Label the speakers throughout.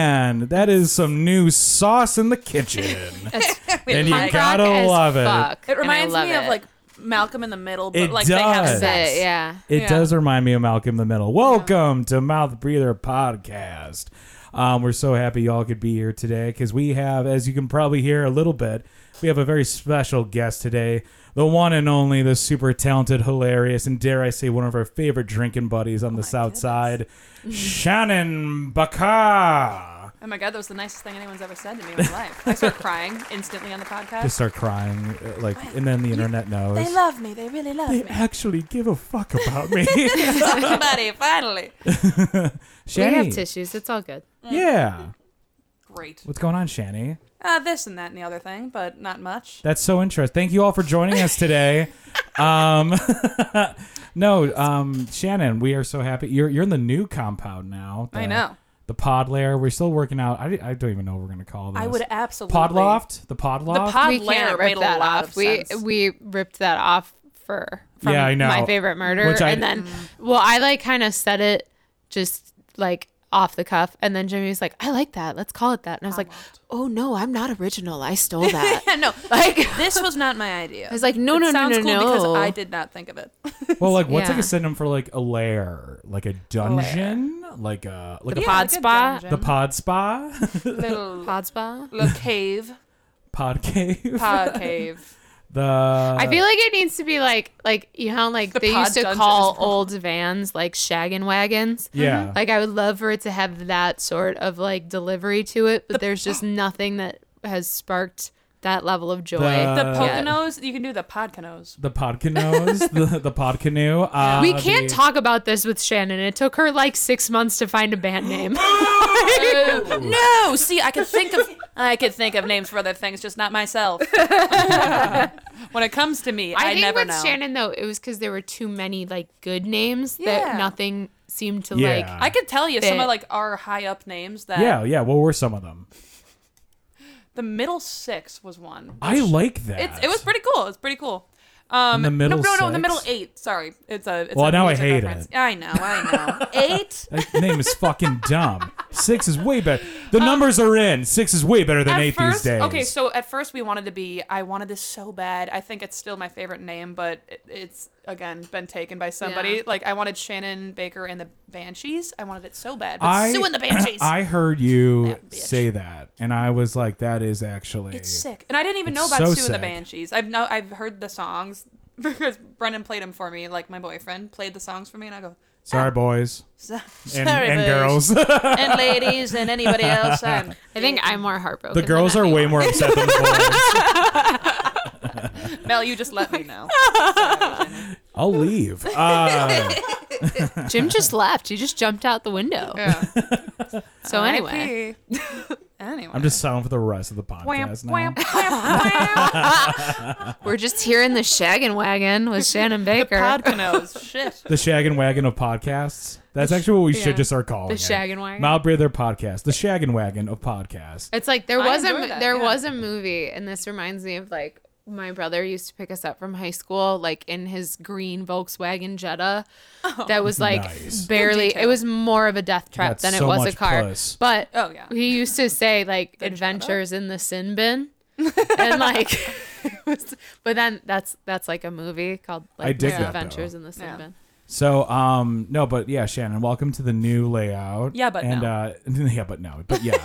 Speaker 1: that is some new sauce in the kitchen. and you
Speaker 2: punk
Speaker 1: gotta
Speaker 2: rock as
Speaker 1: love it.
Speaker 2: fuck,
Speaker 3: It
Speaker 2: and I
Speaker 3: reminds
Speaker 2: love
Speaker 3: me of
Speaker 2: it.
Speaker 3: like Malcolm in the Middle, but
Speaker 1: It
Speaker 3: like they have
Speaker 1: does.
Speaker 2: That's
Speaker 3: sex.
Speaker 2: it, yeah.
Speaker 1: It
Speaker 3: Yeah.
Speaker 1: does remind me of Malcolm in the Middle. Welcome to Mouth Breather Podcast. Um, we're so happy y'all could be here today because we have, as you can probably hear a little bit, we have a very special guest today. The one and only, the super talented, hilarious, and dare I say, one of our favorite drinking buddies
Speaker 2: Oh
Speaker 1: on the South Side, Shannon Baca.
Speaker 3: Oh my god, that was the nicest thing anyone's ever said to me in my life. I start crying instantly on the podcast.
Speaker 1: Just start crying, uh, like, and then the internet knows.
Speaker 3: they love me. They really love
Speaker 1: They
Speaker 3: me.
Speaker 1: actually give a fuck about me.
Speaker 3: Somebody finally.
Speaker 1: Shanny.
Speaker 2: We have tissues. It's all good.
Speaker 3: Mm.
Speaker 1: Yeah.
Speaker 3: Great.
Speaker 1: What's going on, Shanny?
Speaker 3: Uh, this and that and the other thing, but not much.
Speaker 1: That's so interesting. Thank you all for joining us today. um, no, um, Shannon, we are so happy. You're you're in the new compound now.
Speaker 3: I
Speaker 1: the-
Speaker 3: know.
Speaker 1: the pod layer. We're still working out. I, I don't even know what we're gonna call this.
Speaker 3: I would absolutely.
Speaker 1: pod loft. The pod loft.
Speaker 3: pod- Hot
Speaker 2: we
Speaker 3: layer
Speaker 2: can't
Speaker 3: made
Speaker 2: rip
Speaker 3: a
Speaker 2: that
Speaker 3: lot of
Speaker 2: off. We
Speaker 3: sense.
Speaker 2: we ripped that off for from
Speaker 1: Yeah, I know.
Speaker 2: my favorite murder,
Speaker 1: Which I-
Speaker 2: and then
Speaker 3: Mm.
Speaker 2: well, I like kind of said it just like off the cuff, and then Jimmy was like, "I like that. Let's call it that," and I was like, "Oh no, I'm not original. I stole that."
Speaker 3: Yeah, no.
Speaker 2: like
Speaker 3: This was not my idea. I
Speaker 2: was like, no, no, no,
Speaker 3: sounds
Speaker 2: no,
Speaker 3: cool because
Speaker 2: no.
Speaker 3: I did not think of it.
Speaker 1: well, like what's like
Speaker 2: Yeah.
Speaker 1: a synonym for like a lair, like a dungeon, like a like
Speaker 2: the
Speaker 1: a
Speaker 2: pod spa,
Speaker 1: the pod spa,
Speaker 3: little,
Speaker 2: pod spa.
Speaker 3: little cave,
Speaker 1: pod cave,
Speaker 3: pod cave.
Speaker 1: the. Uh,
Speaker 2: I feel like it needs to be like like you know like
Speaker 3: The
Speaker 2: they
Speaker 3: pod
Speaker 2: used to
Speaker 3: dungeon
Speaker 2: call
Speaker 3: is-
Speaker 2: old vans like shaggin' wagons. Mm-hmm.
Speaker 1: Yeah.
Speaker 2: Like I would love for it to have that sort of like delivery to it, but there's just nothing that has sparked that level of joy.
Speaker 3: The
Speaker 1: The- Uh,
Speaker 3: Poconos. You can do the Podcanos.
Speaker 1: the pod canoes, the, the pod canoe. Uh,
Speaker 2: we can't
Speaker 1: the-
Speaker 2: talk about this with Shannon. It took her like six months to find a band name.
Speaker 3: no, see, I could think of I could think of names for other things, just not myself. when it comes to me, I,
Speaker 2: I think
Speaker 3: never
Speaker 2: with
Speaker 3: know.
Speaker 2: Shannon though, it was because there were too many like good names
Speaker 3: Yeah.
Speaker 2: that nothing seemed to
Speaker 1: Yeah.
Speaker 2: like.
Speaker 3: I could tell you some
Speaker 2: Fit.
Speaker 3: of like our high up names that
Speaker 1: Uh. Yeah, yeah. What were some of them?
Speaker 3: the middle six was one.
Speaker 1: I like that.
Speaker 3: It's it was pretty cool. It's pretty cool. Um,
Speaker 1: the middle
Speaker 3: no, no, no, the
Speaker 1: six?
Speaker 3: middle eight. Sorry, it's a. It's
Speaker 1: Well,
Speaker 3: a
Speaker 1: now I
Speaker 3: music
Speaker 1: hate
Speaker 3: reference.
Speaker 1: it.
Speaker 3: I know, I know. eight.
Speaker 1: That name is fucking dumb. Six is way better. The numbers are in. Six is way better than
Speaker 3: Um, At
Speaker 1: eight
Speaker 3: first,
Speaker 1: these days.
Speaker 3: okay, so at first we wanted to be. I wanted this so bad. I think it's still my favorite name, but it, it's again been taken by somebody.
Speaker 2: Yeah.
Speaker 3: Like I wanted Shannon Baker and the Banshees. I wanted it so bad. But
Speaker 1: I
Speaker 3: Sue and the Banshees.
Speaker 1: I heard you
Speaker 3: That bitch.
Speaker 1: say that, and I was like, that is actually.
Speaker 3: it's sick, and I didn't even know
Speaker 1: It's
Speaker 3: about
Speaker 1: so
Speaker 3: Sue and
Speaker 1: sick.
Speaker 3: the Banshees. I've no, I've heard the songs because Brendan played them for me. Like my boyfriend played the songs for me, and I go.
Speaker 1: Sorry, boys
Speaker 3: Ah. Sorry,
Speaker 1: and, and
Speaker 3: boys."
Speaker 1: girls. the
Speaker 3: and ladies and anybody else. And
Speaker 2: I think I'm more heartbroken. than
Speaker 1: girls are
Speaker 2: anyone.
Speaker 1: way more upset than the boys.
Speaker 3: Mel, you just let me know.
Speaker 1: I'll leave. Uh,
Speaker 2: Jim just left. He just jumped out the window.
Speaker 3: Yeah.
Speaker 2: So anyway.
Speaker 3: anyway,
Speaker 1: I'm just silent for the rest of the podcast now.
Speaker 2: We're just here in the shaggin' wagon with Shannon Baker.
Speaker 3: Podcanos. Shit.
Speaker 1: The Shag and Wagon of podcasts. That's actually what we should just start calling
Speaker 2: The
Speaker 1: it.
Speaker 2: Shag and Wagon?
Speaker 1: Mouth Breather Podcast. The Shag and Wagon of podcasts.
Speaker 2: it's like there
Speaker 3: I
Speaker 2: was a
Speaker 3: enjoy
Speaker 2: mo-
Speaker 3: that,
Speaker 2: there
Speaker 3: yeah.
Speaker 2: was a movie, and this reminds me of like my brother used to pick us up from high school, like in his green Volkswagen Jetta,
Speaker 3: Oh.
Speaker 2: that was like
Speaker 1: Nice.
Speaker 2: barely.
Speaker 3: detail.
Speaker 2: It was more of a death trap
Speaker 1: got
Speaker 2: than
Speaker 1: so
Speaker 2: it was a
Speaker 1: much
Speaker 2: car.
Speaker 1: puss.
Speaker 2: But
Speaker 3: Oh, yeah.
Speaker 2: he used to say like adventures in the sin bin, and like. it was- But then that's that's like a movie called like
Speaker 1: I dig that,
Speaker 2: Adventures
Speaker 1: though.
Speaker 2: in the Sin
Speaker 3: Yeah.
Speaker 2: Bin.
Speaker 1: So, um, no, but yeah, Shannon, welcome to the new layout.
Speaker 3: Yeah, but
Speaker 1: and
Speaker 3: no.
Speaker 1: uh, yeah, but no, but yeah,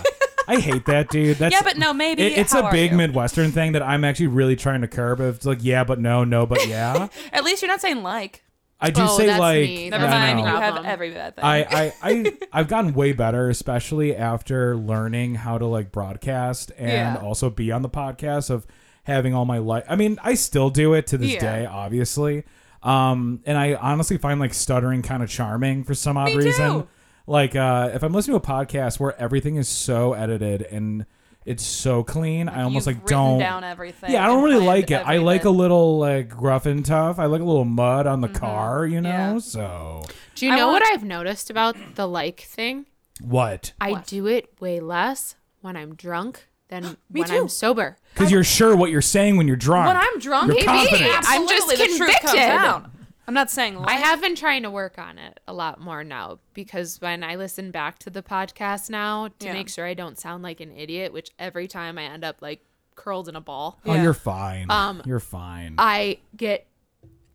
Speaker 1: I hate that, dude. That's
Speaker 3: Yeah, but no, maybe.
Speaker 1: It- it's
Speaker 3: How
Speaker 1: a
Speaker 3: are
Speaker 1: big
Speaker 3: you?
Speaker 1: midwestern thing that I'm actually really trying to curb. If it's like yeah, but no, no, but yeah,
Speaker 3: At least you're not saying like.
Speaker 1: I do
Speaker 2: Oh,
Speaker 1: say
Speaker 2: that's
Speaker 1: like
Speaker 2: me.
Speaker 3: Never
Speaker 1: I
Speaker 2: Yeah,
Speaker 3: mind.
Speaker 1: know.
Speaker 3: You have
Speaker 2: Problem.
Speaker 3: every bad thing.
Speaker 1: I, I, I, I've gotten way better, especially after learning how to like broadcast and
Speaker 3: Yeah.
Speaker 1: also be on the podcast of having all my life. I mean, I still do it to this
Speaker 3: Yeah.
Speaker 1: day, obviously. Um, and I honestly find like stuttering kind of charming for some odd
Speaker 3: Me
Speaker 1: reason.
Speaker 3: too.
Speaker 1: Like, uh, if I'm listening to a podcast where everything is so edited and it's so clean, I almost
Speaker 3: You've
Speaker 1: like
Speaker 3: written
Speaker 1: don't.
Speaker 3: down everything.
Speaker 1: yeah, I don't
Speaker 3: and
Speaker 1: really
Speaker 3: planned
Speaker 1: like it. I
Speaker 3: every
Speaker 1: like
Speaker 3: bit.
Speaker 1: a little like rough and tough. I like a little mud on the car, you know.
Speaker 3: Mm-hmm. Yeah.
Speaker 1: So
Speaker 2: Do you
Speaker 3: I
Speaker 2: know
Speaker 3: want-
Speaker 2: what I've noticed about the like thing?
Speaker 1: what?
Speaker 2: I do it way less when I'm drunk than when
Speaker 3: too.
Speaker 2: I'm sober.
Speaker 1: Because you're sure what you're saying when you're drunk.
Speaker 3: When I'm drunk,
Speaker 1: You're
Speaker 3: baby,
Speaker 1: confident.
Speaker 3: absolutely
Speaker 2: I'm just
Speaker 3: the truth comes
Speaker 2: convicted.
Speaker 3: out. I'm not saying
Speaker 2: I
Speaker 3: life.
Speaker 2: have been trying to work on it a lot more now because when I listen back to the podcast now to
Speaker 3: Yeah.
Speaker 2: make sure I don't sound like an idiot, which every time I end up like curled in a ball,
Speaker 1: Oh,
Speaker 3: Yeah.
Speaker 1: you're fine.
Speaker 2: Um,
Speaker 1: you're fine.
Speaker 2: I get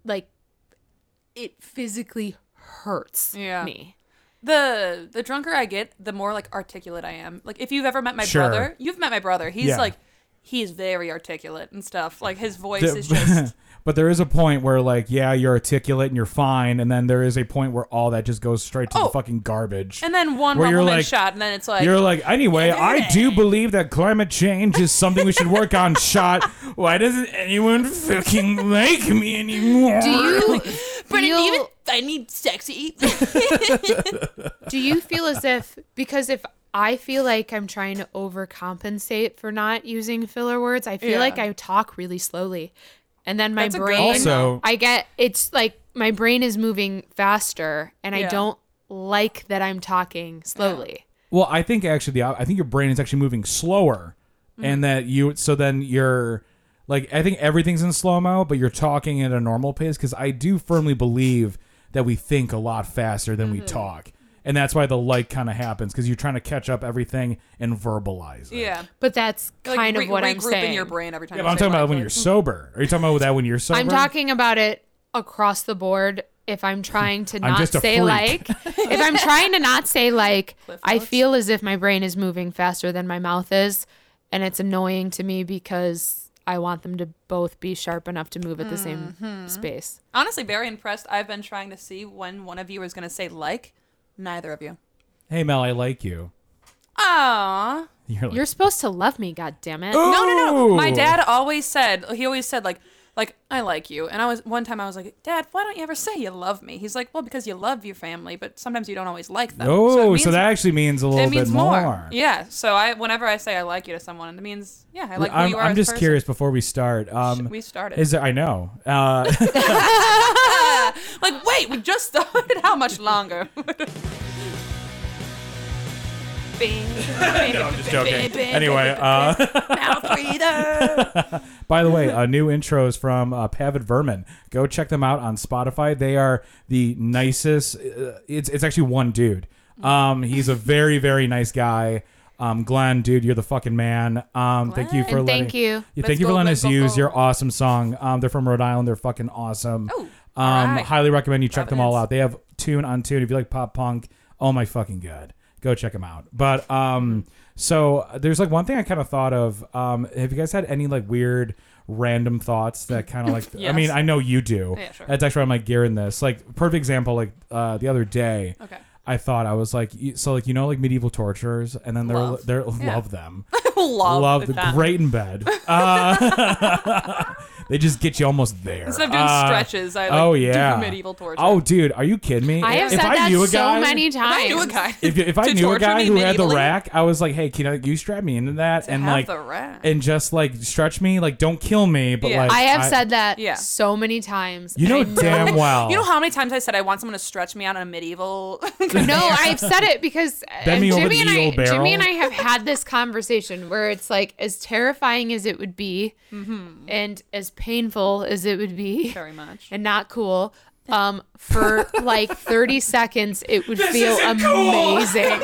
Speaker 2: like it physically hurts
Speaker 3: Yeah.
Speaker 2: me.
Speaker 3: the the drunker I get, the more like articulate I am. Like if you've ever met my
Speaker 1: Sure.
Speaker 3: brother, you've met my brother. He's
Speaker 1: Yeah.
Speaker 3: like he's very articulate and stuff. Like his voice
Speaker 1: The-
Speaker 3: is just
Speaker 1: but there is a point where, like, yeah, you're articulate and you're fine, and then there is a point where all that just goes straight to
Speaker 3: Oh.
Speaker 1: the fucking garbage.
Speaker 3: and then one
Speaker 1: Where
Speaker 3: one
Speaker 1: you're
Speaker 3: woman
Speaker 1: like-
Speaker 3: shot and then it's like
Speaker 1: you're like, anyway, I do believe that climate change is something we should work on. Shot. Why doesn't anyone fucking like me anymore?
Speaker 2: Do you feel,
Speaker 3: I need sexy.
Speaker 2: do you feel as if because if I feel like I'm trying to overcompensate for not using filler words, I feel
Speaker 3: Yeah.
Speaker 2: like I talk really slowly. And then my
Speaker 3: That's a good
Speaker 2: brain
Speaker 3: thing,
Speaker 1: Also-
Speaker 2: I get it's like my brain is moving faster and I
Speaker 3: Yeah.
Speaker 2: don't like that I'm talking slowly.
Speaker 1: Well, I think actually the op- I think your brain is actually moving slower,
Speaker 3: Mm.
Speaker 1: and that you so then you're like I think everything's in slow mo, but you're talking at a normal pace because I do firmly believe that we think a lot faster than
Speaker 3: Mm-hmm.
Speaker 1: we talk, and that's why the like kind of happens because you're trying to catch up everything and verbalize it.
Speaker 3: yeah.
Speaker 2: But that's
Speaker 3: Like,
Speaker 2: kind
Speaker 3: re-
Speaker 2: of what I'm
Speaker 3: regroup in
Speaker 2: saying.
Speaker 3: your brain every time.
Speaker 1: Yeah,
Speaker 3: you
Speaker 1: but I'm
Speaker 3: say
Speaker 1: talking about
Speaker 3: life.
Speaker 1: when you're sober. Are you talking about that when you're sober?
Speaker 2: I'm talking about it across the board. If I'm trying to not
Speaker 1: just a
Speaker 2: say
Speaker 1: freak.
Speaker 2: like, if I'm trying to not say like, I feel as if my brain is moving faster than my mouth is, and it's annoying to me because I want them to both be sharp enough to move at the
Speaker 3: Mm-hmm.
Speaker 2: same space.
Speaker 3: honestly very impressed. I've been trying to see when one of you is going to say like. Neither of you.
Speaker 1: Hey Mel, I like you.
Speaker 3: Aww.
Speaker 1: You're like,
Speaker 2: You're supposed to love me, God damn it!
Speaker 3: No, no, no. My
Speaker 1: Ooh.
Speaker 3: dad always said he always said like like I like you. And I was one time I was like, "Dad, why don't you ever say you love me?" He's like, "Well, because you love your family, but sometimes you don't always like them."
Speaker 1: oh, so,
Speaker 3: it means-
Speaker 1: that actually means a little
Speaker 3: it means
Speaker 1: bit
Speaker 3: more.
Speaker 1: more.
Speaker 3: Yeah. So I whenever I say I like you to someone, it means yeah, I like who
Speaker 1: I'm,
Speaker 3: you are.
Speaker 1: I'm
Speaker 3: as a
Speaker 1: just
Speaker 3: person.
Speaker 1: curious before we start. Um,
Speaker 3: We started.
Speaker 1: is there, I know. Uh,
Speaker 3: like, wait, we just started. How much longer?
Speaker 1: Um, I'm just joking. Anyway, uh, by the way, a new intro is from uh, Pavid Vermin. Go check them out on Spotify. They are the nicest. Uh, it's it's actually one dude. Um, he's a very very nice guy. Um, Glenn, dude, you're the fucking man. Um, thank you for
Speaker 2: And
Speaker 1: letting.
Speaker 2: thank you.
Speaker 1: Yeah,
Speaker 3: Let's
Speaker 1: thank you for
Speaker 3: go,
Speaker 1: letting
Speaker 3: let's
Speaker 1: us
Speaker 3: go,
Speaker 1: use
Speaker 3: go.
Speaker 1: your awesome song. Um, they're from Rhode Island. They're fucking awesome.
Speaker 3: Oh, all
Speaker 1: um,
Speaker 3: right.
Speaker 1: highly recommend you check them all
Speaker 3: Providence.
Speaker 1: out. They have Tune on Tune. If you like pop punk, oh my fucking god, go check them out. But um, so there's like one thing I kind of thought of. Um, have you guys had any like weird random thoughts that kind of like? I
Speaker 3: Yes.
Speaker 1: mean, I know you do.
Speaker 3: Yeah, sure.
Speaker 1: That's actually why I'm like gearing this. Like perfect example. Like uh, the other day.
Speaker 3: Okay.
Speaker 1: I thought I was like y- so like you know like medieval torturers and then they're
Speaker 3: Love.
Speaker 1: they're
Speaker 3: Yeah.
Speaker 1: love them
Speaker 3: love,
Speaker 1: love
Speaker 3: the
Speaker 1: the
Speaker 3: that.
Speaker 1: great in bed. Uh, they just get you almost there.
Speaker 3: Instead of doing
Speaker 1: Uh,
Speaker 3: stretches, I like
Speaker 1: oh yeah,
Speaker 3: do medieval torture.
Speaker 1: Oh dude, are you kidding me?
Speaker 2: I have
Speaker 1: if
Speaker 2: said
Speaker 1: I
Speaker 2: that
Speaker 1: knew a
Speaker 2: so
Speaker 1: guy,
Speaker 2: many times.
Speaker 3: I knew a guy.
Speaker 1: If, if I
Speaker 3: to
Speaker 1: knew a
Speaker 3: torture
Speaker 1: guy
Speaker 3: me
Speaker 1: who had the
Speaker 3: medievally,
Speaker 1: rack, I was like, hey, can I, you strap me into that
Speaker 3: to
Speaker 1: and
Speaker 3: have
Speaker 1: like
Speaker 3: the rack.
Speaker 1: and just like stretch me, like don't kill me, but
Speaker 3: Yeah.
Speaker 1: like
Speaker 2: I have said that
Speaker 3: Yeah.
Speaker 2: so many times.
Speaker 1: You
Speaker 2: and
Speaker 1: know
Speaker 2: I
Speaker 1: damn well.
Speaker 3: You know how many times I said I want someone to stretch me out on a medieval?
Speaker 2: No, I've said it because and
Speaker 1: me over
Speaker 2: Jimmy
Speaker 1: the
Speaker 2: and I,
Speaker 1: eel barrel.
Speaker 2: Jimmy and I have had this conversation where it's like as terrifying as it would be,
Speaker 3: Mm-hmm.
Speaker 2: and as painful as it would be,
Speaker 3: Very much.
Speaker 2: and not cool. Um, for like thirty seconds, it would feel
Speaker 1: isn't cool.
Speaker 2: amazing.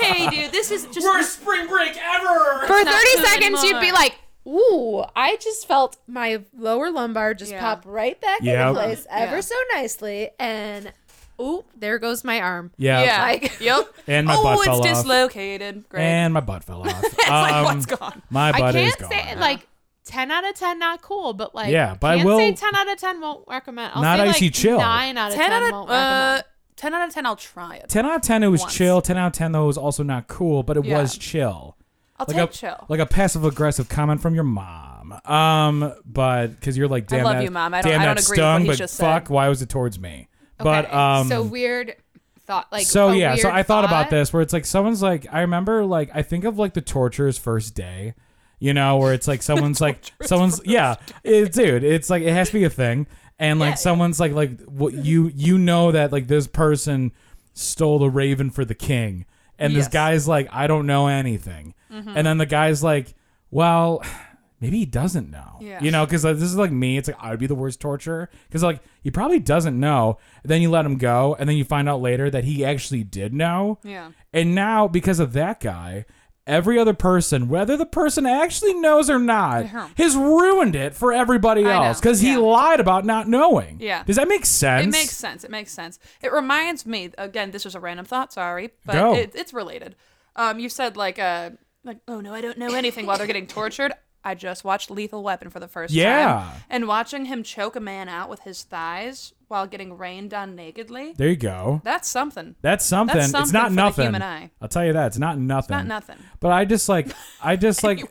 Speaker 3: hey, dude, this is just
Speaker 1: worst spring break ever.
Speaker 2: For
Speaker 3: not
Speaker 2: thirty
Speaker 3: cool
Speaker 2: seconds, you'd be
Speaker 3: anymore.
Speaker 2: like. Ooh, I just felt my lower lumbar just
Speaker 3: Yeah.
Speaker 2: pop right back
Speaker 1: Yep.
Speaker 2: into place ever
Speaker 3: Yeah.
Speaker 2: so nicely, and ooh, there goes my arm.
Speaker 1: Yeah.
Speaker 3: yeah.
Speaker 2: like-
Speaker 3: yep.
Speaker 1: And my
Speaker 3: oh,
Speaker 1: butt
Speaker 3: it's
Speaker 1: fell off.
Speaker 3: dislocated. Great.
Speaker 1: And my butt fell off.
Speaker 3: like,
Speaker 1: Um,
Speaker 3: what's gone?
Speaker 1: My butt
Speaker 2: I
Speaker 1: is
Speaker 2: can't
Speaker 1: gone.
Speaker 2: say like ten out of ten not cool, but like
Speaker 1: Yeah, but I
Speaker 2: can't
Speaker 1: will-
Speaker 2: say ten out of ten won't recommend. I'll
Speaker 1: Not
Speaker 2: say
Speaker 1: icy
Speaker 2: like
Speaker 1: chill.
Speaker 2: Nine out of ten,
Speaker 3: Ten out of
Speaker 2: won't recommend.
Speaker 3: uh, ten out of ten. I'll try it.
Speaker 1: 10 out of 10 it was
Speaker 3: Once.
Speaker 1: chill 10 out of 10 though it was also not cool but it
Speaker 3: Yeah.
Speaker 1: was chill
Speaker 3: I'll
Speaker 1: like
Speaker 3: take
Speaker 1: a
Speaker 3: chill.
Speaker 1: like a passive aggressive comment from your mom um but because you're like
Speaker 3: I
Speaker 1: damn
Speaker 3: love
Speaker 1: that,
Speaker 3: you, Mom. I don't-
Speaker 1: damn
Speaker 3: I don't
Speaker 1: that
Speaker 3: agree with what
Speaker 1: stung
Speaker 3: he
Speaker 1: but
Speaker 3: just said."
Speaker 1: fuck why was it towards me but um
Speaker 2: so weird thought like
Speaker 1: so
Speaker 2: a
Speaker 1: yeah so
Speaker 2: weird
Speaker 1: i thought about
Speaker 2: thought.
Speaker 1: this where it's like someone's like i remember like i think of like the torturer's first day you know where it's like someone's like someone's yeah it, dude it's like it has to be a thing and like someone's like like what you you know that like this person stole the raven for the king and this
Speaker 3: Yes.
Speaker 2: Mm-hmm.
Speaker 1: guy's like i don't know anything and then the guy's like well maybe he doesn't know.
Speaker 3: Yeah.
Speaker 1: You know, because Oh, like, this is like me. It's like I would be the worst torturer because like he probably doesn't know. Then you let him go, and then you find out later that he actually did know.
Speaker 3: Yeah.
Speaker 1: And now because of that guy. Every other person, whether the person actually knows or not,
Speaker 3: Yeah.
Speaker 1: has ruined it for everybody
Speaker 3: I know.
Speaker 1: else because he
Speaker 3: Yeah.
Speaker 1: lied about not knowing.
Speaker 3: Yeah.
Speaker 1: Does that make sense?
Speaker 3: It makes sense. It makes sense. It reminds me again. This was a random thought. Sorry,
Speaker 1: Go.
Speaker 3: but it, it's related. Um, you said like uh, like oh no, I don't know anything while they're getting tortured. I just watched Lethal Weapon for the first
Speaker 1: Yeah.
Speaker 3: time, and watching him choke a man out with his thighs while getting rained on nakedly.
Speaker 1: There you go.
Speaker 3: That's something.
Speaker 1: That's something. it's
Speaker 3: something
Speaker 1: not
Speaker 3: for the
Speaker 1: nothing.
Speaker 3: human eye.
Speaker 1: I'll tell you that. It's not nothing.
Speaker 3: Not nothing.
Speaker 1: But I just like I just like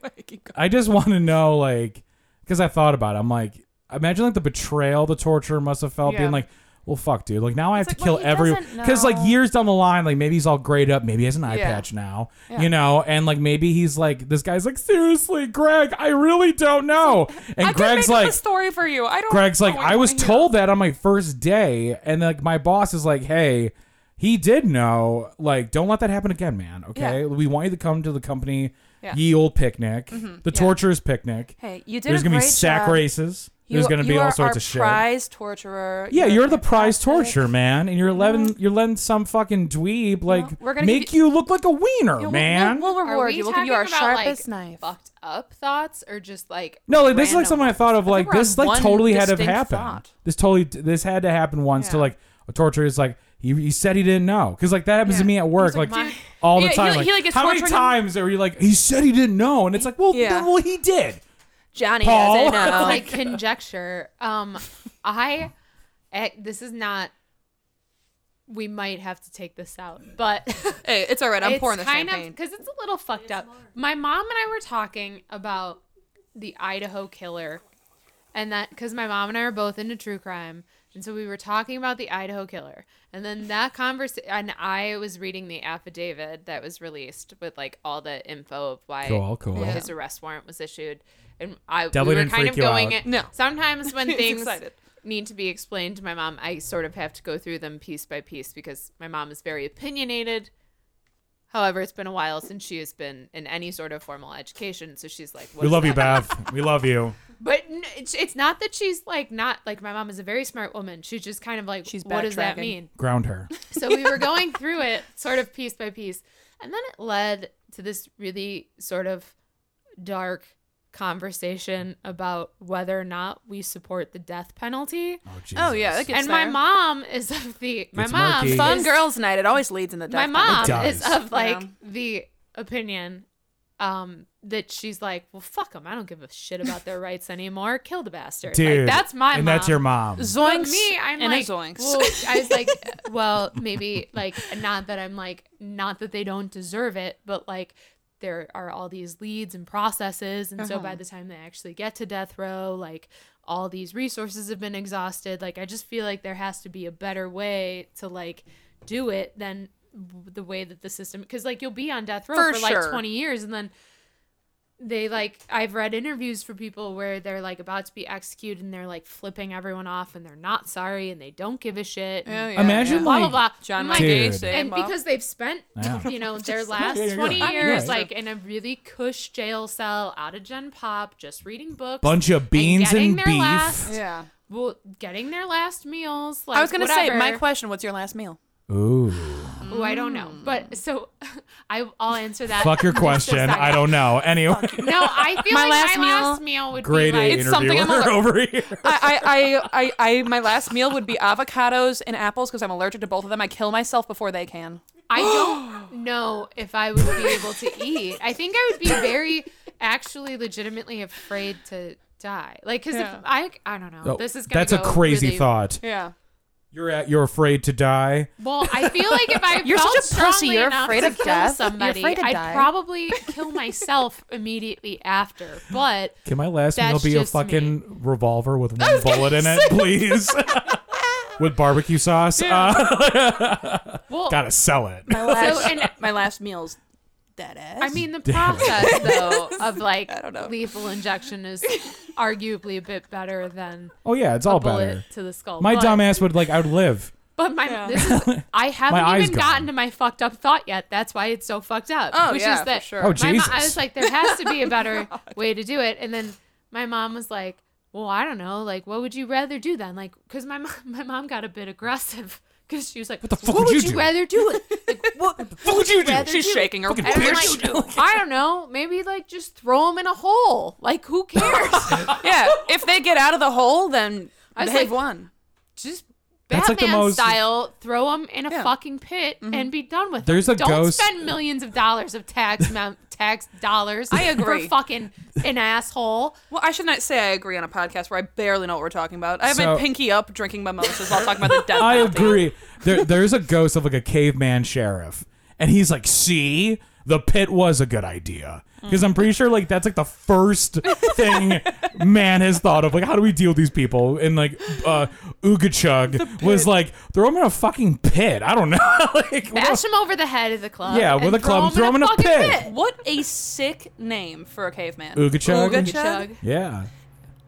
Speaker 1: I just want to know like because I thought about it. I'm like imagine like the betrayal the torturer must have felt
Speaker 3: Yeah.
Speaker 1: being like well fuck dude like now I have
Speaker 3: It's
Speaker 1: to
Speaker 3: like, well,
Speaker 1: kill
Speaker 3: he
Speaker 1: every
Speaker 3: doesn't
Speaker 1: because like
Speaker 3: know.
Speaker 1: years down the line like maybe he's all grayed up maybe he has an eye
Speaker 3: Yeah.
Speaker 1: patch now
Speaker 3: Yeah.
Speaker 1: you know and like maybe he's like this guy's like seriously Greg I really don't know and
Speaker 3: I
Speaker 1: Greg's
Speaker 3: can make up
Speaker 1: like
Speaker 3: a story for you. Oh, I don't.
Speaker 1: Greg's like,
Speaker 3: know
Speaker 1: I was
Speaker 3: anything."
Speaker 1: told that on my first day, and like my boss is like, hey, he did know. Like, don't let that happen again, man. Okay,
Speaker 3: Yeah.
Speaker 1: we want you to come to the company
Speaker 3: Yeah. Mm-hmm.
Speaker 1: ye old picnic, the torturer's picnic.
Speaker 3: Hey, you did
Speaker 1: There's
Speaker 3: a
Speaker 1: gonna be
Speaker 3: great
Speaker 1: sack
Speaker 3: job.
Speaker 1: races.
Speaker 3: You-
Speaker 1: There's gonna be
Speaker 3: you
Speaker 1: all
Speaker 3: are
Speaker 1: sorts
Speaker 3: our
Speaker 1: of shit.
Speaker 3: Prize torturer.
Speaker 1: yeah,
Speaker 3: are
Speaker 1: you're the prize
Speaker 3: fantastic.
Speaker 1: torture man, and you're letting you're letting some fucking dweeb like
Speaker 3: we're gonna
Speaker 1: make
Speaker 3: give you-
Speaker 1: you look like a wiener,
Speaker 3: Yeah, we'll-
Speaker 1: man.
Speaker 3: We'll, we'll
Speaker 2: Are
Speaker 3: reward
Speaker 2: we
Speaker 3: you. We'll give
Speaker 2: talking
Speaker 3: you our
Speaker 2: about
Speaker 3: sharpest
Speaker 2: like
Speaker 3: knife.
Speaker 2: fucked up thoughts or just like
Speaker 1: No, like this is like
Speaker 2: random
Speaker 1: something I
Speaker 2: ones?
Speaker 1: thought of. Like
Speaker 3: we're on
Speaker 1: this, like
Speaker 3: one
Speaker 1: totally had to
Speaker 3: distinct
Speaker 1: happen.
Speaker 3: thought.
Speaker 1: This totally, this had to happen once to
Speaker 3: Yeah.
Speaker 1: like a torturer is like he, he said he didn't know because like that happens to
Speaker 3: Yeah.
Speaker 1: me at work like,
Speaker 2: like, "Dude."
Speaker 1: all the
Speaker 3: Yeah, he-
Speaker 1: time.
Speaker 3: he,
Speaker 1: like,
Speaker 3: like, gets
Speaker 1: how many
Speaker 3: torturing him.
Speaker 1: times are you like he said he didn't know and it's like well
Speaker 3: Yeah.
Speaker 1: then- well he did.
Speaker 3: Johnny
Speaker 1: Paul.
Speaker 3: doesn't
Speaker 2: It's
Speaker 3: know.
Speaker 2: like conjecture. Um, I, eh, this is not. We might have to take this out, but
Speaker 3: hey, it's all right. I'm
Speaker 2: it's
Speaker 3: pouring the
Speaker 2: kind
Speaker 3: champagne.
Speaker 2: because it's a little fucked up. My mom and I were talking about the Idaho killer, and that because my mom and I are both into true crime, and so we were talking about the Idaho killer, and then that conversation, and I was reading the affidavit that was released with like all the info of why
Speaker 1: Cool, cool.
Speaker 2: why
Speaker 1: Yeah.
Speaker 2: his arrest warrant was issued, and I
Speaker 1: Definitely
Speaker 2: we were
Speaker 1: didn't
Speaker 2: kind
Speaker 1: freak
Speaker 2: of
Speaker 1: you
Speaker 2: going.
Speaker 1: out.
Speaker 3: No.
Speaker 2: Sometimes when
Speaker 3: He's
Speaker 2: things
Speaker 3: excited.
Speaker 2: need to be explained to my mom, I sort of have to go through them piece by piece because my mom is very opinionated. However, it's been a while since she has been in any sort of formal education, so she's like, what
Speaker 1: We
Speaker 2: is
Speaker 1: love
Speaker 2: that?
Speaker 1: you, Beth. we love you.
Speaker 2: But n- it's, it's not that she's like not like my mom is a very smart woman. She's just kind of like,
Speaker 3: She's
Speaker 2: what does that
Speaker 3: backtracking.
Speaker 2: mean?
Speaker 1: Ground her. Oh,
Speaker 2: So we were going through it sort of piece by piece, and then it led to this really sort of dark conversation about whether or not we support the death penalty
Speaker 1: Oh, Jesus.
Speaker 3: oh yeah, that gets
Speaker 2: and my
Speaker 3: there.
Speaker 2: mom is of the my
Speaker 1: It's
Speaker 2: mom
Speaker 1: murky.
Speaker 3: Fun
Speaker 2: is-
Speaker 3: girls' night. It always leads in the
Speaker 2: My
Speaker 3: death penalty.
Speaker 2: mom
Speaker 1: It
Speaker 2: is
Speaker 1: does.
Speaker 2: of like
Speaker 3: Yeah.
Speaker 2: the opinion um that she's like, well, fuck them. I don't give a shit about their rights anymore. Kill the bastard. Like,
Speaker 1: dude.
Speaker 2: that's my
Speaker 1: and
Speaker 2: mom.
Speaker 1: that's your mom.
Speaker 2: But
Speaker 3: Zoinks.
Speaker 2: me, I'm
Speaker 3: and a
Speaker 2: like,
Speaker 3: zoinks.
Speaker 2: well, I was like, well, maybe like not that I'm like not that they don't deserve it, but like there are all these leads and processes, and so
Speaker 3: Uh-huh.
Speaker 2: by the time they actually get to death row, like all these resources have been exhausted. Like I just feel like there has to be a better way to like do it than w- the way that the system because like you'll be on death row
Speaker 3: For
Speaker 2: for, like
Speaker 3: sure.
Speaker 2: 20 years and then they like I've read interviews for people where they're like about to be executed and they're like flipping everyone off and they're not sorry and they don't give a shit.
Speaker 3: Oh, Yeah,
Speaker 2: And
Speaker 3: yeah,
Speaker 1: Oh, Imagine,
Speaker 3: yeah.
Speaker 2: blah blah
Speaker 1: like-
Speaker 2: blah.
Speaker 3: John
Speaker 2: I'm
Speaker 3: Wayne
Speaker 1: Dude.
Speaker 2: like,
Speaker 3: Gacy,
Speaker 2: and
Speaker 3: well,
Speaker 2: because they've spent
Speaker 1: Yeah.
Speaker 2: you know their
Speaker 1: Yeah,
Speaker 2: last
Speaker 1: you're
Speaker 2: twenty
Speaker 1: right.
Speaker 2: years
Speaker 1: Yeah.
Speaker 2: like in a really cush jail cell out of Gen Pop, just reading books,
Speaker 1: Bunch of beans
Speaker 2: getting
Speaker 1: and
Speaker 2: their
Speaker 1: beef.
Speaker 2: last-
Speaker 3: yeah.
Speaker 2: well, getting their last meals. Like,
Speaker 3: I was gonna say my
Speaker 2: whatever.
Speaker 3: question. What's your last meal?
Speaker 1: Ooh.
Speaker 2: Oh, I don't know,
Speaker 3: Hmm.
Speaker 2: but so I I'll answer that.
Speaker 1: Fuck your
Speaker 2: in just a
Speaker 1: question.
Speaker 2: second.
Speaker 1: I don't know. Anyway.
Speaker 2: No, I feel
Speaker 3: My
Speaker 2: like
Speaker 3: last
Speaker 2: my
Speaker 3: meal-
Speaker 2: last meal would
Speaker 1: Grade
Speaker 2: be like
Speaker 1: A
Speaker 3: It's something I'm
Speaker 1: interviewer over here.
Speaker 3: I, I, I, I, I, my last meal would be avocados and apples because I'm allergic to both of them. I kill myself before they can.
Speaker 2: I don't know if I would be able to eat. I think I would be very, actually, legitimately afraid to die. Like, because
Speaker 3: Yeah.
Speaker 2: if I, I don't know. this is gonna
Speaker 1: Oh, that's a
Speaker 2: go
Speaker 1: crazy
Speaker 2: really-
Speaker 1: thought.
Speaker 3: Yeah.
Speaker 1: You're at. You're afraid to die.
Speaker 2: Well, I feel like if I
Speaker 3: You're
Speaker 2: felt
Speaker 3: such a pussy.
Speaker 2: strongly
Speaker 3: You're
Speaker 2: enough
Speaker 3: afraid
Speaker 2: to
Speaker 3: of
Speaker 2: kill
Speaker 3: death. You're
Speaker 2: somebody,
Speaker 3: afraid to
Speaker 2: I'd
Speaker 3: die.
Speaker 2: probably kill myself immediately after. But
Speaker 1: Can my last meal
Speaker 2: That's
Speaker 1: be a
Speaker 2: just
Speaker 1: fucking revolver with one bullet in it, please? with barbecue sauce? Uh,
Speaker 2: well,
Speaker 1: gotta sell it.
Speaker 3: My
Speaker 2: so
Speaker 3: last,
Speaker 2: and
Speaker 3: my last meal's dead ass.
Speaker 2: I mean, the process though of like
Speaker 3: don't know.
Speaker 2: lethal injection is arguably a bit better than
Speaker 1: Oh yeah, it's
Speaker 2: a
Speaker 1: all
Speaker 2: bullet
Speaker 1: better.
Speaker 2: to the skull.
Speaker 1: My
Speaker 2: but-
Speaker 1: dumb ass would like. I would live.
Speaker 2: But my this is I haven't
Speaker 1: My eye's
Speaker 2: even gotten
Speaker 1: gone.
Speaker 2: to my fucked up thought yet. That's why it's so fucked up.
Speaker 4: Oh,
Speaker 2: which
Speaker 4: yeah,
Speaker 2: is
Speaker 4: for
Speaker 2: that
Speaker 4: sure.
Speaker 1: Oh,
Speaker 2: my mom,
Speaker 1: Jesus.
Speaker 2: I was like, there has to be a better way to do it. And then my mom was like, well, I don't know. Like, what would you rather do then? Like, because my mom, my mom got a bit aggressive because she was like, what
Speaker 1: the fuck
Speaker 2: would
Speaker 1: would
Speaker 2: you,
Speaker 1: you do?"
Speaker 2: rather do? Like, what,
Speaker 1: What would you do?
Speaker 2: rather
Speaker 3: She's
Speaker 2: do?
Speaker 3: shaking her.
Speaker 2: And I'm
Speaker 3: Bitch.
Speaker 2: like, I don't know. Maybe like just throw him in a hole. Like, who cares?
Speaker 4: yeah. If they get out of the hole, then
Speaker 2: I was
Speaker 4: they've
Speaker 2: like-
Speaker 4: won.
Speaker 2: just
Speaker 1: That's like the
Speaker 2: Batman
Speaker 1: most-
Speaker 2: style, throw them in a
Speaker 4: Yeah.
Speaker 2: fucking pit
Speaker 3: Mm-hmm.
Speaker 2: and be done with it.
Speaker 1: There's a
Speaker 2: Don't
Speaker 1: ghost-
Speaker 2: spend millions of dollars of tax mount, tax dollars. I
Speaker 4: agree.
Speaker 2: For fucking an asshole.
Speaker 3: Well, I should not say I agree on a podcast where I barely know what we're talking about. I have
Speaker 1: So- Uh,
Speaker 3: been pinky up drinking mimosas while talking about the death
Speaker 1: I
Speaker 3: penalty.
Speaker 1: agree. There, there's a ghost of like a caveman sheriff, and he's like, "See, the pit was a good idea." Because I'm pretty sure like that's like the first thing man has thought of. Like, how do we deal with these people? And like, uh, Chug was like, "Throw him in a fucking pit." I don't know. like, what
Speaker 2: Bash him over the head of the club.
Speaker 1: Yeah, with
Speaker 2: and
Speaker 1: a club, throw him in a
Speaker 2: fucking
Speaker 1: pit.
Speaker 3: What a sick name for a caveman.
Speaker 1: Ooga Chug.
Speaker 3: Ooga
Speaker 2: Chug.
Speaker 3: Chug?
Speaker 1: Yeah.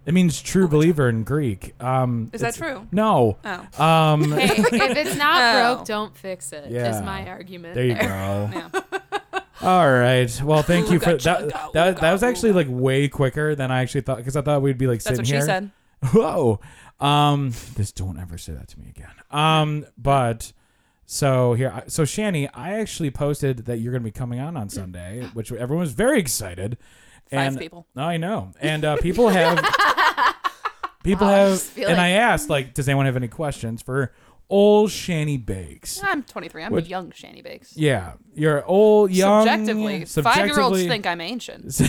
Speaker 1: It means true believer in Greek. Um,
Speaker 3: Is that
Speaker 1: it's-
Speaker 3: true?
Speaker 1: No.
Speaker 3: Oh.
Speaker 1: Um,
Speaker 2: Hey, if it's not
Speaker 3: Oh.
Speaker 2: broke, don't fix it. Is
Speaker 1: Yeah.
Speaker 2: my argument.
Speaker 1: There you
Speaker 2: there.
Speaker 1: go. All right. Well, thank you for
Speaker 3: Ooga
Speaker 1: that.
Speaker 3: chugga,
Speaker 1: That, that was
Speaker 3: ooga
Speaker 1: actually like way quicker than I actually thought because I thought we'd be like
Speaker 3: That's
Speaker 1: sitting
Speaker 3: what she
Speaker 1: here.
Speaker 3: said.
Speaker 1: Whoa. Um, just don't ever say that to me again. Um, but so here, I- so Shani, I actually posted that you're going to be coming on on Sunday, which everyone was very excited.
Speaker 3: Five
Speaker 1: and,
Speaker 3: people.
Speaker 1: I know, and uh, people have people
Speaker 3: Oh,
Speaker 2: Wow, I
Speaker 1: have,
Speaker 2: just feel
Speaker 1: and
Speaker 2: like-
Speaker 1: I asked like, does anyone have any questions for old Shani Bakes?
Speaker 3: I'm 23. I'm
Speaker 1: What-
Speaker 3: young Shanny Bakes.
Speaker 1: Yeah, you're old, young.
Speaker 3: subjectively, five-year-olds
Speaker 1: subjectively-
Speaker 3: think I'm ancient.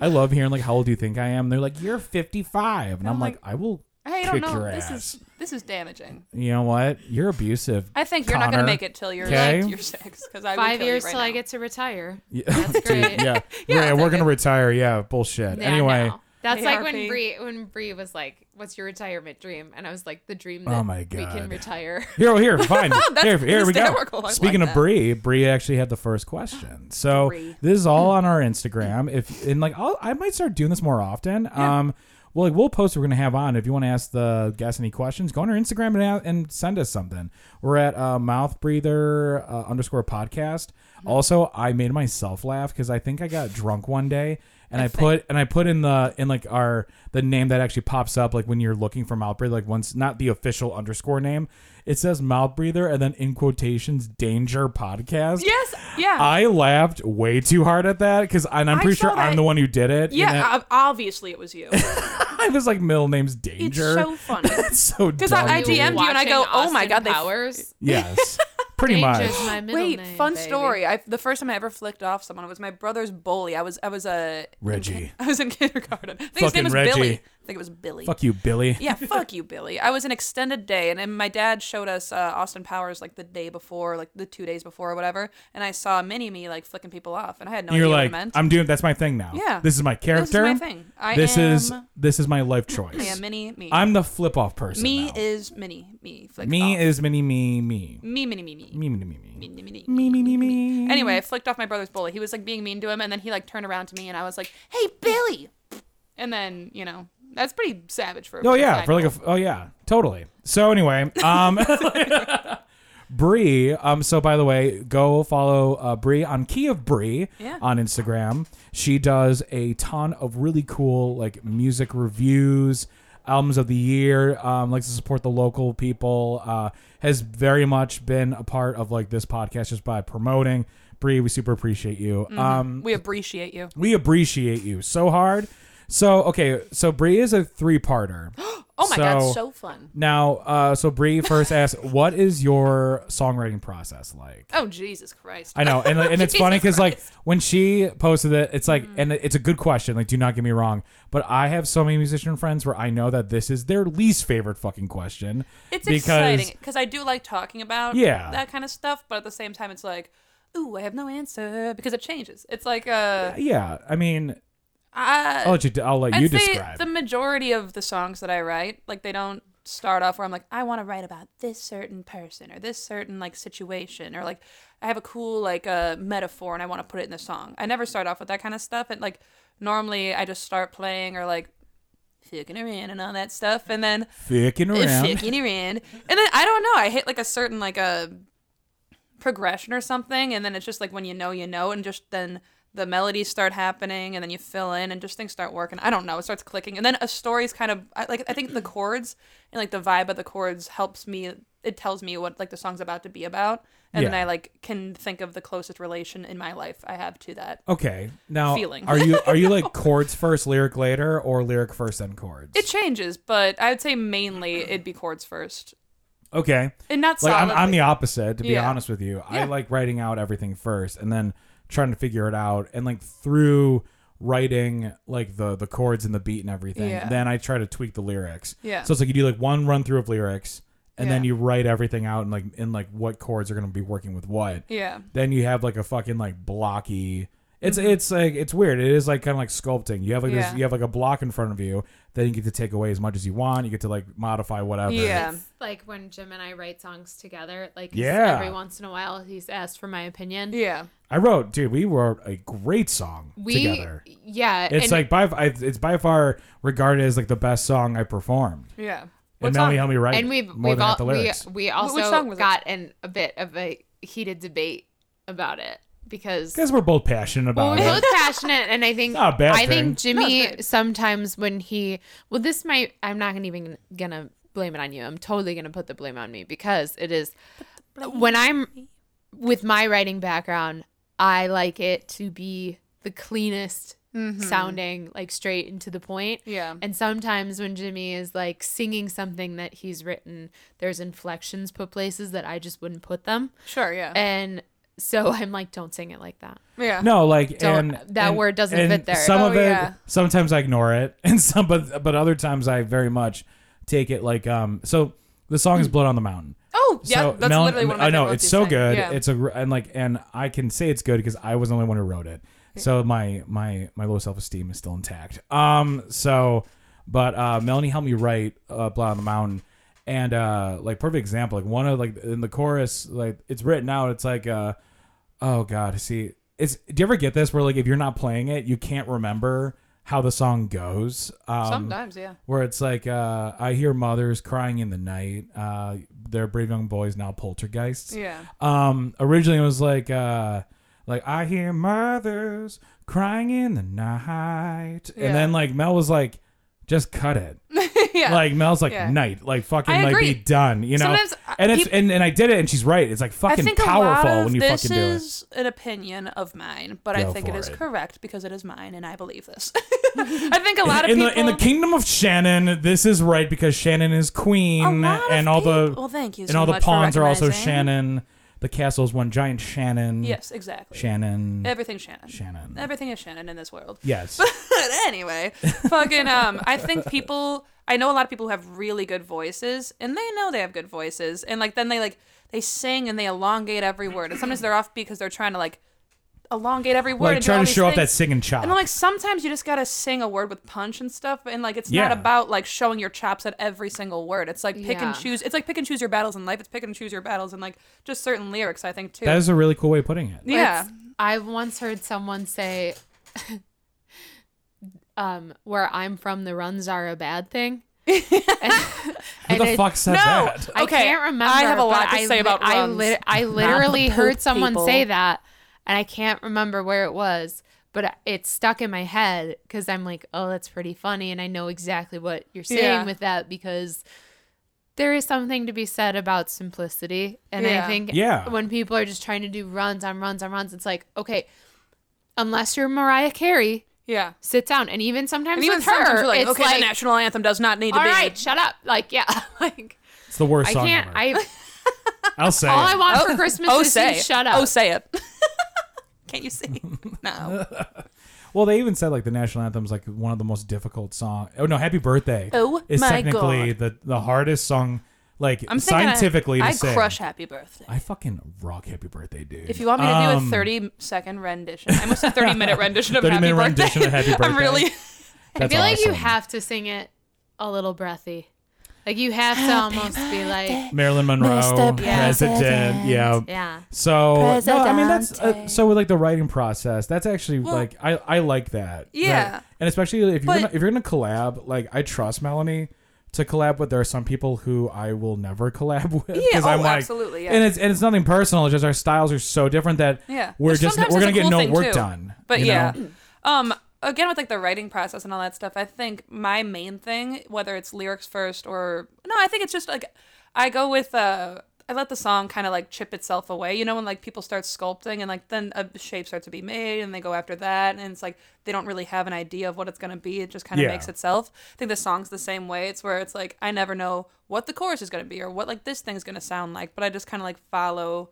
Speaker 1: I love hearing like, how old do you think I am? They're like, you're 55, and I'm, like, I will.
Speaker 3: I
Speaker 1: kick
Speaker 3: don't know.
Speaker 1: Your
Speaker 3: This
Speaker 1: ass.
Speaker 3: is this is damaging.
Speaker 1: You know what? You're abusive.
Speaker 3: I think you're not gonna
Speaker 1: Connor.
Speaker 3: make it till you're
Speaker 1: Okay.
Speaker 3: like, you're six because I would
Speaker 2: Five
Speaker 3: kill you
Speaker 2: years
Speaker 3: right
Speaker 2: till I
Speaker 3: now.
Speaker 2: get to retire.
Speaker 1: Yeah.
Speaker 2: That's great.
Speaker 1: yeah. yeah, we're gonna retire. Yeah, bullshit.
Speaker 2: Yeah,
Speaker 1: anyway,
Speaker 2: no. That's like when
Speaker 3: AARP.
Speaker 2: Bree when Bree was like, "What's your retirement dream?" And I was like, "The dream that
Speaker 1: Oh my
Speaker 2: we can
Speaker 1: God.
Speaker 2: retire."
Speaker 1: here, oh, here, fine. here, here we
Speaker 3: hysterical.
Speaker 1: go.
Speaker 3: I
Speaker 1: Speaking
Speaker 3: like
Speaker 1: of
Speaker 3: that.
Speaker 1: Bree, Bree actually had the first question. So
Speaker 3: Bree.
Speaker 1: this is all on our Instagram. If and like, I'll, I might start doing this more often. Um, well, like we'll post. What we're gonna have on. If you want to ask the guests any questions, go on our Instagram and, a- and send us something. We're at uh, mouth breather uh, underscore podcast.
Speaker 3: Mm-hmm.
Speaker 1: Also, I made myself laugh because I think I got drunk one day. And I put and I put in the in like our the name that actually pops up like when you're looking for mouth breather like once not the official underscore name it says mouth breather and then in quotations danger podcast
Speaker 3: Yes. Yeah.
Speaker 1: I laughed way too hard at that because, and I'm
Speaker 3: I
Speaker 1: pretty
Speaker 3: saw
Speaker 1: sure I'm
Speaker 3: that.
Speaker 1: the one who did it.
Speaker 3: yeah.
Speaker 1: and that-
Speaker 3: ob- obviously, it was you.
Speaker 1: I was like, middle name's
Speaker 3: It's
Speaker 1: Danger.
Speaker 3: so funny.
Speaker 1: It's so
Speaker 3: Because I-
Speaker 1: dumb,
Speaker 3: I
Speaker 1: dude.
Speaker 3: DM'd you and I go,
Speaker 2: Watching
Speaker 3: "Oh my
Speaker 2: Austin
Speaker 3: God, they f-
Speaker 2: Powers.
Speaker 1: Yes, pretty much.
Speaker 2: Danger's my middle
Speaker 3: Wait,
Speaker 2: name,
Speaker 3: fun
Speaker 2: baby.
Speaker 3: story. I, the first time I ever flicked off someone was my brother's bully. I was I was a
Speaker 1: Reggie.
Speaker 3: I was in kindergarten. I think his
Speaker 1: Fucking
Speaker 3: name was
Speaker 1: Reggie.
Speaker 3: Billy. I think it was Billy.
Speaker 1: Fuck you, Billy.
Speaker 3: yeah, fuck you, Billy. I was an extended day, and, and my dad showed us uh, Austin Powers like the day before, like the two days before or whatever. And I saw Mini Me like flicking people off, and I had no
Speaker 1: You're
Speaker 3: idea
Speaker 1: like,
Speaker 3: what it meant.
Speaker 1: I'm doing. That's my thing now.
Speaker 3: Yeah.
Speaker 1: this is my
Speaker 3: this is
Speaker 1: character.
Speaker 3: my thing. I
Speaker 1: This
Speaker 3: am.
Speaker 1: is this is my life choice.
Speaker 3: I am Mini Me.
Speaker 1: I'm the flip off person.
Speaker 3: me
Speaker 1: now.
Speaker 3: is Mini Me. Flicked
Speaker 1: me
Speaker 3: off.
Speaker 1: is mini me me
Speaker 3: me Mini Me Me.
Speaker 1: me me me
Speaker 3: Me,
Speaker 1: me
Speaker 3: me, me.
Speaker 1: me me me me.
Speaker 3: Anyway, I flicked off my brother's bullet. He was like being mean to him, and then he like turned around to me, and I was like, "Hey, Billy!" And then you know that's pretty savage for.
Speaker 1: Oh yeah, for like a f- oh yeah, totally. So anyway, um, Bree. Um, so by the way, go follow uh, Bree on Key of Bree
Speaker 3: Yeah.
Speaker 1: on Instagram. She does a ton of really cool like music reviews, albums of the year. Um, likes to support the local people. Uh, has very much been a part of like this podcast just by promoting. Bree, we super appreciate you. Um,
Speaker 3: we appreciate you.
Speaker 1: we appreciate you so hard. So okay, so Bree is a three-parter.
Speaker 3: Oh my god,
Speaker 1: So-
Speaker 3: so fun.
Speaker 1: Now, uh, so Bree first asks, "What is your songwriting process like?"
Speaker 3: Oh Jesus Christ.
Speaker 1: I know, and and it's funny because like when she posted it, it's
Speaker 3: Mm-hmm.
Speaker 1: like, and it's a good question. Like, do not get me wrong, but I have so many musician friends where I know that this is their least favorite fucking question.
Speaker 3: It's exciting because I do like talking about
Speaker 1: Yeah.
Speaker 3: that kind of stuff, but at the same time, it's like, ooh, I have no answer because it changes. It's like, uh,
Speaker 1: Yeah, I mean,
Speaker 3: I,
Speaker 1: I'll let you. I'll let
Speaker 3: I'd
Speaker 1: you
Speaker 3: say
Speaker 1: describe.
Speaker 3: the majority of the songs that I write, like they don't start off where I'm like, I want to write about this certain person or this certain like situation or like I have a cool like uh, metaphor and I want to put it in the song. I never start off with that kind of stuff. And like normally I just start playing or like fucking around and all that stuff, and then
Speaker 1: Fucking around.
Speaker 3: fucking around, and then I don't know. I hit like a certain like a progression or something, and then it's just like when you know, you know, and just then the melodies start happening, and then you fill in, and just things start working. I don't know. It starts clicking, and then a story's kind of I- like I think the chords and like the vibe of the chords helps me. It tells me what like the song's about to be about, and then
Speaker 1: Yeah.
Speaker 3: I like can think of the closest relation in my life I have to that.
Speaker 1: Okay. Now,
Speaker 3: Feeling.
Speaker 1: are you are you like chords first, lyric later, or lyric first then chords?
Speaker 3: It changes, but I would say mainly it'd be chords first,
Speaker 1: okay.
Speaker 3: and not
Speaker 1: Like I'm,
Speaker 3: solidly.
Speaker 1: I'm the opposite, to be
Speaker 3: Yeah.
Speaker 1: honest with you. I
Speaker 3: Yeah.
Speaker 1: like writing out everything first and then trying to figure it out, and like through writing like the the chords and the beat and everything,
Speaker 3: Yeah.
Speaker 1: then I try to tweak the lyrics.
Speaker 3: Yeah.
Speaker 1: So it's like you do like one run through of lyrics, and then
Speaker 3: Yeah.
Speaker 1: you write everything out and like in like what chords are gonna be working with what.
Speaker 3: yeah.
Speaker 1: then you have like a fucking like blocky it's
Speaker 2: Mm-hmm.
Speaker 1: it's like it's weird it is like kind of like sculpting you have like
Speaker 3: Yeah.
Speaker 1: this you have like a block in front of you then you get to take away as much as you want you get to like modify whatever
Speaker 3: Yeah.
Speaker 2: It's like when Jim and I write songs together. Like
Speaker 1: Yeah.
Speaker 2: every once in a while, he's asked for my opinion.
Speaker 3: Yeah.
Speaker 1: i wrote dude we wrote a great song
Speaker 2: We
Speaker 1: together
Speaker 2: yeah.
Speaker 1: it's
Speaker 2: and
Speaker 1: like by I, it's by far regarded as like the best song i performed
Speaker 3: Yeah.
Speaker 1: and
Speaker 3: What
Speaker 1: Melanie
Speaker 3: song?
Speaker 1: helped me write
Speaker 2: and
Speaker 1: it,
Speaker 2: we've
Speaker 1: more
Speaker 2: we've
Speaker 1: than
Speaker 2: all
Speaker 1: at the lyrics
Speaker 2: we we also
Speaker 3: song was it?
Speaker 2: got in a bit of a heated debate about it because
Speaker 1: because we're both passionate
Speaker 2: well,
Speaker 1: about
Speaker 2: we're
Speaker 1: it
Speaker 2: both passionate, and I think
Speaker 1: Not a bad
Speaker 2: I
Speaker 1: thing.
Speaker 2: think Jimmy
Speaker 3: No, it's
Speaker 2: sometimes when he well, this might I'm not gonna even gonna blame it on you. I'm totally gonna put the blame on me because it is when I'm with my writing background, I like it to be the cleanest sounding, like straight and to the point.
Speaker 3: Mm-hmm. Yeah.
Speaker 2: And sometimes when Jimmy is like singing something that he's written, there's inflections put places that I just wouldn't put them.
Speaker 3: Sure, yeah.
Speaker 2: And so I'm like, don't sing it like that.
Speaker 3: yeah.
Speaker 1: no like and
Speaker 2: Don't- that
Speaker 1: and-
Speaker 2: word doesn't
Speaker 1: and
Speaker 2: fit there.
Speaker 1: some
Speaker 3: Oh,
Speaker 1: of it
Speaker 3: yeah.
Speaker 1: sometimes i ignore it and some but but other times i very much take it like um so the song
Speaker 2: Mm.
Speaker 1: is blood on the mountain
Speaker 3: Oh, yeah.
Speaker 1: so
Speaker 3: that's
Speaker 1: Melon-
Speaker 3: literally one of my
Speaker 1: I know
Speaker 3: favorite
Speaker 1: it's
Speaker 3: ones
Speaker 1: so
Speaker 3: you sang.
Speaker 1: good.
Speaker 3: Yeah.
Speaker 1: It's a gr- and like and I can say it's good because I was the only one who wrote it. So my my my low self esteem is still intact. Um. So, but uh, Melanie helped me write uh, "Blood on the Mountain," and uh, like perfect example, like one of like in the chorus, like it's written out. It's like uh, oh god, see, it's do you ever get this where like if you're not playing it, you can't remember how the song goes. Um,
Speaker 3: Sometimes, yeah.
Speaker 1: where it's like uh, I hear mothers crying in the night. Uh, they're brave young boys now poltergeists.
Speaker 3: Yeah.
Speaker 1: Um, originally it was like uh, like I hear mothers crying in the night,
Speaker 3: Yeah.
Speaker 1: and then like Mel was like, just cut it.
Speaker 3: yeah.
Speaker 1: Like Mel's like
Speaker 3: Yeah.
Speaker 1: night, like fucking
Speaker 3: I
Speaker 1: like be
Speaker 3: agree.
Speaker 1: done. You know.
Speaker 3: Sometimes, uh,
Speaker 1: and it's
Speaker 3: peop-
Speaker 1: and, and I did it, and she's right. It's like
Speaker 3: I
Speaker 1: fucking
Speaker 3: think
Speaker 1: powerful
Speaker 3: a lot of
Speaker 1: when you
Speaker 3: this
Speaker 1: fucking do it.
Speaker 3: is an opinion of mine, but
Speaker 1: Go
Speaker 3: I think
Speaker 1: for
Speaker 3: it is
Speaker 1: it.
Speaker 3: correct because it is mine and I believe this. I think a lot of
Speaker 1: in
Speaker 3: people
Speaker 1: the in the kingdom of Shannon, this is right because Shannon is
Speaker 3: a
Speaker 1: queen,
Speaker 3: lot of
Speaker 1: and all the
Speaker 3: peop- Well, thank you
Speaker 1: and
Speaker 3: so
Speaker 1: all the
Speaker 3: much for
Speaker 1: pawns are also
Speaker 3: recognizing.
Speaker 1: Shannon. The castle is one giant Shannon.
Speaker 3: Yes, exactly.
Speaker 1: Shannon.
Speaker 3: Everything's Shannon.
Speaker 1: Shannon.
Speaker 3: Everything is Shannon in this world.
Speaker 1: yes.
Speaker 3: but anyway, fucking um, I think people. I know a lot of people who have really good voices, and they know they have good voices, and like then they like they sing and they elongate every word, and sometimes they're off because they're trying to like elongate every word,
Speaker 1: like
Speaker 3: and do all
Speaker 1: trying to
Speaker 3: these
Speaker 1: show off that
Speaker 3: things.
Speaker 1: singing chop.
Speaker 3: And I'm like, sometimes you just gotta sing a word with punch and stuff, and like it's
Speaker 1: Yeah.
Speaker 3: not about like showing your chops at every single word. It's like pick
Speaker 2: Yeah.
Speaker 3: and choose. It's like pick and choose your battles in life. It's pick and choose your battles and like just certain lyrics. I think too.
Speaker 1: that is a really cool way of putting it.
Speaker 3: yeah,
Speaker 2: It's- I once heard someone say, um, where I'm from, the runs are a bad thing.
Speaker 1: Who the fuck said that?
Speaker 2: I
Speaker 3: Okay,
Speaker 2: can't remember.
Speaker 3: I have a lot
Speaker 2: but
Speaker 3: to
Speaker 2: I
Speaker 3: say about
Speaker 2: I,
Speaker 3: runs.
Speaker 2: lit- I literally
Speaker 3: poop
Speaker 2: heard someone
Speaker 3: people.
Speaker 2: say that, and I can't remember where it was, but it stuck in my head because I'm like, oh, that's pretty funny, and I know exactly what you're saying
Speaker 3: Yeah.
Speaker 2: with that because there is something to be said about simplicity, and I
Speaker 3: Yeah.
Speaker 2: think
Speaker 1: Yeah.
Speaker 2: when people are just trying to do runs on runs on runs, it's like, okay, unless you're Mariah Carey,
Speaker 3: yeah.
Speaker 2: sit down, and even sometimes
Speaker 3: And even
Speaker 2: with
Speaker 3: sometimes
Speaker 2: her,
Speaker 3: you're like,
Speaker 2: it's
Speaker 3: okay,
Speaker 2: like,
Speaker 3: the national anthem does not need to
Speaker 2: all
Speaker 3: be.
Speaker 2: right, shut up, like yeah, like.
Speaker 1: It's the worst
Speaker 2: I
Speaker 1: song
Speaker 2: can't.
Speaker 1: ever.
Speaker 2: I
Speaker 1: will say.
Speaker 2: all I
Speaker 1: it.
Speaker 2: want for Christmas
Speaker 3: Oh,
Speaker 2: is
Speaker 3: say
Speaker 2: you
Speaker 3: it.
Speaker 2: shut up.
Speaker 3: Oh, say it. Can't you see?
Speaker 1: Uh,
Speaker 3: No.
Speaker 1: Well, they even said like the national anthem's like one of the most difficult song. Oh no, Happy Birthday.
Speaker 3: Oh
Speaker 1: is
Speaker 3: my
Speaker 1: technically the the hardest song. Like
Speaker 3: I'm thinking
Speaker 1: scientifically
Speaker 3: I,
Speaker 1: to
Speaker 3: I
Speaker 1: sing.
Speaker 3: crush Happy Birthday.
Speaker 1: I fucking rock Happy Birthday, dude.
Speaker 3: If you want me to do
Speaker 1: Um,
Speaker 3: a 30 second rendition, I must a 30 minute rendition of
Speaker 1: 30
Speaker 3: Happy
Speaker 1: minute
Speaker 3: Birthday.
Speaker 1: rendition of Happy
Speaker 3: I'm really.
Speaker 1: Birthday.
Speaker 2: I
Speaker 1: that's
Speaker 2: feel like you
Speaker 1: awesome.
Speaker 2: have to sing it a little breathy. Like you have to almost be like,
Speaker 1: Marilyn Monroe,
Speaker 5: Mr.
Speaker 1: president.
Speaker 5: President.
Speaker 1: Yeah.
Speaker 2: yeah.
Speaker 1: So no, I mean that's uh,
Speaker 5: Presidente.
Speaker 1: so with like the writing process. That's actually like I I like that.
Speaker 3: Yeah.
Speaker 1: That- and especially if you're
Speaker 3: But-
Speaker 1: gonna, if you're gonna collab, like I trust Melanie to collab with. There are some people who I will never collab with
Speaker 3: Yeah,
Speaker 1: I'm
Speaker 3: oh,
Speaker 1: like,
Speaker 3: absolutely, yeah.
Speaker 1: and it's and it's nothing personal. It's just our styles are so different that
Speaker 3: Yeah.
Speaker 1: we're
Speaker 3: Which
Speaker 1: just
Speaker 3: sometimes
Speaker 1: we're
Speaker 3: is
Speaker 1: gonna
Speaker 3: a
Speaker 1: get
Speaker 3: cool
Speaker 1: no
Speaker 3: thing,
Speaker 1: work
Speaker 3: too.
Speaker 1: done.
Speaker 3: But
Speaker 1: you
Speaker 3: yeah.
Speaker 1: know?
Speaker 3: Um again with like the writing process and all that stuff, I think my main thing, whether it's lyrics first or no, I think it's just like I go with uh I let the song kind of like chip itself away. You know when like people start sculpting and like then a shape starts to be made and they go after that and it's like they don't really have an idea of what it's going to be. It just kind of
Speaker 1: Yeah.
Speaker 3: makes itself. I think the song's the same way. It's where it's like I never know what the chorus is going to be or what like this thing's going to sound like, but I just kind of like follow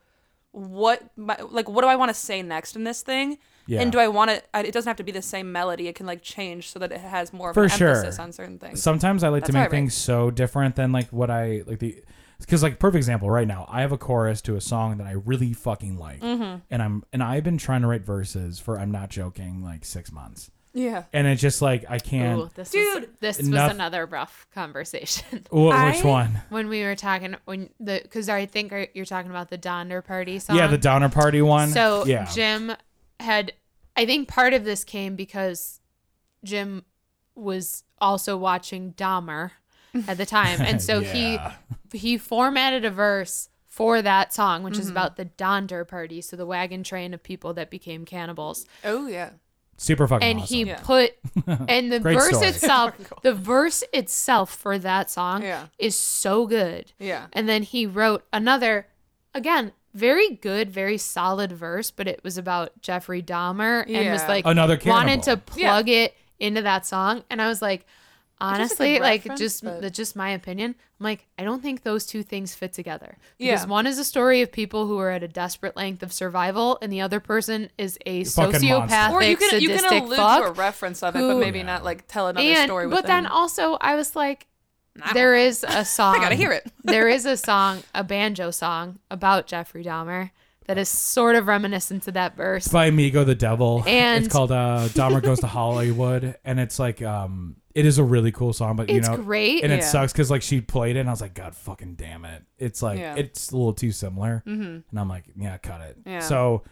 Speaker 3: what my, like what do I want to say next in this thing?
Speaker 1: Yeah.
Speaker 3: And do I want to? It doesn't have to be the same melody. It can like change so that it has more of
Speaker 1: For
Speaker 3: an
Speaker 1: sure.
Speaker 3: emphasis on certain things.
Speaker 1: Sometimes I like to
Speaker 3: That's how I
Speaker 1: make
Speaker 3: write.
Speaker 1: things so different than like what I like the because like perfect example right now I have a chorus to a song that I really fucking like and I'm and I've been trying to write verses for I'm not joking like six months
Speaker 3: yeah.
Speaker 1: and it's just like I can't.
Speaker 2: Ooh, this was,
Speaker 3: Dude,
Speaker 2: this
Speaker 1: enough-
Speaker 2: was another rough conversation
Speaker 1: Wh- which
Speaker 3: I-
Speaker 1: one?
Speaker 2: when we were talking when the because I think you're talking about the Donder party song.
Speaker 1: Yeah, the Donner Party one.
Speaker 2: So
Speaker 1: yeah,
Speaker 2: Jim had, I think part of this came because Jim was also watching Dahmer at the time, and so
Speaker 1: Yeah.
Speaker 2: he he formatted a verse for that song, which is about the Donder party, so the wagon train of people that became cannibals,
Speaker 3: Oh yeah.
Speaker 1: super fucking.
Speaker 2: and
Speaker 1: awesome.
Speaker 2: he
Speaker 3: Yeah.
Speaker 2: put and the
Speaker 1: Great
Speaker 2: verse
Speaker 1: story.
Speaker 2: itself, the verse itself for that song
Speaker 3: Yeah.
Speaker 2: is so good.
Speaker 3: Yeah.
Speaker 2: And then he wrote another, again, very good, very solid verse, but it was about Jeffrey Dahmer and was
Speaker 3: Yeah.
Speaker 2: like
Speaker 1: Another
Speaker 2: wanted to
Speaker 1: cannibal.
Speaker 2: plug it into that song. And I was like, honestly,
Speaker 3: good
Speaker 2: like
Speaker 3: reference,
Speaker 2: just
Speaker 3: but-
Speaker 2: that's just my opinion. I'm like, I don't think those two things fit together.
Speaker 3: Yeah.
Speaker 2: Because one is a story of people who are at a desperate length of survival, and the other person is a
Speaker 1: Fucking monster.
Speaker 2: sociopathic,
Speaker 3: Or you can you
Speaker 2: sadistic
Speaker 3: can allude
Speaker 2: fuck
Speaker 3: to a reference of it,
Speaker 2: who-
Speaker 3: but maybe not like tell another
Speaker 2: and,
Speaker 3: story.
Speaker 2: But
Speaker 3: within.
Speaker 2: then also, I was like, there is a song.
Speaker 3: gotta hear it.
Speaker 2: there is a song, a banjo song about Jeffrey Dahmer that is sort of reminiscent to that verse.
Speaker 1: by Migo the Devil.
Speaker 2: And-
Speaker 1: it's called uh, Dahmer Goes to Hollywood, and it's like um, it is a really cool song, but you
Speaker 2: It's
Speaker 1: know,
Speaker 2: great.
Speaker 1: and it
Speaker 3: Yeah.
Speaker 1: sucks because like she played it, and I was like, God fucking damn it! It's like
Speaker 3: Yeah.
Speaker 1: it's a little too similar, and I'm like, yeah, cut it.
Speaker 3: Yeah.
Speaker 1: So.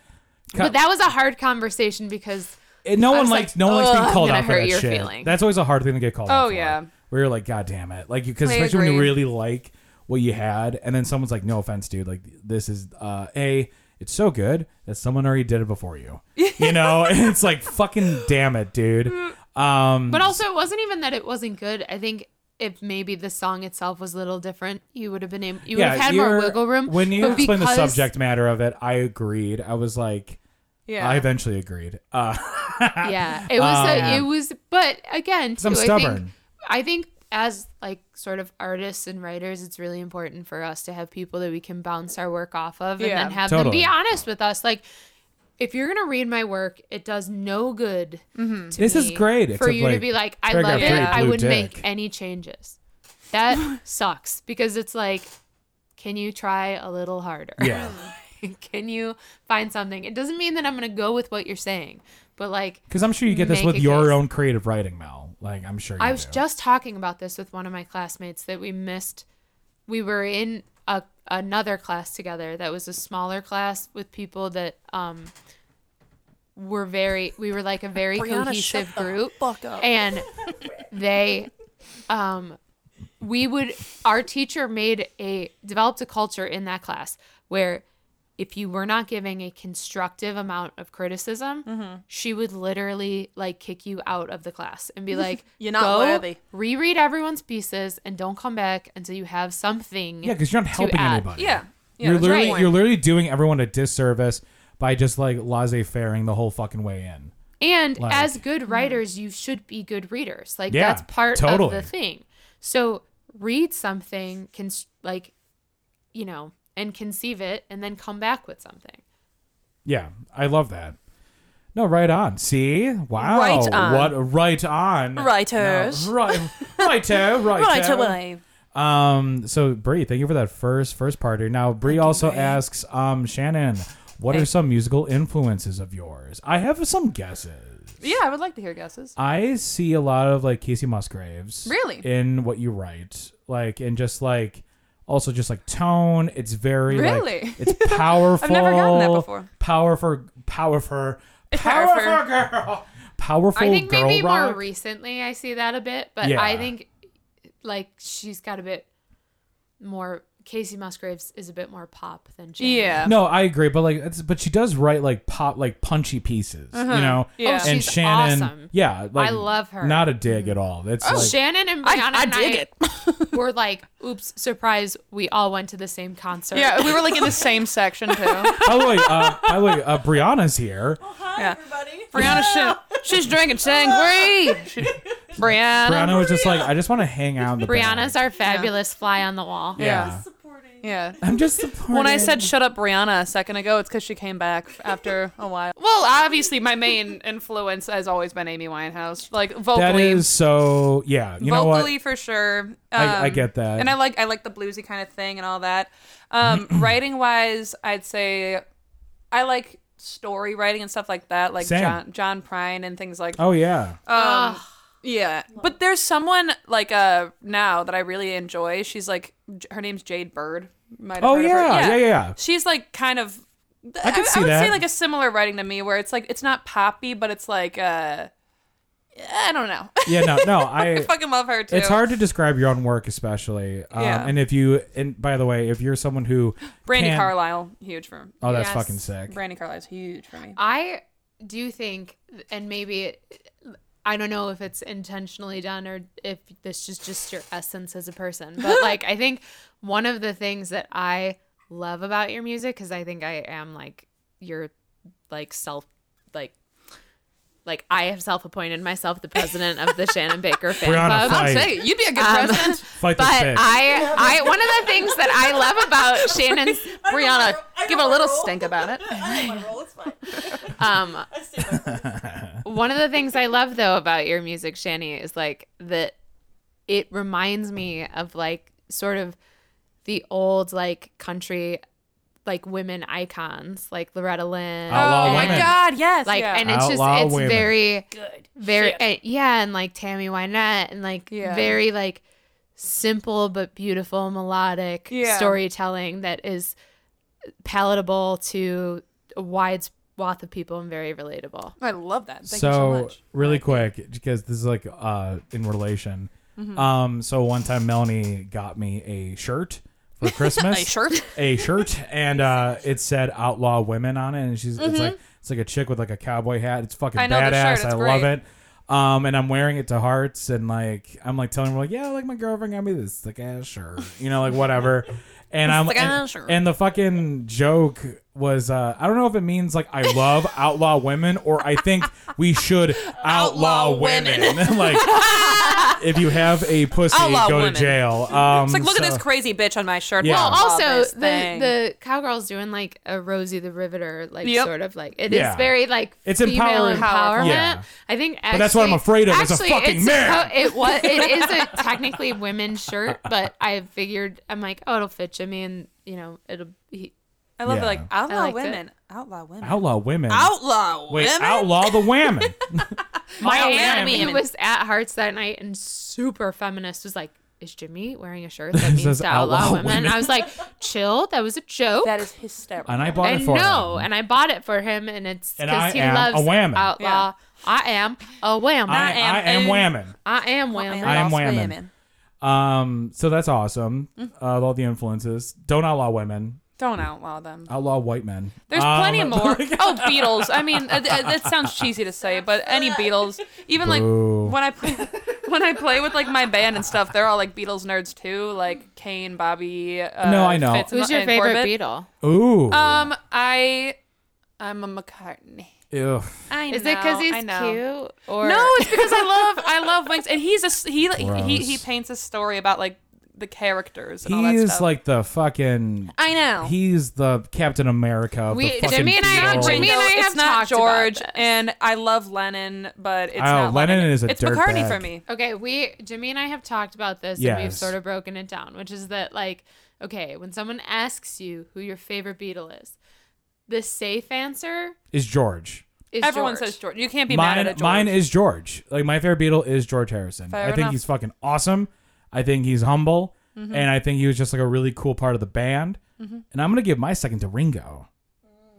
Speaker 1: uh,
Speaker 2: but that was a hard conversation because
Speaker 1: And no
Speaker 2: I
Speaker 1: one
Speaker 2: was
Speaker 1: likes
Speaker 2: like,
Speaker 1: no one likes
Speaker 2: "Ugh,
Speaker 1: being
Speaker 2: I'm
Speaker 1: called
Speaker 2: gonna
Speaker 1: out for
Speaker 2: hurt
Speaker 1: that
Speaker 2: your
Speaker 1: shit.
Speaker 2: feeling.
Speaker 1: That's always a hard thing to get called out.
Speaker 3: Oh,
Speaker 1: for.
Speaker 3: yeah.
Speaker 1: we were like, God damn it, like because
Speaker 3: I
Speaker 1: especially when you
Speaker 3: agree.
Speaker 1: really like what you had, and then someone's like, No offense, dude, like this is uh a it's so good that someone already did it before you. You know, and it's like fucking damn it, dude.
Speaker 2: Mm.
Speaker 1: Um,
Speaker 2: But also, it wasn't even that it wasn't good. I think if maybe the song itself was a little different, you would have been able, you would have had more
Speaker 1: you're-
Speaker 2: wiggle room.
Speaker 1: When you
Speaker 2: But
Speaker 1: explained the
Speaker 2: because-
Speaker 1: subject matter of it, I agreed. I was like,
Speaker 3: yeah.
Speaker 1: I eventually agreed. Uh,
Speaker 2: yeah, it was.
Speaker 1: Um,
Speaker 2: a, it was. But again, too,
Speaker 1: I'm
Speaker 2: I think
Speaker 1: stubborn.
Speaker 2: I think as like sort of artists and writers, it's really important for us to have people that we can bounce our work off of and
Speaker 3: Yeah.
Speaker 2: then have
Speaker 1: Totally.
Speaker 2: them be honest with us. Like if you're gonna read my work, it does no good to
Speaker 1: This is
Speaker 2: me
Speaker 1: great,
Speaker 2: for
Speaker 1: except,
Speaker 2: you to
Speaker 1: like,
Speaker 2: be like, I
Speaker 1: paragraph
Speaker 2: love it.
Speaker 3: three,
Speaker 2: I
Speaker 1: blue
Speaker 2: wouldn't
Speaker 1: dick.
Speaker 2: make any changes. That sucks because it's like, can you try a little harder?
Speaker 1: yeah,
Speaker 2: can you find something? It doesn't mean that I'm gonna go with what you're saying, but like
Speaker 1: because I'm sure you get this
Speaker 2: Make
Speaker 1: with
Speaker 2: a
Speaker 1: your
Speaker 2: case.
Speaker 1: own creative writing, Mel. Like I'm sure you
Speaker 2: I was
Speaker 1: do.
Speaker 2: just talking about this with one of my classmates that we missed. We were in a, another class together that was a smaller class with people that um, were very, we were like a very cohesive group. And they, um, we would, our teacher made a, developed a culture in that class where if you were not giving a constructive amount of criticism,
Speaker 3: Mm-hmm.
Speaker 2: she would literally like kick you out of the class and be like,
Speaker 3: You're not
Speaker 2: Go,
Speaker 3: worthy."
Speaker 2: Reread everyone's pieces and don't come back until you have something.
Speaker 1: yeah, because you're not helping
Speaker 2: add.
Speaker 1: anybody.
Speaker 3: yeah. Yeah,
Speaker 1: you're
Speaker 3: that's
Speaker 1: literally
Speaker 3: right.
Speaker 1: you're literally doing everyone a disservice by just like laissez faring the whole fucking way in.
Speaker 2: And
Speaker 1: Like-
Speaker 2: as good writers, you should be good readers. Like
Speaker 1: Yeah,
Speaker 2: that's part
Speaker 1: totally.
Speaker 2: of the thing. So read something, can like, you know, and conceive it, and then come back with something.
Speaker 1: Yeah, I love that. No, right on. See, wow,
Speaker 3: Right on.
Speaker 1: What right on?
Speaker 3: Writers.
Speaker 1: no, right, righto, righto.
Speaker 3: right away.
Speaker 1: Um, so Bree, thank you for that first first party. Now Bree also asks, um, Shannon, what are some musical influences of yours? I have some guesses.
Speaker 3: Yeah, I would like to hear guesses.
Speaker 1: I see a lot of like Casey Musgraves.
Speaker 3: Really?
Speaker 1: In what you write. Like and just like also just like tone. It's very like,
Speaker 3: Really?
Speaker 1: it's powerful.
Speaker 3: never gotten that before.
Speaker 1: Powerful powerful
Speaker 3: Powerful.
Speaker 1: powerful girl. Powerful
Speaker 2: I think
Speaker 1: girl
Speaker 2: maybe
Speaker 1: rock.
Speaker 2: more recently I see that a bit, but
Speaker 1: Yeah.
Speaker 2: I think like she's got a bit more. Casey Musgraves is a bit more pop than Janet.
Speaker 3: Yeah.
Speaker 1: no, I agree, but like, it's, but she does write like pop, like punchy pieces, you know.
Speaker 3: Yeah.
Speaker 1: and
Speaker 2: Uh-huh. Oh, She's
Speaker 1: Shannon,
Speaker 2: awesome.
Speaker 1: yeah, like,
Speaker 2: love her. Oh,
Speaker 1: Not a dig at all. That's like,
Speaker 2: Shannon and
Speaker 4: I,
Speaker 2: Brianna
Speaker 4: I
Speaker 2: and
Speaker 4: dig
Speaker 2: I
Speaker 4: it.
Speaker 2: were like, "Oops, surprise! We all went to the same concert."
Speaker 3: Yeah, we were like in the same section too.
Speaker 1: by the way, uh, by the way, uh, Brianna's here.
Speaker 3: yeah. Brianna, she, she's drinking sangria. She, Brianna.
Speaker 1: Brianna was just like, I just want to hang out. In the
Speaker 2: Brianna's
Speaker 1: back.
Speaker 2: our fabulous fly on the wall.
Speaker 1: yeah.
Speaker 3: Yeah.
Speaker 1: I'm just supporting.
Speaker 3: When I said shut up, Brianna, a second ago, it's because she came back after a while. Well, obviously, my main influence has always been Amy Winehouse, like
Speaker 1: that
Speaker 3: vocally,
Speaker 1: is so, yeah, you know
Speaker 3: vocally
Speaker 1: what?
Speaker 3: for sure. Um,
Speaker 1: I- I get that.
Speaker 3: and I like I like the bluesy kind of thing and all that. Um, writing wise, I'd say I like story writing and stuff like that, like
Speaker 1: Same.
Speaker 3: John John Prine and things like
Speaker 1: Oh yeah,
Speaker 3: um, yeah, but there's someone like uh now that I really enjoy. She's like J- her name's Jade Bird. Might have
Speaker 1: Oh,
Speaker 3: heard of her.
Speaker 1: yeah, yeah, yeah.
Speaker 3: She's like kind of. I,
Speaker 1: I could see
Speaker 3: I would
Speaker 1: that.
Speaker 3: say like a similar writing to me, where it's like it's not poppy, but it's like uh, I don't know.
Speaker 1: yeah. No, no,
Speaker 3: I
Speaker 1: I.
Speaker 3: fucking love her too.
Speaker 1: It's hard to describe your own work, especially. Um,
Speaker 3: Yeah.
Speaker 1: And if you, and by the way, if you're someone who,
Speaker 3: Brandy
Speaker 1: can-
Speaker 3: Carlisle, huge for me.
Speaker 1: oh, that's
Speaker 2: Yes.
Speaker 1: fucking sick.
Speaker 3: Brandy Carlisle's huge for me.
Speaker 2: I do think, and maybe it, I don't know if it's intentionally done or if this is just your essence as a person, but like I think one of the things that I love about your music because I think I am like your like self like. Like I have self-appointed myself the president of the Shannon Baker fan
Speaker 1: Brianna,
Speaker 2: club.
Speaker 1: fight.
Speaker 3: Hey, you'd be a good
Speaker 2: Um,
Speaker 3: president.
Speaker 1: Fight this
Speaker 2: But
Speaker 1: bitch.
Speaker 2: I, I, one of the things that I love about Shannon's Brianna, give it a little stink about it.
Speaker 5: I know my role. It's fine.
Speaker 2: Um,
Speaker 5: I stay my course.
Speaker 2: one of the things I love though about your music, Shani, is like that it reminds me of like sort of the old like country like women icons like Loretta Lynn.
Speaker 1: Outlaw
Speaker 3: oh my
Speaker 1: women.
Speaker 3: God, yes.
Speaker 2: Like
Speaker 3: yeah.
Speaker 2: and it's
Speaker 1: Outlaw
Speaker 2: just it's
Speaker 1: women.
Speaker 2: very
Speaker 5: Good.
Speaker 2: very
Speaker 5: Shit.
Speaker 2: and- yeah and like Tammy Wynette and like
Speaker 3: Yeah.
Speaker 2: very like simple but beautiful melodic
Speaker 3: Yeah.
Speaker 2: storytelling that is palatable to a wide swath of people and very relatable.
Speaker 3: I love that. Thank
Speaker 1: so,
Speaker 3: you so much.
Speaker 1: really quick because this is like uh in relation
Speaker 3: Mm-hmm.
Speaker 1: um so one time melanie got me a shirt for christmas
Speaker 3: A shirt?
Speaker 1: a shirt and uh it said outlaw women on it and she's it's like it's like a chick with like a cowboy hat it's fucking
Speaker 3: Mm-hmm. I know the shirt, it's
Speaker 1: badass i
Speaker 3: great.
Speaker 1: love it um and i'm wearing it to hearts and like i'm like telling her like yeah like my girlfriend got me this thick ass shirt you know like whatever and i'm
Speaker 3: Thick ass
Speaker 1: and,
Speaker 3: shirt.
Speaker 1: and the fucking joke was uh i don't know if it means like i love outlaw women or i think we should outlaw,
Speaker 3: Outlaw
Speaker 1: women, like if you have a pussy
Speaker 3: Outlaw
Speaker 1: go
Speaker 3: women.
Speaker 1: to jail um
Speaker 3: It's like look at
Speaker 1: so-
Speaker 3: this crazy bitch on my shirt.
Speaker 1: Yeah.
Speaker 2: Well,
Speaker 1: Love
Speaker 2: also the the cowgirl's doing like a Rosie the Riveter, like
Speaker 3: Yep.
Speaker 2: sort of like it is
Speaker 1: Yeah.
Speaker 2: very like
Speaker 1: It's
Speaker 2: female
Speaker 1: empowering.
Speaker 2: empowerment.
Speaker 1: Yeah.
Speaker 2: I think, actually,
Speaker 1: that's what I'm afraid of, is a
Speaker 2: Actually,
Speaker 1: fucking
Speaker 2: it's
Speaker 1: man.
Speaker 2: suppo- it was it is a technically women's shirt, but I figured I'm like, oh, it'll fit Jimmy, and you know, it'll he,
Speaker 3: I love
Speaker 1: Yeah.
Speaker 3: it. Like outlaw
Speaker 2: I liked
Speaker 3: women. Outlaw women.
Speaker 1: outlaw women
Speaker 3: Outlaw
Speaker 1: Wait, outlaw the whammon.
Speaker 2: My
Speaker 3: Outlaw
Speaker 2: aunt
Speaker 3: women.
Speaker 2: who was at Hearts that night and super feminist was like, "Is Jimmy wearing a shirt that means
Speaker 1: says
Speaker 2: to outlaw,
Speaker 1: outlaw
Speaker 2: women?"
Speaker 1: women.
Speaker 2: I was like, "Chill, that was a joke."
Speaker 3: That is hysterical.
Speaker 1: and I bought
Speaker 2: I
Speaker 1: it for
Speaker 2: know,
Speaker 1: him.
Speaker 2: and I bought it for him, and it's
Speaker 1: And I
Speaker 2: because he
Speaker 1: am a
Speaker 2: loves
Speaker 1: whammon.
Speaker 2: outlaw. I am a wham.
Speaker 1: I,
Speaker 2: I,
Speaker 1: am, I am whammon.
Speaker 2: am whammon.
Speaker 1: I am whammon. Um, so that's awesome. Uh, with all the influences. Don't outlaw women.
Speaker 3: Don't outlaw them.
Speaker 1: Outlaw white men.
Speaker 3: There's
Speaker 1: Um,
Speaker 3: plenty more. oh, Beatles. I mean, uh, th- uh, that sounds cheesy to say, but any Beatles, even like
Speaker 1: Boo.
Speaker 3: when I play, when I play with like my band and stuff, they're all like Beatles nerds too, like Kane, Bobby. Uh,
Speaker 1: No, I know.
Speaker 3: Fitz and-
Speaker 2: Who's your
Speaker 3: and
Speaker 2: favorite
Speaker 3: Corbett.
Speaker 2: Beatle?
Speaker 1: Ooh.
Speaker 3: Um, I, I'm a McCartney.
Speaker 1: Ew.
Speaker 3: I
Speaker 2: Is
Speaker 3: know,
Speaker 2: it because he's
Speaker 3: I know.
Speaker 2: cute? Or
Speaker 3: No, it's because I love I love Wings, and he's a s- he he
Speaker 1: Gross.
Speaker 3: he paints a story about like the characters and all
Speaker 1: He
Speaker 3: that
Speaker 1: is
Speaker 3: stuff.
Speaker 1: like the fucking.
Speaker 3: I know.
Speaker 1: He's the Captain America. Of
Speaker 2: We-
Speaker 1: the fucking
Speaker 2: Jimmy and I are
Speaker 1: Beatles.
Speaker 2: Jimmy and I
Speaker 3: it's
Speaker 2: have
Speaker 3: not
Speaker 2: talked about
Speaker 3: George,
Speaker 2: this.
Speaker 3: and I love Lennon, but it's
Speaker 1: Oh,
Speaker 3: not
Speaker 1: Lennon
Speaker 3: Lennon.
Speaker 1: is a
Speaker 3: it's McCartney
Speaker 1: dirtbag.
Speaker 3: for me.
Speaker 2: Okay, we Jimmy and I have talked about this and we've
Speaker 1: Yes.
Speaker 2: sort of broken it down, which is that like, okay, when someone asks you who your favorite Beatle is, the safe answer
Speaker 1: Is George.
Speaker 2: is
Speaker 3: Everyone
Speaker 2: George.
Speaker 3: says George. You can't be mad
Speaker 1: mine,
Speaker 3: at a George.
Speaker 1: mine is George. Like my favorite Beatle is George Harrison.
Speaker 3: Fair
Speaker 1: I think
Speaker 3: enough. Mm-hmm.
Speaker 1: he's fucking awesome. I think he's humble, and I think he was just like a really cool part of the band. And I'm gonna give my second to Ringo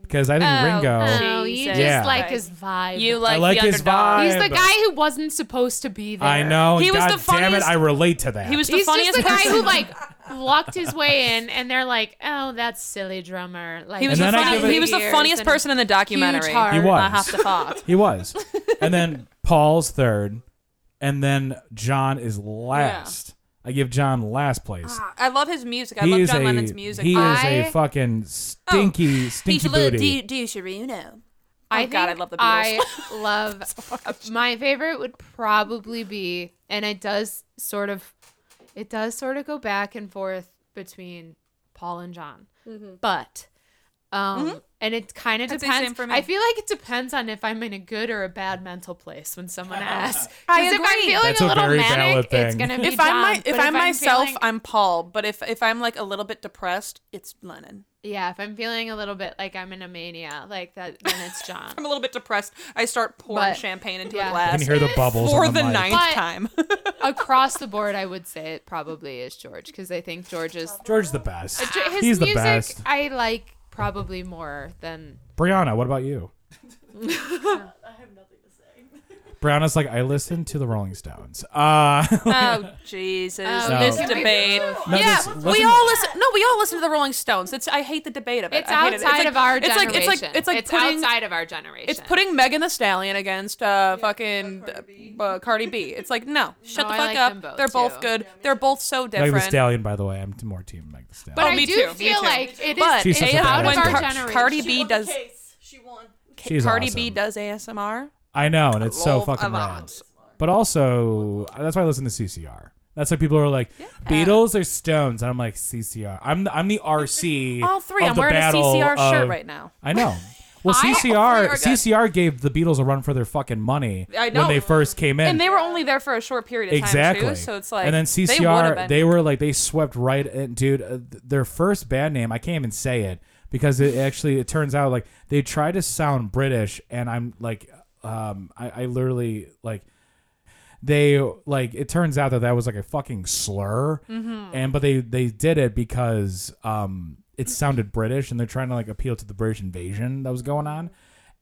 Speaker 1: because I think
Speaker 2: Oh,
Speaker 1: Ringo.
Speaker 2: Oh, you
Speaker 4: Jesus
Speaker 2: just
Speaker 1: Yeah.
Speaker 2: like his vibe.
Speaker 4: You like,
Speaker 1: I like
Speaker 4: the
Speaker 1: his
Speaker 4: underdog.
Speaker 1: vibe.
Speaker 2: He's the
Speaker 1: vibe.
Speaker 2: guy who wasn't supposed to be there.
Speaker 1: I know.
Speaker 3: He was
Speaker 1: God
Speaker 3: the
Speaker 1: damn it,
Speaker 3: funniest-
Speaker 1: I relate to that.
Speaker 3: he was the
Speaker 2: He's
Speaker 3: funniest
Speaker 2: just the guy
Speaker 3: person.
Speaker 2: who like walked his way in, and they're like, "Oh, that silly drummer." Like
Speaker 3: he was,
Speaker 1: And
Speaker 3: the,
Speaker 1: then I
Speaker 3: funny-
Speaker 1: give it-
Speaker 3: he was the
Speaker 2: years
Speaker 3: funniest
Speaker 2: and
Speaker 3: person in the documentary.
Speaker 2: heart.
Speaker 1: He was.
Speaker 3: I have to fuck.
Speaker 1: He was. and then Paul's third, and then John is last. I give John last place.
Speaker 3: I love his music. Ah, I
Speaker 1: he
Speaker 3: love
Speaker 1: is
Speaker 3: John
Speaker 1: a
Speaker 3: Lennon's music.
Speaker 1: he
Speaker 3: I,
Speaker 1: is a
Speaker 2: I-
Speaker 1: fucking stinky stinky booty.
Speaker 2: I
Speaker 3: oh God, I
Speaker 2: think
Speaker 3: love the Beatles.
Speaker 2: I love my favorite would probably be, and it does sort of, it does sort of go back and forth between Paul and John, but, um, and it kind of
Speaker 3: Mm-hmm. I'd say
Speaker 2: depends.
Speaker 3: same for me.
Speaker 2: I feel like it depends on if I'm in a good or a bad mental place when someone asks.
Speaker 3: I
Speaker 2: 'Cause if I'm
Speaker 3: agree.
Speaker 2: feeling
Speaker 1: That's
Speaker 2: a
Speaker 1: a
Speaker 2: little
Speaker 1: very valid
Speaker 2: manic, it's
Speaker 1: thing.
Speaker 2: gonna be
Speaker 4: If
Speaker 2: John.
Speaker 4: I'm my- if
Speaker 2: but
Speaker 4: I'm myself,
Speaker 2: feeling-
Speaker 3: I'm Paul, but if if I'm like a little bit depressed, it's Lennon.
Speaker 2: yeah, if I'm feeling a little bit like I'm in a mania, like that, then it's John.
Speaker 3: I'm a little bit depressed. I start pouring
Speaker 2: But-
Speaker 3: champagne into a
Speaker 2: yeah.
Speaker 1: I
Speaker 3: glass
Speaker 1: can hear the bubbles
Speaker 3: for
Speaker 1: on
Speaker 3: the
Speaker 1: mic.
Speaker 3: ninth
Speaker 2: But-
Speaker 3: time.
Speaker 2: across the board, I would say it probably is George because I think George is
Speaker 1: George's the best.
Speaker 2: Ge- his
Speaker 1: He's the
Speaker 2: music.
Speaker 1: best.
Speaker 2: I like probably more than
Speaker 1: Brianna, what about you?
Speaker 5: I have nothing to say.
Speaker 1: Brianna's like I listen to the Rolling Stones. Uh,
Speaker 3: oh Jesus,
Speaker 2: Oh,
Speaker 1: No.
Speaker 3: this
Speaker 1: yeah, we
Speaker 3: debate.
Speaker 1: no,
Speaker 3: Yeah,
Speaker 1: this-
Speaker 3: we
Speaker 1: listen-
Speaker 3: all listen. No, we all listen to the Rolling Stones. It's I hate the debate of it.
Speaker 2: it's
Speaker 3: I hate it.
Speaker 2: outside
Speaker 3: It's like-
Speaker 2: of our
Speaker 3: it's
Speaker 2: generation.
Speaker 3: Like, it's like it's like putting
Speaker 2: outside of our generation.
Speaker 3: it's putting Megan the Stallion against uh fucking uh, Cardi B. It's like no, shut
Speaker 2: No,
Speaker 3: the
Speaker 2: I
Speaker 3: fuck
Speaker 2: like
Speaker 3: up.
Speaker 2: them both,
Speaker 3: They're both
Speaker 2: too.
Speaker 3: good. They're both so
Speaker 1: Meg
Speaker 3: different.
Speaker 1: the Stallion, by the way. I'm more team Meg the Stallion.
Speaker 2: But
Speaker 3: Oh,
Speaker 2: I
Speaker 3: me
Speaker 2: do
Speaker 3: too, me
Speaker 2: feel
Speaker 3: too.
Speaker 2: like it is
Speaker 3: but
Speaker 1: She's such
Speaker 2: it's
Speaker 1: a
Speaker 2: out of
Speaker 1: badass.
Speaker 3: when
Speaker 2: our
Speaker 1: Car-
Speaker 2: generation.
Speaker 3: Cardi
Speaker 5: She
Speaker 3: B
Speaker 5: won
Speaker 3: does
Speaker 5: The case. She won.
Speaker 1: She's
Speaker 3: Cardi
Speaker 1: awesome.
Speaker 3: B does ASMR.
Speaker 1: I know, and it's so
Speaker 3: Love
Speaker 1: fucking
Speaker 3: of
Speaker 1: rad.
Speaker 3: Oz.
Speaker 1: But also, that's why I listen to CCR. That's why people are like Beatles or Stones. And I'm like CCR. I'm the, I'm the RC.
Speaker 3: All three.
Speaker 1: Of
Speaker 3: I'm
Speaker 1: the
Speaker 3: wearing a
Speaker 1: battle
Speaker 3: CCR shirt
Speaker 1: of-
Speaker 3: right now.
Speaker 1: I know. Well,
Speaker 2: I-
Speaker 3: all three
Speaker 1: CCR
Speaker 3: are good.
Speaker 1: CCR gave the Beatles a run for their fucking money
Speaker 3: I
Speaker 1: when
Speaker 3: know.
Speaker 1: they first came in.
Speaker 3: And they were only there for a short period of time
Speaker 1: exactly.
Speaker 3: too, so it's like
Speaker 1: and then
Speaker 3: they would've
Speaker 1: CCR,
Speaker 3: been.
Speaker 1: they, were like they swept right in, dude. Uh, th- their first band name, I can't even say it because it actually it turns out like they try to sound British, and I'm like, um, I, I literally like they like it turns out that that was like a fucking slur
Speaker 3: Mm-hmm.
Speaker 1: and but they they did it because um it sounded british and they're trying to like appeal to the british invasion that was going on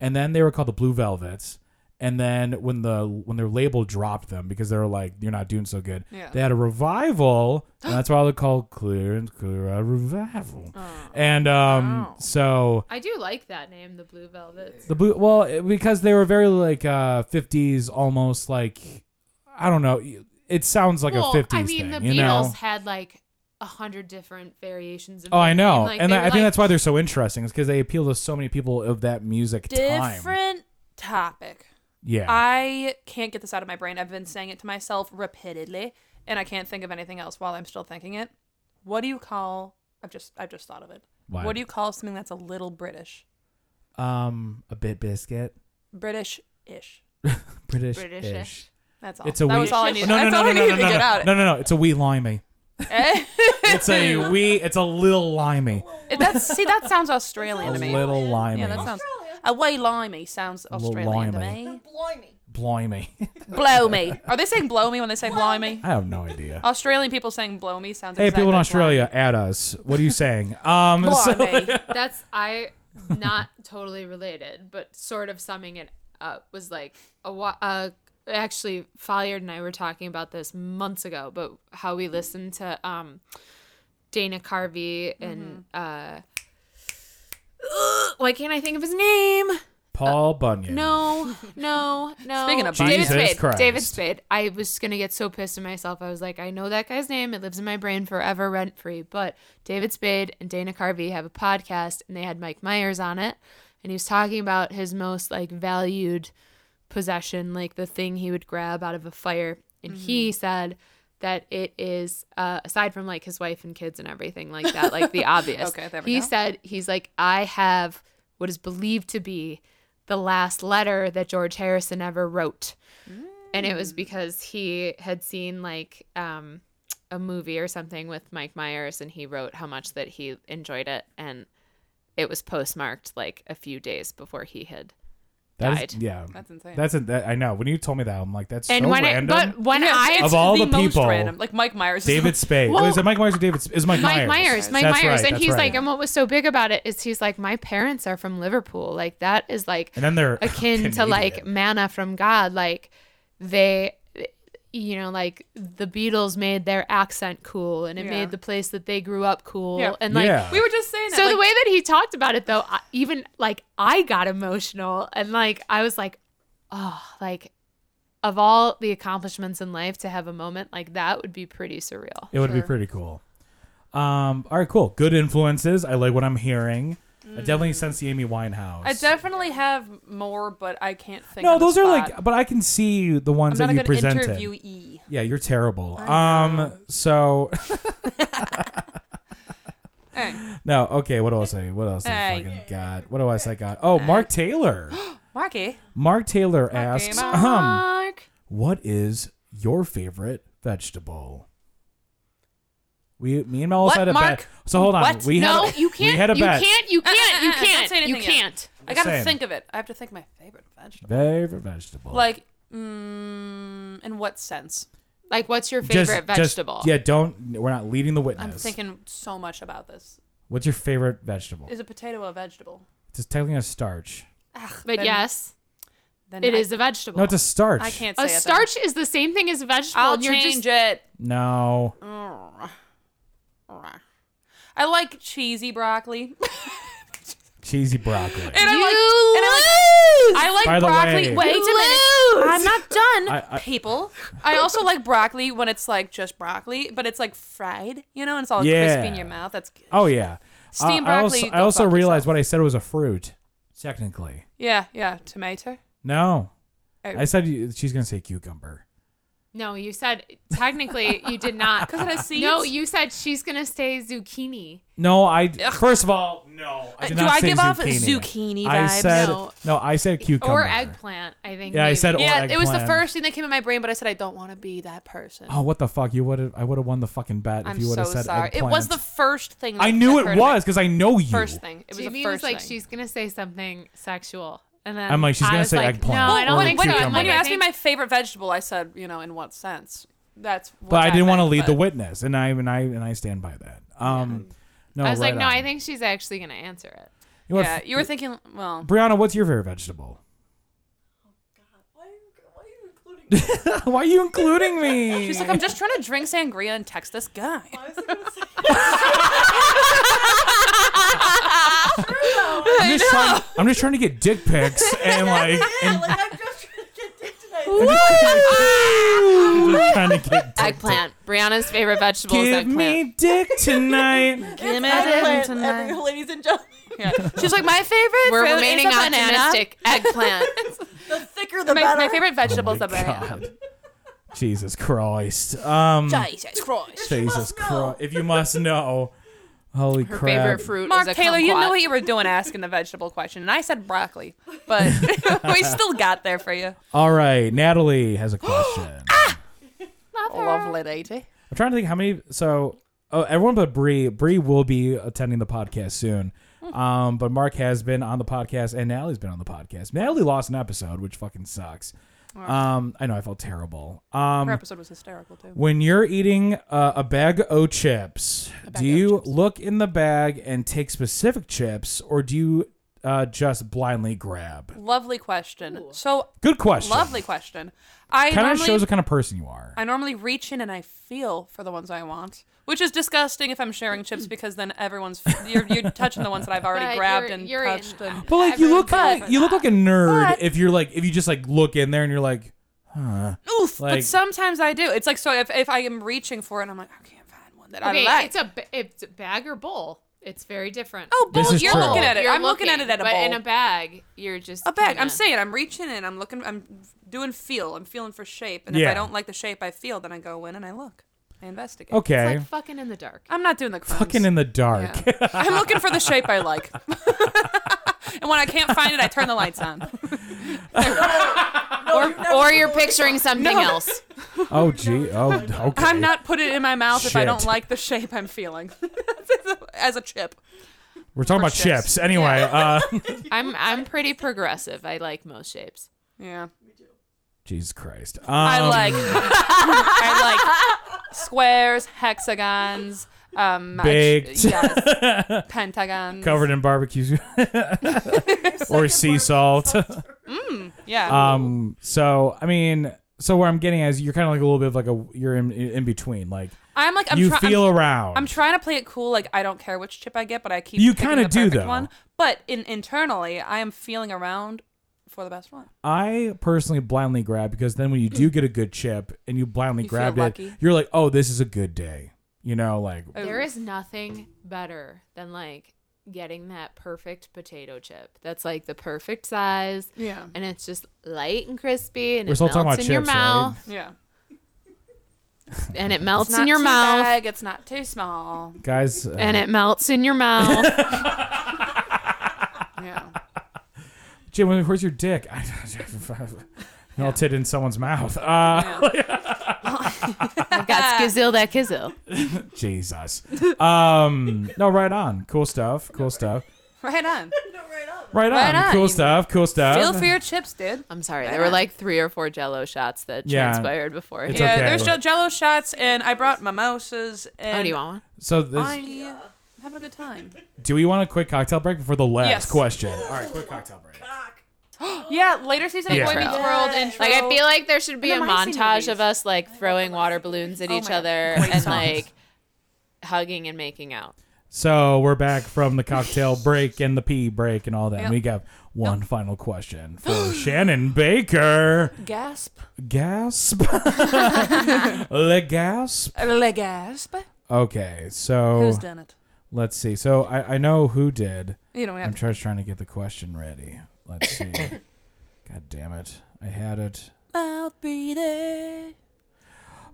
Speaker 1: and then they were called the blue velvets and then when the when their label dropped them because they were like you're not doing so good
Speaker 3: Yeah.
Speaker 1: they had a revival and that's why they're called clear and clear a revival and um
Speaker 3: Wow.
Speaker 1: so
Speaker 2: I do like that name, the Blue Velvets.
Speaker 1: the blue, well, it- because they were very like uh 50s, almost like I don't know. It sounds like
Speaker 2: well,
Speaker 1: a 50s
Speaker 2: I
Speaker 1: thing,
Speaker 2: mean, the
Speaker 1: you know.
Speaker 2: Beatles had like a hundred different variations. Of
Speaker 1: Oh, I know, and
Speaker 2: they
Speaker 1: I, I
Speaker 2: were,
Speaker 1: think
Speaker 2: like-
Speaker 1: that's why they're so interesting. Is because they appeal to so many people of that music time.
Speaker 3: different topic.
Speaker 1: Yeah,
Speaker 3: I can't get this out of my brain. I've been saying it to myself repeatedly, and I can't think of anything else while I'm still thinking it. What do you call? I've just I've just thought of it.
Speaker 1: Why?
Speaker 3: What do you call something that's a little British?
Speaker 1: um, a bit biscuit,
Speaker 3: British-ish.
Speaker 1: British,
Speaker 2: British-ish.
Speaker 3: That's all.
Speaker 1: It's a
Speaker 3: that
Speaker 1: wee.
Speaker 3: was all I needed.
Speaker 1: No, no,
Speaker 3: That's
Speaker 1: no,
Speaker 3: all
Speaker 1: no,
Speaker 3: I
Speaker 1: no,
Speaker 3: needed
Speaker 1: no,
Speaker 3: to
Speaker 1: no,
Speaker 3: get
Speaker 1: no.
Speaker 3: out.
Speaker 1: no, no, no. It's a wee limey.
Speaker 3: Eh?
Speaker 1: It's a wee. It's a little limey.
Speaker 3: that's see, that sounds
Speaker 1: A
Speaker 3: Australian to me.
Speaker 1: little limey.
Speaker 3: Yeah, that sounds.
Speaker 5: Australia.
Speaker 3: A way limey sounds
Speaker 1: little
Speaker 3: Australian to
Speaker 1: limey.
Speaker 3: me.
Speaker 5: Blimey.
Speaker 1: blimey.
Speaker 3: Blow me. Are they saying blow me when they say blow me?
Speaker 1: I have no idea.
Speaker 3: Australian people saying blow me sounds.
Speaker 1: Hey,
Speaker 3: exactly
Speaker 1: people in
Speaker 3: like
Speaker 1: Australia, at us. What are you saying? Um,
Speaker 3: Blow
Speaker 1: so-
Speaker 3: me.
Speaker 2: That's I not totally related, but sort of summing it up was like a wa- uh, actually Folliard and I were talking about this months ago, but how we listened to um Dana Carvey and uh why can't I think of his name?
Speaker 1: Paul Bunyan.
Speaker 2: No, no, no.
Speaker 3: Speaking of
Speaker 2: David
Speaker 1: Jesus
Speaker 2: Spade.
Speaker 1: Christ.
Speaker 2: David Spade. I was gonna get so pissed at myself. I was like, I know that guy's name. It lives in my brain forever, rent free. But David Spade and Dana Carvey have a podcast, and they had Mike Myers on it, and he was talking about his most like valued possession, like the thing he would grab out of a fire, and
Speaker 3: Mm-hmm.
Speaker 2: he said. That it is, uh, aside from like his wife and kids and everything like that, like the obvious.
Speaker 3: Okay, there we
Speaker 2: he
Speaker 3: go.
Speaker 2: said he's like, I have what is believed to be the last letter that George Harrison ever wrote. And it
Speaker 3: Mm.
Speaker 2: was because he had seen like um, a movie or something with Mike Myers and he wrote how much that he enjoyed it. And it was postmarked like a few days before he had
Speaker 1: That's
Speaker 2: died.
Speaker 1: yeah.
Speaker 3: That's insane.
Speaker 1: That's a, that, I know. When you told me that, I'm like, that's
Speaker 2: and
Speaker 1: so
Speaker 2: when
Speaker 1: random.
Speaker 2: I but when
Speaker 3: Yeah.
Speaker 2: I
Speaker 1: Of all
Speaker 3: the,
Speaker 1: the
Speaker 3: most
Speaker 1: people-
Speaker 3: random. Like Mike Myers. is
Speaker 1: David Spade. Well,
Speaker 2: Well-
Speaker 1: is it Mike Myers or David? Sp- Is Mike,
Speaker 2: Mike Myers, Mike
Speaker 1: That's
Speaker 2: Myers,
Speaker 1: right,
Speaker 2: and
Speaker 1: that's
Speaker 2: he's
Speaker 1: right.
Speaker 2: like, and what was so big about it is he's like, my parents are from Liverpool, like that is like
Speaker 1: and then they're
Speaker 2: akin to
Speaker 1: Canadian.
Speaker 2: like manna from God, like they, you know, like the Beatles made their accent cool, and it
Speaker 3: Yeah.
Speaker 2: made the place that they grew up cool,
Speaker 3: Yeah.
Speaker 2: and like
Speaker 1: yeah.
Speaker 3: We were just saying that.
Speaker 2: so
Speaker 3: like,
Speaker 2: the way that he talked about it, though, I, even like I got emotional, and like I was like, oh, like of all the accomplishments in life, to have a moment like that would be pretty surreal.
Speaker 1: It would be pretty cool. Um, all right, cool. Good influences. I like what I'm hearing.
Speaker 2: Mm.
Speaker 1: I definitely sense the Amy Winehouse.
Speaker 3: I definitely have more, but I can't think.
Speaker 1: no,
Speaker 3: on the
Speaker 1: those are
Speaker 3: spot.
Speaker 1: like, but I can see the ones
Speaker 3: I'm not
Speaker 1: that
Speaker 3: a
Speaker 1: you
Speaker 3: good
Speaker 1: presented.
Speaker 3: interviewee.
Speaker 1: Yeah, you're terrible. Um, so
Speaker 3: Hey,
Speaker 1: no, okay. What else? I what else? I
Speaker 3: Hey.
Speaker 1: fucking got. What else I got? Oh, Mark Taylor.
Speaker 3: Marky.
Speaker 1: Mark Taylor asks,
Speaker 3: Mark.
Speaker 1: um,
Speaker 2: Mark.
Speaker 1: what is your favorite vegetable? We, me and Mel
Speaker 3: What,
Speaker 1: had a
Speaker 3: Mark?
Speaker 1: bet. So hold on.
Speaker 3: What?
Speaker 1: We had
Speaker 2: No,
Speaker 1: a-
Speaker 2: you
Speaker 1: We
Speaker 2: can't.
Speaker 1: had a
Speaker 2: you
Speaker 1: bet.
Speaker 2: can't. You
Speaker 3: Uh, uh,
Speaker 2: can't. You
Speaker 3: uh, uh, don't
Speaker 2: can't.
Speaker 3: say
Speaker 2: You
Speaker 3: anything yet.
Speaker 2: can't.
Speaker 3: I gotta
Speaker 1: Same.
Speaker 3: think of it. I have to think my favorite vegetable.
Speaker 1: Favorite vegetable.
Speaker 3: Like, mm, in what sense?
Speaker 2: Like, what's your
Speaker 1: Just-
Speaker 2: favorite
Speaker 1: just-
Speaker 2: vegetable?
Speaker 1: yeah, don't. We're not leading the witness.
Speaker 3: I'm thinking so much about this.
Speaker 1: What's your favorite vegetable?
Speaker 3: Is a potato a vegetable?
Speaker 1: It's technically a starch.
Speaker 2: But
Speaker 3: Then-
Speaker 2: yes,
Speaker 3: Then
Speaker 2: it
Speaker 3: I,
Speaker 2: is a vegetable.
Speaker 1: No, it's a starch.
Speaker 3: I can't say
Speaker 2: a
Speaker 3: it then.
Speaker 2: starch is the same thing as a vegetable.
Speaker 3: I'll
Speaker 2: and you're
Speaker 3: change
Speaker 2: just,
Speaker 3: it.
Speaker 1: No.
Speaker 3: I like cheesy broccoli.
Speaker 1: Cheesy broccoli.
Speaker 3: And I
Speaker 2: You
Speaker 3: like and I like
Speaker 1: By the
Speaker 3: broccoli.
Speaker 1: way-
Speaker 3: Wait
Speaker 2: You
Speaker 3: a minute. I'm not done,
Speaker 1: I- I-
Speaker 3: people. I also like broccoli when it's like just broccoli, but it's like fried, you know, and it's all
Speaker 1: Yeah.
Speaker 3: crispy in your mouth. That's good.
Speaker 1: Oh, yeah.
Speaker 3: Steamed
Speaker 1: I- I
Speaker 3: broccoli,
Speaker 1: also,
Speaker 3: go
Speaker 1: I also
Speaker 3: fuck
Speaker 1: realized what I said was a fruit, technically.
Speaker 3: Yeah, yeah. Tomato.
Speaker 1: No.
Speaker 3: Oh.
Speaker 1: I said you- she's going to say cucumber.
Speaker 2: No, you said technically you did not. Because
Speaker 3: it has seeds?
Speaker 2: No, you said she's gonna say zucchini.
Speaker 1: No, I. First of all, no. I
Speaker 3: Uh,
Speaker 1: did
Speaker 3: do
Speaker 1: not
Speaker 3: I
Speaker 1: say
Speaker 3: give off
Speaker 1: zucchini.
Speaker 3: zucchini
Speaker 1: I
Speaker 3: vibes?
Speaker 1: said. No.
Speaker 2: No.
Speaker 1: I said cucumber.
Speaker 2: Or eggplant, I think.
Speaker 1: Yeah, I
Speaker 2: maybe.
Speaker 1: said- Or
Speaker 3: yeah, it was the
Speaker 1: eggplant.
Speaker 3: first thing that came in my brain, but I said I don't want to be that person.
Speaker 1: Oh, what the fuck! You would have. I would have won the fucking bet
Speaker 3: I'm
Speaker 1: if you would
Speaker 3: so
Speaker 1: have said
Speaker 3: sorry. It was
Speaker 1: eggplant.
Speaker 3: the first thing. That
Speaker 1: I knew
Speaker 3: occurred
Speaker 1: it
Speaker 3: to
Speaker 1: was because I know you.
Speaker 3: me. first thing. It was
Speaker 2: Jamie
Speaker 3: the
Speaker 2: was
Speaker 3: first
Speaker 2: like,
Speaker 3: thing.
Speaker 2: she's gonna say something sexual, and then
Speaker 1: I'm like, she's
Speaker 2: I
Speaker 1: gonna
Speaker 2: was
Speaker 1: say
Speaker 2: like,
Speaker 1: eggplant
Speaker 2: No, I
Speaker 1: or
Speaker 2: don't think so.
Speaker 3: when,
Speaker 1: cucumber.
Speaker 3: when
Speaker 2: I'm like,
Speaker 3: you
Speaker 2: I
Speaker 3: asked me
Speaker 2: think-
Speaker 3: my favorite vegetable, I said, you know, in what sense? That's.
Speaker 1: but I didn't want to lead the
Speaker 3: way.
Speaker 1: witness, and I and I and I stand by that. Um, no,
Speaker 2: I was like,
Speaker 1: right
Speaker 2: no,
Speaker 1: on.
Speaker 2: I think she's actually gonna answer it.
Speaker 1: You know what,
Speaker 3: Yeah,
Speaker 1: f-
Speaker 3: you were thinking. Well,
Speaker 1: Brianna, what's your favorite vegetable?
Speaker 5: Oh, God, why are you, why are you including me?
Speaker 1: Why are you including me?
Speaker 3: she's like, I'm just trying to drink sangria and text this guy.
Speaker 5: Why was I gonna say?
Speaker 1: I'm just, trying, I'm just trying to get dick pics and like,
Speaker 5: Yeah,
Speaker 1: and
Speaker 5: like I'm just trying to get dick tonight.
Speaker 1: I'm just trying to get dick
Speaker 2: Eggplant. Brianna's favorite vegetable is
Speaker 1: Give
Speaker 2: eggplant.
Speaker 1: me dick tonight.
Speaker 5: It's eggplant, every- ladies and gentlemen.
Speaker 3: She's like, my favorite.
Speaker 2: We're
Speaker 3: fruit
Speaker 2: remaining
Speaker 3: is a banana."
Speaker 2: optimistic. Eggplant.
Speaker 5: The thicker the
Speaker 3: My,
Speaker 5: better.
Speaker 3: my favorite vegetable is
Speaker 1: Oh My
Speaker 3: a banana.
Speaker 1: God. Jesus Christ. Um,
Speaker 3: Jesus Christ.
Speaker 1: Jesus
Speaker 5: must know.
Speaker 1: Christ. If you must know. Holy
Speaker 2: Her
Speaker 1: crap.
Speaker 2: favorite fruit
Speaker 3: Mark
Speaker 2: is a
Speaker 3: Taylor, you
Speaker 2: kumquat.
Speaker 3: knew what you were doing asking the vegetable question, and I said broccoli, but we still got there for you.
Speaker 1: All right, Natalie has a question.
Speaker 3: Lovely lady.
Speaker 1: I'm trying to think how many. So, oh, everyone but Bree. Bree will be attending the podcast soon. Um, but Mark has been on the podcast, and Natalie's been on the podcast. Natalie lost an episode, which fucking sucks. Um, I know I felt terrible.
Speaker 3: Her
Speaker 1: Um,
Speaker 3: episode was hysterical too.
Speaker 1: when you're eating uh, a bag of chips, do you look in the bag and take specific chips, or do you uh, just blindly grab?
Speaker 3: Lovely question. So
Speaker 1: Good question.
Speaker 3: lovely question. I
Speaker 1: Kind of
Speaker 3: normally
Speaker 1: shows what kind of person you are.
Speaker 3: I normally reach in and I feel for the ones I want, which is disgusting if I'm sharing chips because then everyone's you're, you're touching the ones that I've already
Speaker 2: Right,
Speaker 3: grabbed
Speaker 2: you're-
Speaker 3: and
Speaker 2: you're in.
Speaker 3: touched and
Speaker 1: But like you look,
Speaker 2: Everyone's
Speaker 1: like, you look like a nerd
Speaker 3: But-
Speaker 1: if you're like if you just like look in there and you're like, huh.
Speaker 3: oof.
Speaker 1: Like-
Speaker 3: but sometimes I do. It's like so if, if I am reaching for it, I'm like I can't find one that
Speaker 2: Okay,
Speaker 3: I like.
Speaker 2: it's a ba- it's a bag or bowl. It's very different.
Speaker 3: oh,
Speaker 1: This
Speaker 3: bowl.
Speaker 1: is
Speaker 3: You're
Speaker 1: true.
Speaker 3: looking at it.
Speaker 2: You're
Speaker 3: I'm looking, at it at a
Speaker 2: but
Speaker 3: bowl.
Speaker 2: in a bag, you're just
Speaker 3: a bag. I'm
Speaker 2: kinda-
Speaker 3: saying I'm reaching in. I'm looking. I'm doing feel. I'm feeling for shape. And if
Speaker 1: Yeah.
Speaker 3: I don't like the shape I feel, then I go in and I look. I investigate.
Speaker 2: It's
Speaker 1: okay,
Speaker 2: like fucking in the dark.
Speaker 3: I'm not doing the crumbs.
Speaker 1: fucking in the dark.
Speaker 3: Yeah. I'm looking for the shape I like. and when I can't find it, I turn the lights on.
Speaker 5: No, you never
Speaker 2: Or you're
Speaker 5: know.
Speaker 2: picturing something else.
Speaker 1: oh gee, oh okay.
Speaker 3: I'm not putting it in my mouth if I don't
Speaker 1: Shit.
Speaker 3: like the shape I'm feeling as a chip.
Speaker 1: We're talking about
Speaker 3: chips.
Speaker 1: chips. Anyway, uh,
Speaker 2: I'm I'm pretty progressive. I like most shapes.
Speaker 3: Yeah.
Speaker 1: Jesus Christ. Um,
Speaker 3: I like I like squares, hexagons, um I-
Speaker 1: Baked.
Speaker 3: yes, pentagons.
Speaker 1: covered in barbecue or sea salt.
Speaker 3: Yeah.
Speaker 1: um, so I mean, so where I'm getting at is you're kind of like a little bit of like a you're in in between. Like
Speaker 3: I'm like I'm
Speaker 1: you
Speaker 3: try-
Speaker 1: feel
Speaker 3: I'm,
Speaker 1: around.
Speaker 3: I'm trying to play it cool like I don't care which chip I get, but I keep
Speaker 1: You
Speaker 3: picking
Speaker 1: kinda
Speaker 3: the
Speaker 1: do,
Speaker 3: perfect
Speaker 1: though.
Speaker 3: One. But in internally, I am feeling around for the best one.
Speaker 1: I personally blindly grab because then when you do get a good chip and you blindly
Speaker 3: You feel
Speaker 1: grab it,
Speaker 3: lucky.
Speaker 1: you're like, oh, this is a good day. You know, like
Speaker 2: There is nothing better than like getting that perfect potato chip. That's like the perfect size.
Speaker 3: Yeah.
Speaker 2: And it's just light and crispy, and
Speaker 1: We're
Speaker 2: it
Speaker 1: still
Speaker 2: melts
Speaker 1: talking about
Speaker 2: in your
Speaker 1: chips, right?
Speaker 2: mouth,
Speaker 3: Yeah.
Speaker 2: and it melts
Speaker 3: Not
Speaker 2: in your
Speaker 3: too
Speaker 2: mouth,
Speaker 3: big, it's not too small.
Speaker 1: guys, uh,
Speaker 2: and it melts in your mouth.
Speaker 3: Yeah.
Speaker 1: Jim, where's your dick? Melted in someone's mouth. Uh,
Speaker 2: I've got skizzle that kizzle.
Speaker 1: Jesus. Um, no, right on. Cool stuff. Cool stuff.
Speaker 3: Right on.
Speaker 5: No, right up.
Speaker 1: Right
Speaker 3: Right
Speaker 1: on.
Speaker 3: on.
Speaker 1: Cool stuff. Cool stuff.
Speaker 3: Feel for your chips, dude.
Speaker 2: I'm sorry. There were like three or four Jello shots that
Speaker 1: Yeah.
Speaker 2: transpired before.
Speaker 1: It's
Speaker 3: Yeah,
Speaker 1: okay.
Speaker 3: there's Jell- Jello shots, and I brought mimosas. And
Speaker 2: oh, do you want one?
Speaker 1: so, this,
Speaker 3: I am having a good time.
Speaker 1: do we want a quick cocktail break before the last
Speaker 3: Yes.
Speaker 1: question? All right, quick cocktail break.
Speaker 5: Cock.
Speaker 3: Yeah, later season of
Speaker 1: Yeah.
Speaker 3: Boy Meets
Speaker 2: Intro.
Speaker 3: World intro.
Speaker 2: Like I feel like there should be a
Speaker 3: And the Mice
Speaker 2: montage
Speaker 3: movies.
Speaker 2: of us like throwing water balloons at
Speaker 3: Oh
Speaker 2: each
Speaker 3: my
Speaker 2: other and like hugging and making out.
Speaker 1: So we're back from the cocktail break and the pee break and all that.
Speaker 3: Yep.
Speaker 1: We got one final question for Shannon Baker.
Speaker 3: gasp,
Speaker 1: Gasp. Le gasp.
Speaker 3: le gasp.
Speaker 1: Okay, so
Speaker 3: Who's
Speaker 1: Oh.
Speaker 3: done it?
Speaker 1: let's see. So I, I know who did.
Speaker 3: You don't have
Speaker 1: I'm
Speaker 3: to.
Speaker 1: just trying to get the question ready. Let's see. God damn it. I had it.
Speaker 3: I'll be there.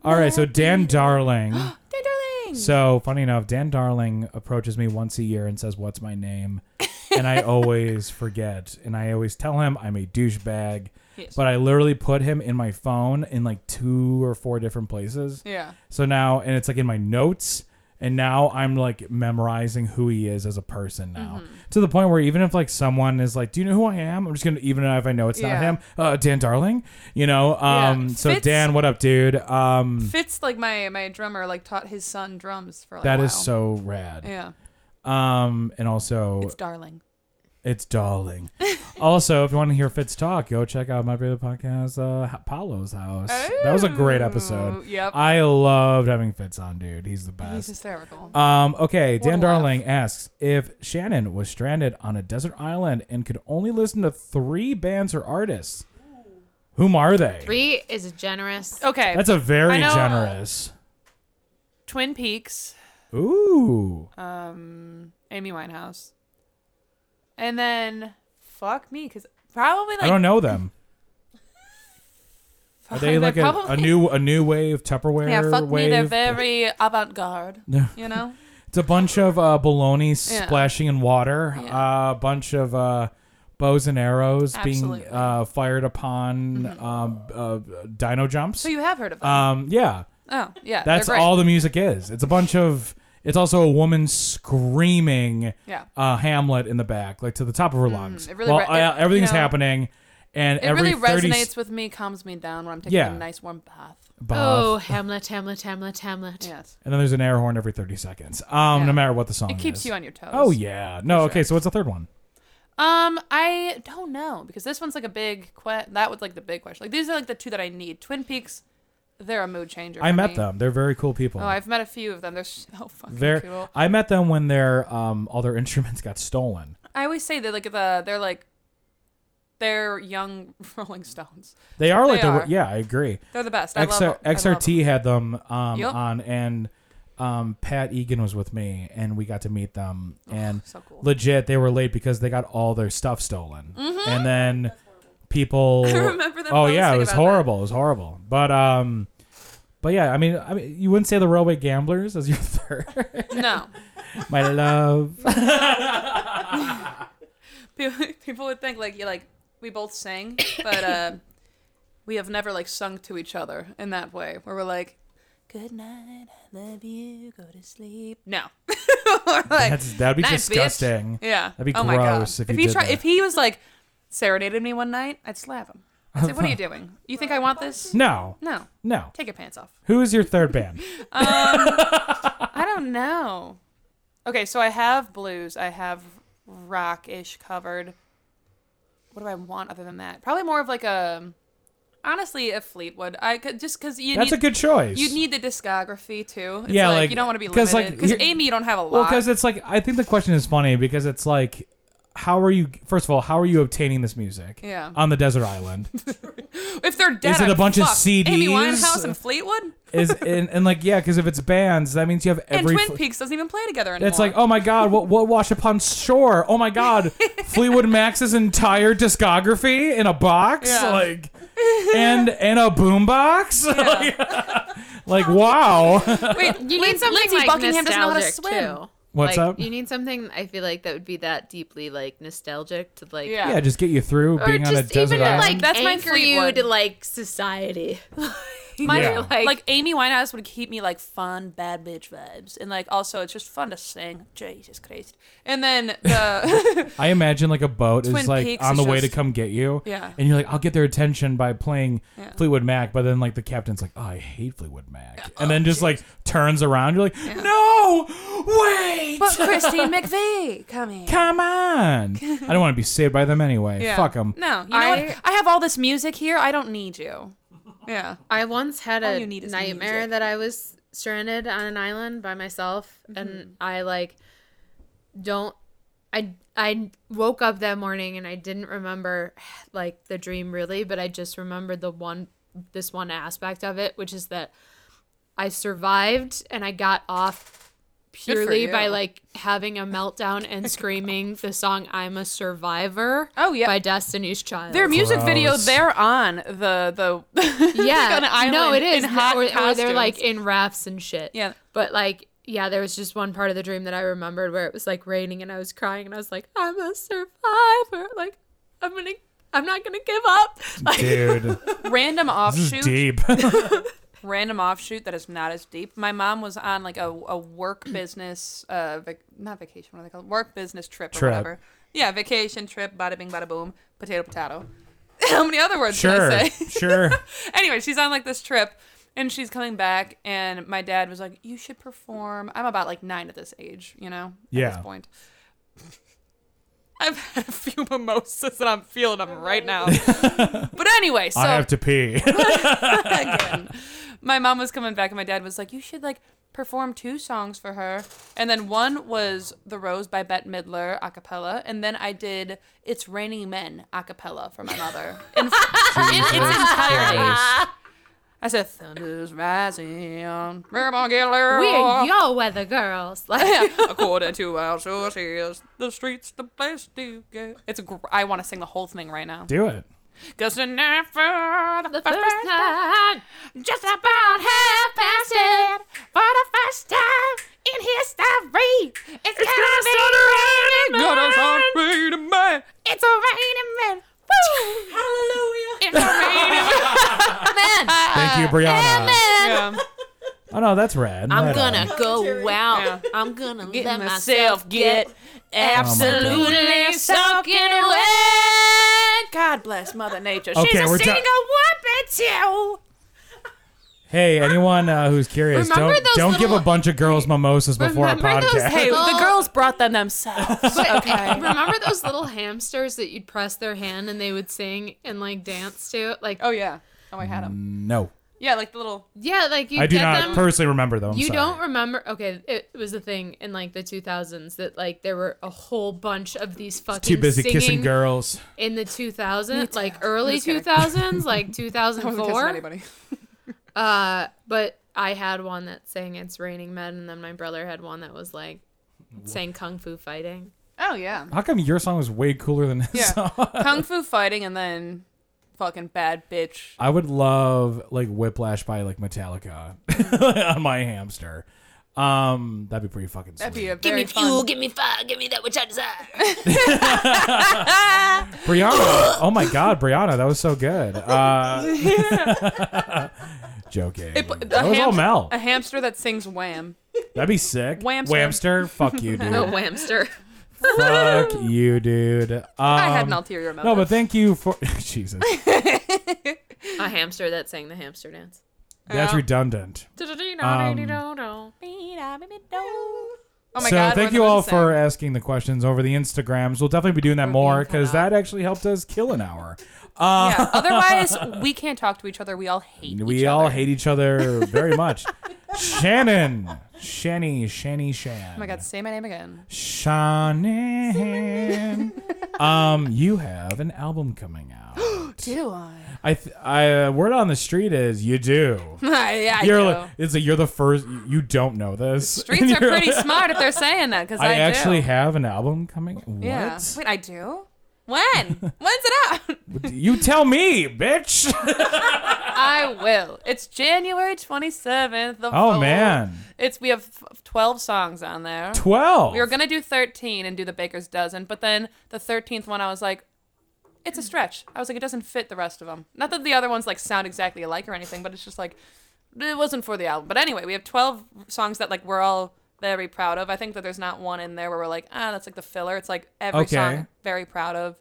Speaker 1: All right, so Dan Darling.
Speaker 3: Hey, darling.
Speaker 1: So funny enough, Dan Darling approaches me once a year and says, "What's my name?" and I always forget, and I always tell him I'm a douchebag. But I literally put him in my phone in like two or four different places.
Speaker 3: Yeah.
Speaker 1: So now, and it's like in my notes, and now I'm like memorizing who he is as a person now
Speaker 3: Mm-hmm.
Speaker 1: to the point where even if like someone is like, "Do you know who I am?" I'm just gonna even if I know it's not
Speaker 3: Yeah.
Speaker 1: him, uh, Dan Darling, you know. Um,
Speaker 3: Yeah.
Speaker 1: so
Speaker 3: Fitz-
Speaker 1: Dan, what up, dude? Um,
Speaker 3: Fitz, like my my drummer, like taught his son drums for like
Speaker 1: that
Speaker 3: a
Speaker 1: is
Speaker 3: while.
Speaker 1: so rad.
Speaker 3: Yeah,
Speaker 1: Um, and also
Speaker 3: it's darling.
Speaker 1: It's darling. also, if you want to hear Fitz talk, go check out my favorite podcast, uh, Paolo's House. that was a great episode.
Speaker 3: Oh, yep.
Speaker 1: I loved having Fitz on, dude. He's the
Speaker 3: He's
Speaker 1: best.
Speaker 3: hysterical.
Speaker 1: um, okay,
Speaker 3: laugh.
Speaker 1: Dan Darling asks if Shannon was stranded on a desert island and could only listen to three bands or artists, whom are they?
Speaker 2: Three is generous.
Speaker 3: okay,
Speaker 1: That's a very
Speaker 3: I know.
Speaker 1: generous.
Speaker 3: Twin Peaks,
Speaker 1: Ooh,
Speaker 3: um, Amy Winehouse, and then fuck me, because probably like
Speaker 1: I don't know them. Are they
Speaker 3: they're
Speaker 1: like a, a
Speaker 3: probably-
Speaker 1: new a new wave Tupperware?
Speaker 3: Yeah, fuck me.
Speaker 1: wave?
Speaker 3: They're very avant-garde.
Speaker 1: No.
Speaker 3: You know.
Speaker 1: It's a bunch of uh, baloney splashing in water, uh, a bunch of uh, bows and arrows
Speaker 3: Absolutely. Mm-hmm.
Speaker 1: being uh, fired upon um, uh, dino jumps.
Speaker 3: So you have heard of them?
Speaker 1: um, yeah,
Speaker 3: oh, yeah. they're
Speaker 1: that's
Speaker 3: great.
Speaker 1: all the music is. It's a bunch of. It's also a woman screaming
Speaker 3: Yeah. Mm,
Speaker 1: uh, Hamlet in the back, like to the top of her lungs.
Speaker 3: it really
Speaker 1: While,
Speaker 3: re- it-
Speaker 1: uh, everything's
Speaker 3: you know,
Speaker 1: happening, and
Speaker 3: It
Speaker 1: every
Speaker 3: really
Speaker 1: 30
Speaker 3: resonates with me, calms me down when I'm taking
Speaker 1: Yeah.
Speaker 3: a nice warm bath.
Speaker 2: Oh,
Speaker 1: Bob,
Speaker 2: Hamlet, Hamlet, Hamlet, Hamlet.
Speaker 3: Yes.
Speaker 1: and then there's an air horn every thirty seconds. Um, no matter what the song
Speaker 3: It keeps
Speaker 1: is.
Speaker 3: you on your toes.
Speaker 1: Oh yeah, no, okay. So what's the third one?
Speaker 3: Um, I don't know because this one's like a big que- That was like the big question. Like these are like the two that I need. Twin Peaks, they're a mood changer.
Speaker 1: I
Speaker 3: for
Speaker 1: met
Speaker 3: me.
Speaker 1: them. They're very cool people.
Speaker 3: Oh, I've met a few of them. They're so fucking
Speaker 1: They're-
Speaker 3: cool.
Speaker 1: I met them when their um all their instruments got stolen.
Speaker 3: I always say they're like the they're like they're young Rolling Stones.
Speaker 1: They are like
Speaker 3: They
Speaker 1: the
Speaker 3: are.
Speaker 1: yeah, I agree.
Speaker 3: They're the best. I
Speaker 1: X-
Speaker 3: love I love
Speaker 1: XRT had them um
Speaker 3: Yep.
Speaker 1: on and um Pat Egan was with me and we got to meet them and
Speaker 3: so cool.
Speaker 1: legit they were late because they got all their stuff stolen.
Speaker 3: Mm-hmm.
Speaker 1: And then people
Speaker 3: I remember them
Speaker 1: Oh yeah, it
Speaker 3: posting
Speaker 1: was
Speaker 3: about that.
Speaker 1: horrible. It was horrible. But um but yeah, I mean, I mean, you wouldn't say the Railway Gamblers as your third,
Speaker 3: No,
Speaker 1: my love.
Speaker 3: people, people would think like you like we both sing, but uh, we have never like sung to each other in that way where we're like. good night, I love you, go to sleep. No. Or like,
Speaker 1: That's, that'd be
Speaker 3: "Night, bitch."
Speaker 1: disgusting.
Speaker 3: Yeah.
Speaker 1: That'd be
Speaker 3: oh my God.
Speaker 1: gross if you
Speaker 3: he
Speaker 1: did
Speaker 3: tried,
Speaker 1: that.
Speaker 3: if he was like serenaded me one night, I'd slap him. I'd say, "What are you doing? You think I want this?
Speaker 1: No,
Speaker 3: No.
Speaker 1: no.
Speaker 3: Take your pants off."
Speaker 1: Who is your third band?
Speaker 3: I don't know. Okay, so I have blues. I have rock-ish covered. What do I want other than that? Probably more of like a, honestly, a Fleetwood. I could just because you
Speaker 1: That's
Speaker 3: need
Speaker 1: a good choice.
Speaker 3: you need the discography too. It's
Speaker 1: Yeah,
Speaker 3: like,
Speaker 1: like-
Speaker 3: you don't want to be
Speaker 1: 'cause,
Speaker 3: limited.
Speaker 1: like,
Speaker 3: Because
Speaker 1: you're-
Speaker 3: Amy, you don't have a lot.
Speaker 1: Well, because it's like I think the question is funny because it's like, how are you? First of all, how are you obtaining this music?
Speaker 3: Yeah.
Speaker 1: On the desert island,
Speaker 3: if they're dead,
Speaker 1: is it
Speaker 3: I'm
Speaker 1: a bunch of
Speaker 3: fucked. Amy
Speaker 1: CDs?
Speaker 3: Winehouse and Fleetwood
Speaker 1: is and, and like yeah, because if it's bands, that means you have
Speaker 3: and
Speaker 1: every.
Speaker 3: Twin
Speaker 1: fl-
Speaker 3: Peaks doesn't even play together anymore.
Speaker 1: it's like oh my god, what what wash upon shore? Oh my god, Fleetwood Mac's entire discography in a box,
Speaker 3: Yeah.
Speaker 1: like and and a boombox, like, like wow.
Speaker 3: wait,
Speaker 6: You need something
Speaker 3: Lindsey
Speaker 6: like
Speaker 3: Buckingham doesn't know how to
Speaker 6: nostalgic,
Speaker 3: swim.
Speaker 6: too.
Speaker 1: What's
Speaker 2: like,
Speaker 1: up?
Speaker 2: You need something I feel like that would be that deeply like nostalgic to like
Speaker 3: yeah.
Speaker 1: yeah, just get you through
Speaker 2: or
Speaker 1: being on a
Speaker 2: just even
Speaker 1: desert
Speaker 2: to
Speaker 1: island.
Speaker 2: like
Speaker 3: That's my
Speaker 2: anchor you
Speaker 3: Fleetwood.
Speaker 2: to like society.
Speaker 3: My
Speaker 1: Yeah.
Speaker 3: like, Amy Winehouse would keep me like fun bad bitch vibes, and like also it's just fun to sing. Jesus Christ! And then the
Speaker 1: I imagine like a boat is
Speaker 3: Twin
Speaker 1: like
Speaker 3: Peaks
Speaker 1: on the
Speaker 3: is
Speaker 1: way to
Speaker 3: just-
Speaker 1: come get you.
Speaker 3: Yeah.
Speaker 1: And you're like, I'll get their attention by playing
Speaker 3: Yeah.
Speaker 1: Fleetwood Mac, but then like the captain's like, Oh, I hate Fleetwood Mac. and
Speaker 3: Oh,
Speaker 1: then just like turns around, you're like, No, wait,
Speaker 2: Oh,
Speaker 3: but Christine McVie, come here.
Speaker 1: come on. I don't want to be saved by them anyway.
Speaker 3: Yeah.
Speaker 1: Fuck them.
Speaker 3: No, you know
Speaker 2: I-
Speaker 3: what? I have all this music here. I don't need you. Yeah.
Speaker 2: I once had
Speaker 3: All
Speaker 2: a
Speaker 3: you need is
Speaker 2: nightmare
Speaker 3: music.
Speaker 2: that I was stranded on an island by myself
Speaker 3: Mm-hmm.
Speaker 2: and I like don't I I woke up that morning and I didn't remember like the dream really, but I just remembered the one this one aspect of it, which is that I survived and I got off purely by
Speaker 3: you.
Speaker 2: like having a meltdown and screaming the song I'm a Survivor
Speaker 3: Oh, yeah.
Speaker 2: by Destiny's Child.
Speaker 3: Their music video,
Speaker 1: Gross.
Speaker 3: they're on the the
Speaker 2: yeah.
Speaker 3: like on an island
Speaker 2: no, it is.
Speaker 3: in hot
Speaker 2: or, or they're
Speaker 3: costumes.
Speaker 2: like in rafts and shit.
Speaker 3: Yeah.
Speaker 2: But like, yeah, there was just one part of the dream that I remembered where it was like raining and I was crying and I was like, I'm a survivor. Like, I'm gonna, I'm not gonna give up. Like,
Speaker 1: Dude,
Speaker 3: random
Speaker 1: this
Speaker 3: offshoot.
Speaker 1: is deep.
Speaker 3: random offshoot that is not as deep. My mom was on like a, a work business, uh, vac- not vacation, what do they call it? Work business trip or
Speaker 1: Trip.
Speaker 3: whatever. Yeah, vacation trip, bada bing, bada boom, potato, potato. How many other words can
Speaker 1: sure,
Speaker 3: I say?
Speaker 1: sure.
Speaker 3: anyway, she's on like this trip and she's coming back and my dad was like, You should perform. I'm about like nine at this age, you know?
Speaker 1: Yeah.
Speaker 3: At this point. I've had a few mimosas and I'm feeling them right now. but anyway, so
Speaker 1: I have to pee.
Speaker 3: again. My mom was coming back, and my dad was like, "You should like perform two songs for her." And then one was "The Rose" by Bette Midler a cappella, and then I did "It's Raining Men" a cappella for my mother. And
Speaker 1: Christ.
Speaker 3: I said, "Thunder's rising, we're on Gilroy."
Speaker 2: we are yo weather girls. Like,
Speaker 3: According to our sources, the streets the place to go. It's gr- I want to sing the whole thing right now.
Speaker 1: Do it.
Speaker 3: Cause tonight for the,
Speaker 2: the first time,
Speaker 3: just about half past it for the first time in history. It's, gonna be gonna start raining man. It's a raining man. Woo! Hallelujah! It's a raining man.
Speaker 2: man,
Speaker 1: Thank you, Brianna.
Speaker 3: Yeah.
Speaker 1: Oh no, that's rad.
Speaker 2: Uh, I'm
Speaker 1: Right on.
Speaker 2: gonna go out. I'm gonna let myself
Speaker 3: Myself get
Speaker 1: Oh absolutely
Speaker 3: absolutely soaking wet. God bless Mother Nature.
Speaker 1: Okay,
Speaker 3: She's
Speaker 1: we're
Speaker 3: a
Speaker 1: ta-
Speaker 3: single woman too.
Speaker 1: Hey, anyone uh, who's curious,
Speaker 2: Remember
Speaker 1: don't
Speaker 2: those
Speaker 1: don't give
Speaker 2: little-
Speaker 1: a bunch of girls mimosas before a
Speaker 2: Remember those
Speaker 1: podcast.
Speaker 2: Hey, the Oh. girls
Speaker 3: brought them themselves.
Speaker 2: okay. Remember those little hamsters that you'd press their hand and they would sing and like dance to? Like,
Speaker 3: Oh yeah. Oh, I had them.
Speaker 1: no,
Speaker 3: Yeah, like the little.
Speaker 2: yeah, like you
Speaker 1: I do
Speaker 2: get
Speaker 1: not
Speaker 2: them.
Speaker 1: personally remember them.
Speaker 2: you don't remember? Okay, it was a thing in like the 2000s that like there were a whole bunch of these fucking
Speaker 1: Too busy
Speaker 2: singing
Speaker 1: kissing girls.
Speaker 2: in the 2000s, like early 2000s, like 2004. Uh, but I had one that sang "It's Raining Men," and then my brother had one that was like sang "Kung Fu Fighting."
Speaker 3: Oh yeah.
Speaker 1: How come your song was way cooler than this
Speaker 3: Yeah.
Speaker 1: song?
Speaker 3: Kung Fu fighting and then fucking bad bitch.
Speaker 1: I would love like Whiplash by like Metallica on my hamster. Um, that'd be pretty fucking.
Speaker 3: That'd be
Speaker 1: sweet.
Speaker 3: a very fun-
Speaker 7: give me fire, give me that which I desire.
Speaker 1: Brianna. oh my God, Brianna, that was so good. Uh, joking.
Speaker 3: It- a
Speaker 1: that was all
Speaker 3: hamster-
Speaker 1: Mel.
Speaker 3: A hamster that sings wham.
Speaker 1: That'd be sick.
Speaker 3: Whamster.
Speaker 1: Whamster. Fuck you,
Speaker 7: Oh,
Speaker 1: dude.
Speaker 7: whamster.
Speaker 1: Fuck you, dude.
Speaker 3: I had an
Speaker 1: Um,
Speaker 3: ulterior motive.
Speaker 1: No, but thank you for Jesus.
Speaker 7: A hamster that sang the hamster dance.
Speaker 1: That's
Speaker 3: Yeah.
Speaker 1: redundant. Um,
Speaker 3: oh my
Speaker 1: so
Speaker 3: God, we're
Speaker 1: thank
Speaker 3: the
Speaker 1: you
Speaker 3: ones
Speaker 1: all
Speaker 3: that
Speaker 1: for asking the questions over the Instagrams. We'll definitely be doing that more because that actually helped us kill an hour. Uh,
Speaker 3: sang. Yeah. Otherwise, we can't talk to each other. We all hate.
Speaker 1: we
Speaker 3: each
Speaker 1: all
Speaker 3: other. Oh
Speaker 1: hate each other very much. Shannon, Shanny, Shanny, Shan.
Speaker 3: Oh my God! Say my name again.
Speaker 1: Shannon. um, you have an album coming out.
Speaker 3: Do I?
Speaker 1: I, th- I uh, word on the street is you do.
Speaker 3: yeah, I
Speaker 1: you're
Speaker 3: do.
Speaker 1: like, it's like you're the first. you- You don't know this.
Speaker 3: Streets
Speaker 1: And
Speaker 3: are
Speaker 1: you're
Speaker 3: pretty
Speaker 1: like,
Speaker 3: smart if they're saying that because I,
Speaker 1: I,
Speaker 3: do.
Speaker 1: actually have an album coming. What?
Speaker 3: Yeah. Wait, I do. When? When's it out?
Speaker 1: You tell me, bitch.
Speaker 3: I will. It's January twenty seventh.
Speaker 1: Oh man,
Speaker 3: It's we have f- twelve songs on there.
Speaker 1: twelve.
Speaker 3: We were gonna do thirteen and do the baker's dozen, but then the thirteenth one, I was like, it's a
Speaker 1: Hmm.
Speaker 3: stretch. I was like, it doesn't fit the rest of them. Not that the other ones like sound exactly alike or anything, but it's just like it wasn't for the album. But anyway, we have twelve songs that like we're all very proud of. I think that there's not one in there where we're like, ah, that's like the filler. It's like every
Speaker 1: Okay.
Speaker 3: song very proud of,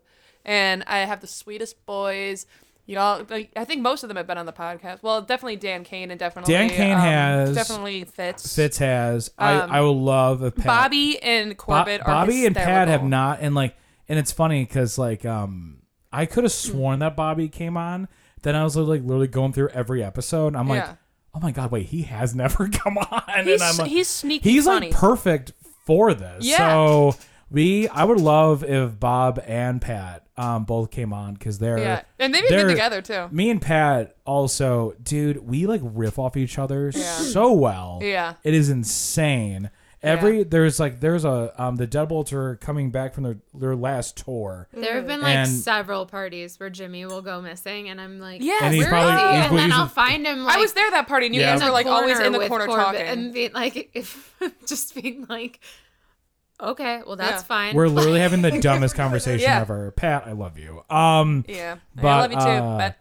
Speaker 3: and I have the sweetest boys. You know, like, I think most of them have been on the podcast. Well, definitely Dan Kane and definitely
Speaker 1: Dan Kane
Speaker 3: um,
Speaker 1: has-
Speaker 3: definitely fits.
Speaker 1: Fitz has.
Speaker 3: Um,
Speaker 1: I I will love if Pat,
Speaker 3: Bobby and
Speaker 1: Bo-
Speaker 3: Corbett are
Speaker 1: Bobby and Pat have
Speaker 3: hysterical.
Speaker 1: not, and like, and it's funny because like, um, I could have sworn that Bobby came on. Then I was like literally going through every episode. and I'm like,
Speaker 3: Yeah.
Speaker 1: oh my god, wait, he has never come on.
Speaker 3: He's,
Speaker 1: and I'm like,
Speaker 3: he's sneaky
Speaker 1: he's
Speaker 3: funny.
Speaker 1: like perfect for this.
Speaker 3: Yeah.
Speaker 1: So we, I would love if Bob and Pat um, both came on because they're
Speaker 3: yeah, and they've been
Speaker 1: they're-
Speaker 3: together too.
Speaker 1: Me and Pat also, dude, we like riff off each other so well.
Speaker 3: Yeah.
Speaker 1: It is insane. Every there's like there's a um the Deadbolts are coming back from their their last tour.
Speaker 7: There have been like
Speaker 1: And-
Speaker 7: several parties where Jimmy will go missing, and I'm like,
Speaker 3: Yes,
Speaker 1: And he's
Speaker 7: where is
Speaker 1: probably-
Speaker 7: he?
Speaker 1: he's-
Speaker 7: And then
Speaker 1: he's-
Speaker 7: I'll find him. Like,
Speaker 3: I was there that party, and you
Speaker 1: Yeah.
Speaker 3: guys
Speaker 1: In
Speaker 3: were like always in the
Speaker 7: with
Speaker 3: corner
Speaker 7: Corbett
Speaker 3: talking.
Speaker 7: and being like, if just being like, okay, well that's
Speaker 3: Yeah.
Speaker 7: fine.
Speaker 1: We're literally having the dumbest conversation
Speaker 3: Yeah.
Speaker 1: ever. Pat, I love you. Um
Speaker 3: yeah,
Speaker 1: but,
Speaker 3: I love you too.
Speaker 1: uh,
Speaker 3: but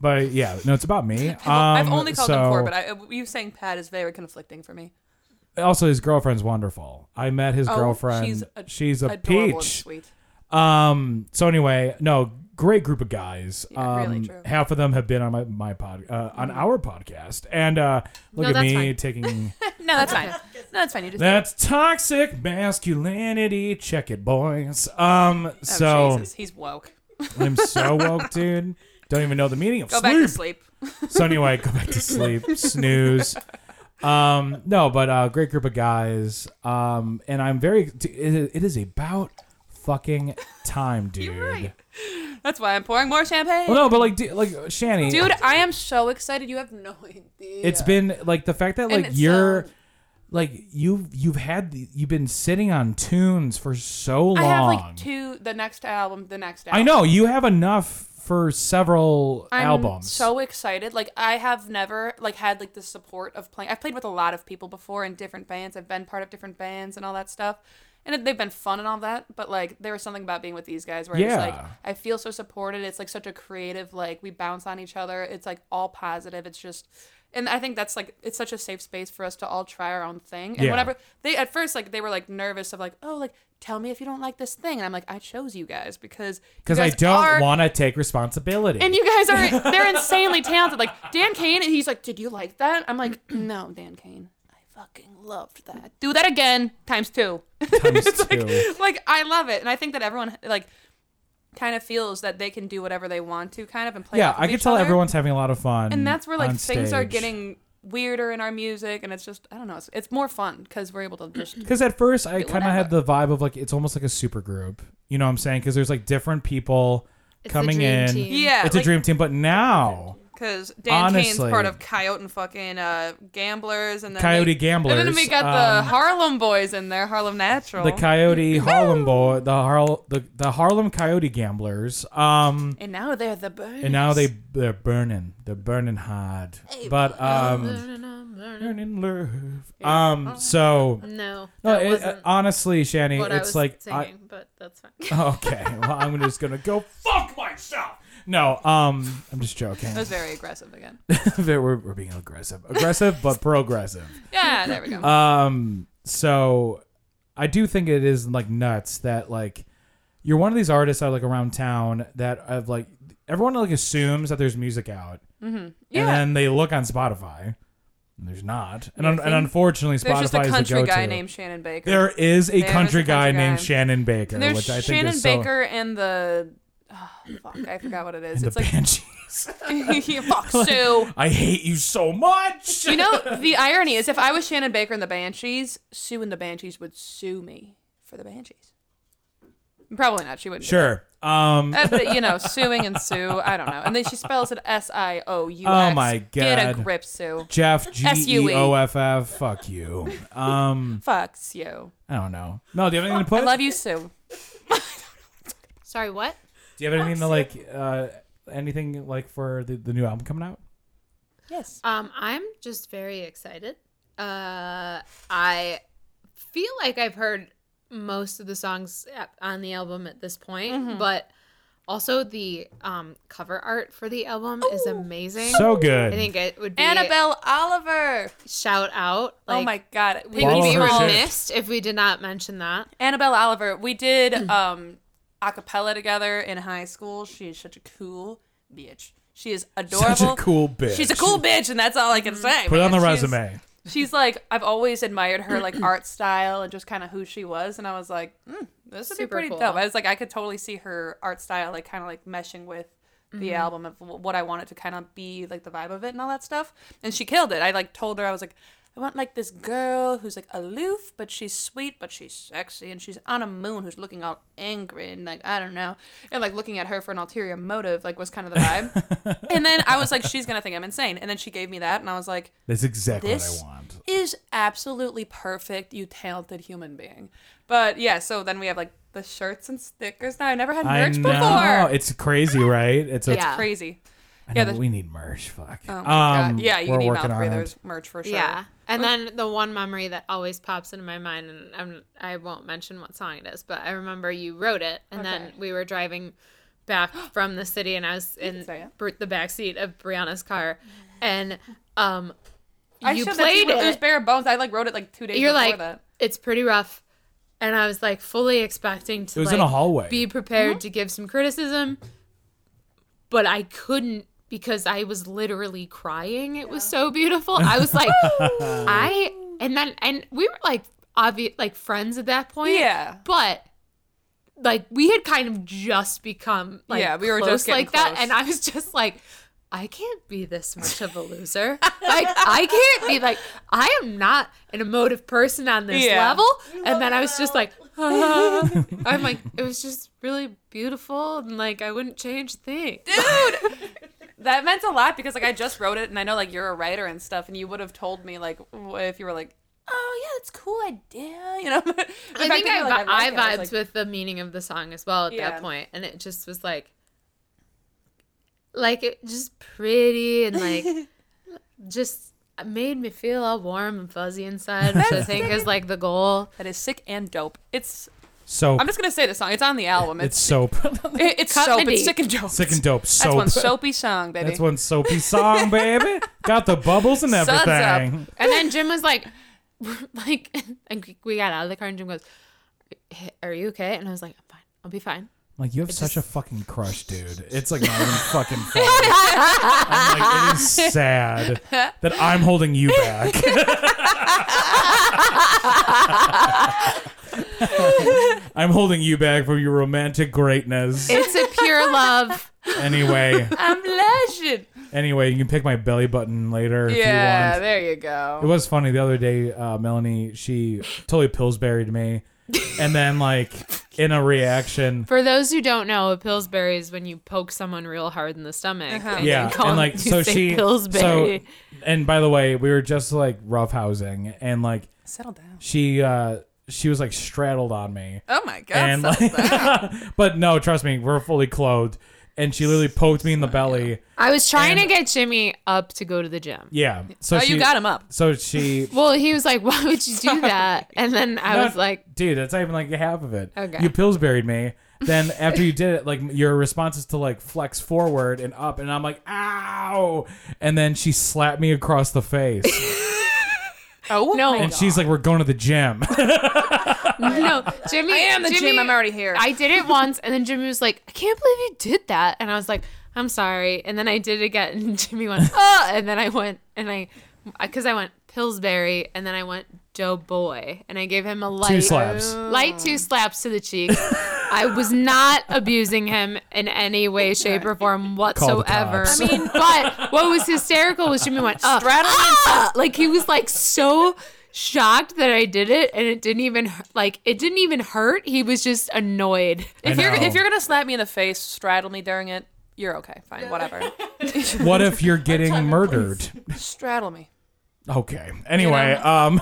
Speaker 1: but yeah, no, it's about me. Um,
Speaker 3: I've only called
Speaker 1: so,
Speaker 3: him Corbett. I, uh, you saying Pat is very conflicting for me.
Speaker 1: Also, his girlfriend's wonderful. I met his
Speaker 3: Oh,
Speaker 1: girlfriend.
Speaker 3: she's
Speaker 1: She's
Speaker 3: a-
Speaker 1: a,
Speaker 3: Adorable and
Speaker 1: peach.
Speaker 3: sweet.
Speaker 1: Um. So anyway, no, great group of guys.
Speaker 3: Yeah,
Speaker 1: um,
Speaker 3: really true. Mm-hmm.
Speaker 1: Half of them have been on my my pod uh, on our podcast, and uh, look
Speaker 7: No,
Speaker 1: at
Speaker 7: that's
Speaker 1: me
Speaker 7: fine.
Speaker 1: taking
Speaker 3: No, that's fine. No, that's fine. You just
Speaker 1: that's toxic masculinity. Check it, boys. Um.
Speaker 3: oh,
Speaker 1: So
Speaker 3: Jesus, he's woke.
Speaker 1: I'm so woke, dude. Don't even know the meaning of
Speaker 3: Go
Speaker 1: sleep.
Speaker 3: back to sleep.
Speaker 1: So anyway, go back to sleep, snooze. Um, no, but uh, great group of guys. Um, and I'm very. It it is about fucking time, dude.
Speaker 3: That's why I'm pouring more champagne.
Speaker 1: Well, no, but like, d- like Shanny,
Speaker 3: Dude, I am so excited. You have no idea.
Speaker 1: It's been like the fact
Speaker 3: And
Speaker 1: that like
Speaker 3: it's,
Speaker 1: you're
Speaker 3: um,
Speaker 1: like you've you've had the, you've been sitting on tunes for so long.
Speaker 3: I have like two. The next album. The next. album.
Speaker 1: I know you have enough for several
Speaker 3: I'm
Speaker 1: albums.
Speaker 3: so excited. Like I have never like had like the support of playing. I've played with a lot of people before in different bands. I've been part of different bands and all that stuff. And it- they've been fun and all that, but like there was something about being with these guys where it's like
Speaker 1: Yeah.
Speaker 3: I feel so supported. It's like such a creative like we bounce on each other. It's like all positive. It's just and I think that's like it's such a safe space for us to all try our own thing. And
Speaker 1: Yeah.
Speaker 3: whenever they at first like they were like nervous of like, "Oh, like tell me if you don't like this thing." And I'm like, "I chose you guys because you
Speaker 1: because I
Speaker 3: guys
Speaker 1: don't
Speaker 3: are-
Speaker 1: want to take responsibility.
Speaker 3: and you guys are they're insanely talented. Like Dan Kane, and he's like, "Did you like that?" I'm like, "No, Dan Kane. I fucking loved that. Do that again times 2."
Speaker 1: Times two.
Speaker 3: like I love it. And I think that everyone like kind of feels that they can do whatever they want to kind of and play
Speaker 1: yeah,
Speaker 3: off of
Speaker 1: I could
Speaker 3: each
Speaker 1: tell
Speaker 3: other.
Speaker 1: everyone's having a lot of fun.
Speaker 3: And that's where like
Speaker 1: on
Speaker 3: things are
Speaker 1: stage.
Speaker 3: getting weirder in our music and it's just I don't know, it's, it's more fun cuz we're able to just
Speaker 1: Because at first I kind of
Speaker 3: whatever.
Speaker 1: had the vibe of like it's almost like a super group. You know what I'm saying? Because there's like different people
Speaker 7: It's the
Speaker 1: coming
Speaker 7: dream
Speaker 1: in.
Speaker 7: team.
Speaker 3: yeah,
Speaker 1: It's
Speaker 3: like,
Speaker 1: a dream team, but now
Speaker 3: Because Dan Kane's
Speaker 1: Honestly.
Speaker 3: part of Coyote and fucking uh, Gamblers and then
Speaker 1: Coyote
Speaker 3: we-
Speaker 1: Gamblers,
Speaker 3: And then we got
Speaker 1: um,
Speaker 3: the Harlem Boys in there, Harlem Natural.
Speaker 1: the Coyote Harlem boy, the Harl, the, the Harlem Coyote Gamblers. Um,
Speaker 3: and now they're the birds.
Speaker 1: and now they they're burning, they're burning hard. But um, Learn and love. Um. So
Speaker 2: No,
Speaker 1: no,
Speaker 2: that
Speaker 1: it- uh,
Speaker 2: wasn't
Speaker 1: honestly, Shani,
Speaker 2: what I
Speaker 1: it's
Speaker 2: was
Speaker 1: like I-
Speaker 2: singing, but that's fine.
Speaker 1: okay. Well, I'm just gonna go fuck myself. No, um, I'm just joking.
Speaker 3: It was very aggressive again.
Speaker 1: we're, we're being aggressive, aggressive but progressive.
Speaker 3: Yeah, there we go.
Speaker 1: Um, so I do think it is like nuts that like you're one of these artists out like around town that have like everyone like assumes that there's music out, mm-hmm.
Speaker 3: Yeah.
Speaker 1: and then they look on Spotify. And there's not, and, un- and unfortunately, Spotify
Speaker 3: There's just a
Speaker 1: is
Speaker 3: country
Speaker 1: the go-to.
Speaker 3: guy named Shannon Baker.
Speaker 1: There is a
Speaker 3: There is a
Speaker 1: country guy
Speaker 3: country
Speaker 1: named
Speaker 3: guy.
Speaker 1: Shannon Baker,
Speaker 3: and there's
Speaker 1: which I think
Speaker 3: Shannon
Speaker 1: is so.
Speaker 3: Baker and the oh, fuck, I forgot what it is.
Speaker 1: and the
Speaker 3: It's like
Speaker 1: Banshees.
Speaker 3: fuck Sue.
Speaker 1: I hate you so much.
Speaker 3: You know, the irony is if I was Shannon Baker and the Banshees, Sue and the Banshees would sue me for the Banshees. Probably not. She wouldn't. do
Speaker 1: Sure. Um.
Speaker 3: that. Uh, but, you know, suing and Sue. I don't know. And then she spells it S I O U X.
Speaker 1: Oh, my
Speaker 3: Get a
Speaker 1: God.
Speaker 3: grip, Sue.
Speaker 1: Jeff G
Speaker 3: S-U-E.
Speaker 1: E O F F. Fuck you. Um.
Speaker 3: Fucks you.
Speaker 1: I don't know. No. Do you have anything to
Speaker 3: I
Speaker 1: put?
Speaker 3: love you, Sue.
Speaker 2: Sorry, what?
Speaker 1: do you have anything to like? Uh. Anything like for the, the new album coming out?
Speaker 3: Yes.
Speaker 2: Um, I'm just very excited. Uh, I feel like I've heard most of the songs at- on the album at this point,
Speaker 3: Mm-hmm.
Speaker 2: but also the um cover art for the album is amazing.
Speaker 1: So good.
Speaker 2: I think it would be
Speaker 3: Annabelle Oliver.
Speaker 2: shout out.
Speaker 3: oh my god. We
Speaker 2: It would
Speaker 1: Follow
Speaker 2: be
Speaker 1: her
Speaker 2: all
Speaker 1: shit.
Speaker 2: missed if we did not mention that.
Speaker 3: Annabelle Oliver, we did
Speaker 1: Mm.
Speaker 3: um a cappella together in high school. She is such a cool bitch. She is adorable.
Speaker 1: Such a cool bitch. Mm-hmm.
Speaker 3: She's a cool bitch, and that's all I can say.
Speaker 1: Put it on the
Speaker 3: man. She's-
Speaker 1: resume.
Speaker 3: She's like, I've always admired her like art style and just kind of who she was, and I was like, mm, this would
Speaker 2: Super
Speaker 3: be pretty
Speaker 2: cool.
Speaker 3: dope. I was like, I could totally see her art style like kind of like meshing with
Speaker 2: Mm-hmm.
Speaker 3: the album of wh- what I want it to kind of be like the vibe of it and all that stuff. And she killed it. I like told her I was like, I want like this girl who's like aloof, but she's sweet, but she's sexy, and she's on a moon who's looking all angry and like I don't know, and like looking at her for an ulterior motive like was kind of the vibe. and then I was like, she's gonna think I'm insane. And then she gave me that, and I was like
Speaker 1: That's exactly
Speaker 3: This-
Speaker 1: what I want.
Speaker 3: is absolutely perfect, you talented human being. But yeah, so then we have like the shirts and stickers. Now I never had merch
Speaker 1: I know.
Speaker 3: before.
Speaker 1: It's crazy, right? It's a,
Speaker 2: Yeah.
Speaker 3: Crazy.
Speaker 1: I
Speaker 3: Yeah,
Speaker 1: know,
Speaker 3: the-
Speaker 1: we need merch. Fuck.
Speaker 3: Oh my
Speaker 1: um,
Speaker 3: God. Yeah, you
Speaker 1: we're
Speaker 3: need
Speaker 1: working
Speaker 3: mouth
Speaker 1: on it.
Speaker 3: breathers merch for sure.
Speaker 2: Yeah. And then the one memory that always pops into my mind, and I'm, I won't mention what song it is, but I remember you wrote it, and then
Speaker 3: Okay.
Speaker 2: we were driving back from the city, and I was in
Speaker 3: say it.
Speaker 2: Br- the back seat of Brianna's car, and um,
Speaker 3: I
Speaker 2: you
Speaker 3: showed
Speaker 2: played
Speaker 3: that to you.
Speaker 2: it.
Speaker 3: It was bare bones. I like wrote it like two days
Speaker 2: You're
Speaker 3: before
Speaker 2: like,
Speaker 3: that.
Speaker 2: it's pretty rough, and I was like fully expecting to.
Speaker 1: It was in
Speaker 2: like,
Speaker 1: a hallway.
Speaker 2: Be
Speaker 3: Mm-hmm.
Speaker 2: prepared to give some criticism, but I couldn't because I was literally crying. It was so beautiful. I was like, I and then and we were like obvious like friends at that point.
Speaker 3: Yeah.
Speaker 2: but. Like we had kind of just become like
Speaker 3: Yeah, we were
Speaker 2: close
Speaker 3: just getting
Speaker 2: like that,
Speaker 3: close.
Speaker 2: and I was just like, I can't be this much of a loser. like I can't be like I am not an emotive person on this
Speaker 3: Yeah.
Speaker 2: level. And then I was just like, ah. I'm like, it was just really beautiful, and like I wouldn't change a thing.
Speaker 3: That meant a lot because like I just wrote it and I know like you're a writer and stuff and you would have told me like w- if you were like, Oh yeah, that's a cool idea, you know. In fact,
Speaker 2: I think I,
Speaker 3: you're
Speaker 2: vi-
Speaker 3: like, like it.
Speaker 2: I,
Speaker 3: I was
Speaker 2: vibed
Speaker 3: like,
Speaker 2: with the meaning of the song as well at
Speaker 3: Yeah.
Speaker 2: that point, and it just was like, like it just pretty and like just made me feel all warm and fuzzy inside, which I think is like the goal.
Speaker 3: That is sick and dope. It's
Speaker 1: So
Speaker 3: I'm just gonna say the song. It's on the album.
Speaker 1: it's
Speaker 3: It's
Speaker 1: soap.
Speaker 3: it- it's soap. It's sick and dope.
Speaker 1: Sick and dope.
Speaker 3: That's
Speaker 1: Soap.
Speaker 3: one soapy song, baby.
Speaker 1: That's one soapy song, baby. Got the bubbles and
Speaker 3: Suds up.
Speaker 1: everything.
Speaker 2: And then Jim was like, like, and we got out of the car, and Jim goes, "Are you okay?" And I was like, "I'm fine. I'll be fine."
Speaker 1: Like you have such a fucking crush, dude. It's like not even fucking funny. I'm like, it is sad that I'm holding you back. I'm holding you back from your romantic greatness.
Speaker 2: It's a pure love.
Speaker 1: Anyway,
Speaker 3: I'm legend.
Speaker 1: anyway, you can pick my belly button later if you want.
Speaker 3: Yeah, there you
Speaker 1: It
Speaker 3: go.
Speaker 1: was funny the other day. Uh, Melanie, she totally Pillsburyed me, and then like in a reaction,
Speaker 2: For those who don't know, a Pillsbury is when you poke someone real hard in the stomach. And you
Speaker 1: yeah,
Speaker 2: call
Speaker 1: and
Speaker 2: them-
Speaker 1: like
Speaker 2: you
Speaker 1: so
Speaker 2: say
Speaker 1: she
Speaker 2: Pillsbury.
Speaker 1: So, and by the way, we were just like roughhousing, and like
Speaker 3: Settle down.
Speaker 1: she uh she was like straddled on me,
Speaker 3: Oh my god.
Speaker 1: and
Speaker 3: settle down.
Speaker 1: like, but no, trust me, we're fully clothed. and she literally poked me in the belly.
Speaker 2: I was trying
Speaker 1: And-
Speaker 2: to get Jimmy up to go to the gym.
Speaker 1: Yeah. So
Speaker 3: oh,
Speaker 1: she,
Speaker 3: you got him up.
Speaker 1: So she.
Speaker 2: Well, he was like, "Why would you do that?" And then I was
Speaker 1: Not-
Speaker 2: like,
Speaker 1: dude, that's not even like half of it.
Speaker 2: Okay.
Speaker 1: You Pillsburyed me. Then after you did it, like your response is to like flex forward and up, and I'm like, ow! And then she slapped me across the face,
Speaker 3: Oh,
Speaker 2: "No,
Speaker 1: and she's like, "We're going to the gym."
Speaker 2: no, Jimmy." I
Speaker 3: am the gym. I'm already here.
Speaker 2: I did it once, and then Jimmy was like, "I can't believe you did that," and I was like, "I'm sorry." And then I did it again, and Jimmy went, "Oh!" And then I went, and I, because I went Pillsbury, and then I went Doughboy, and I gave him a light
Speaker 1: Two slaps.
Speaker 3: uh,
Speaker 2: light
Speaker 1: Mm.
Speaker 2: two slaps to the cheek. I was not abusing him in any way, shape, or form whatsoever.
Speaker 1: cops.
Speaker 2: I mean, but what was hysterical was Jimmy went up, ah! like he was like so shocked that I did it, and it didn't even hu- like it didn't even hurt. He was just annoyed.
Speaker 1: I
Speaker 3: if you're
Speaker 1: know.
Speaker 3: if you're gonna slap me in the face, straddle me during it. You're okay. Fine. Whatever.
Speaker 1: what if you're getting murdered?
Speaker 3: straddle me.
Speaker 1: Okay. Anyway, um,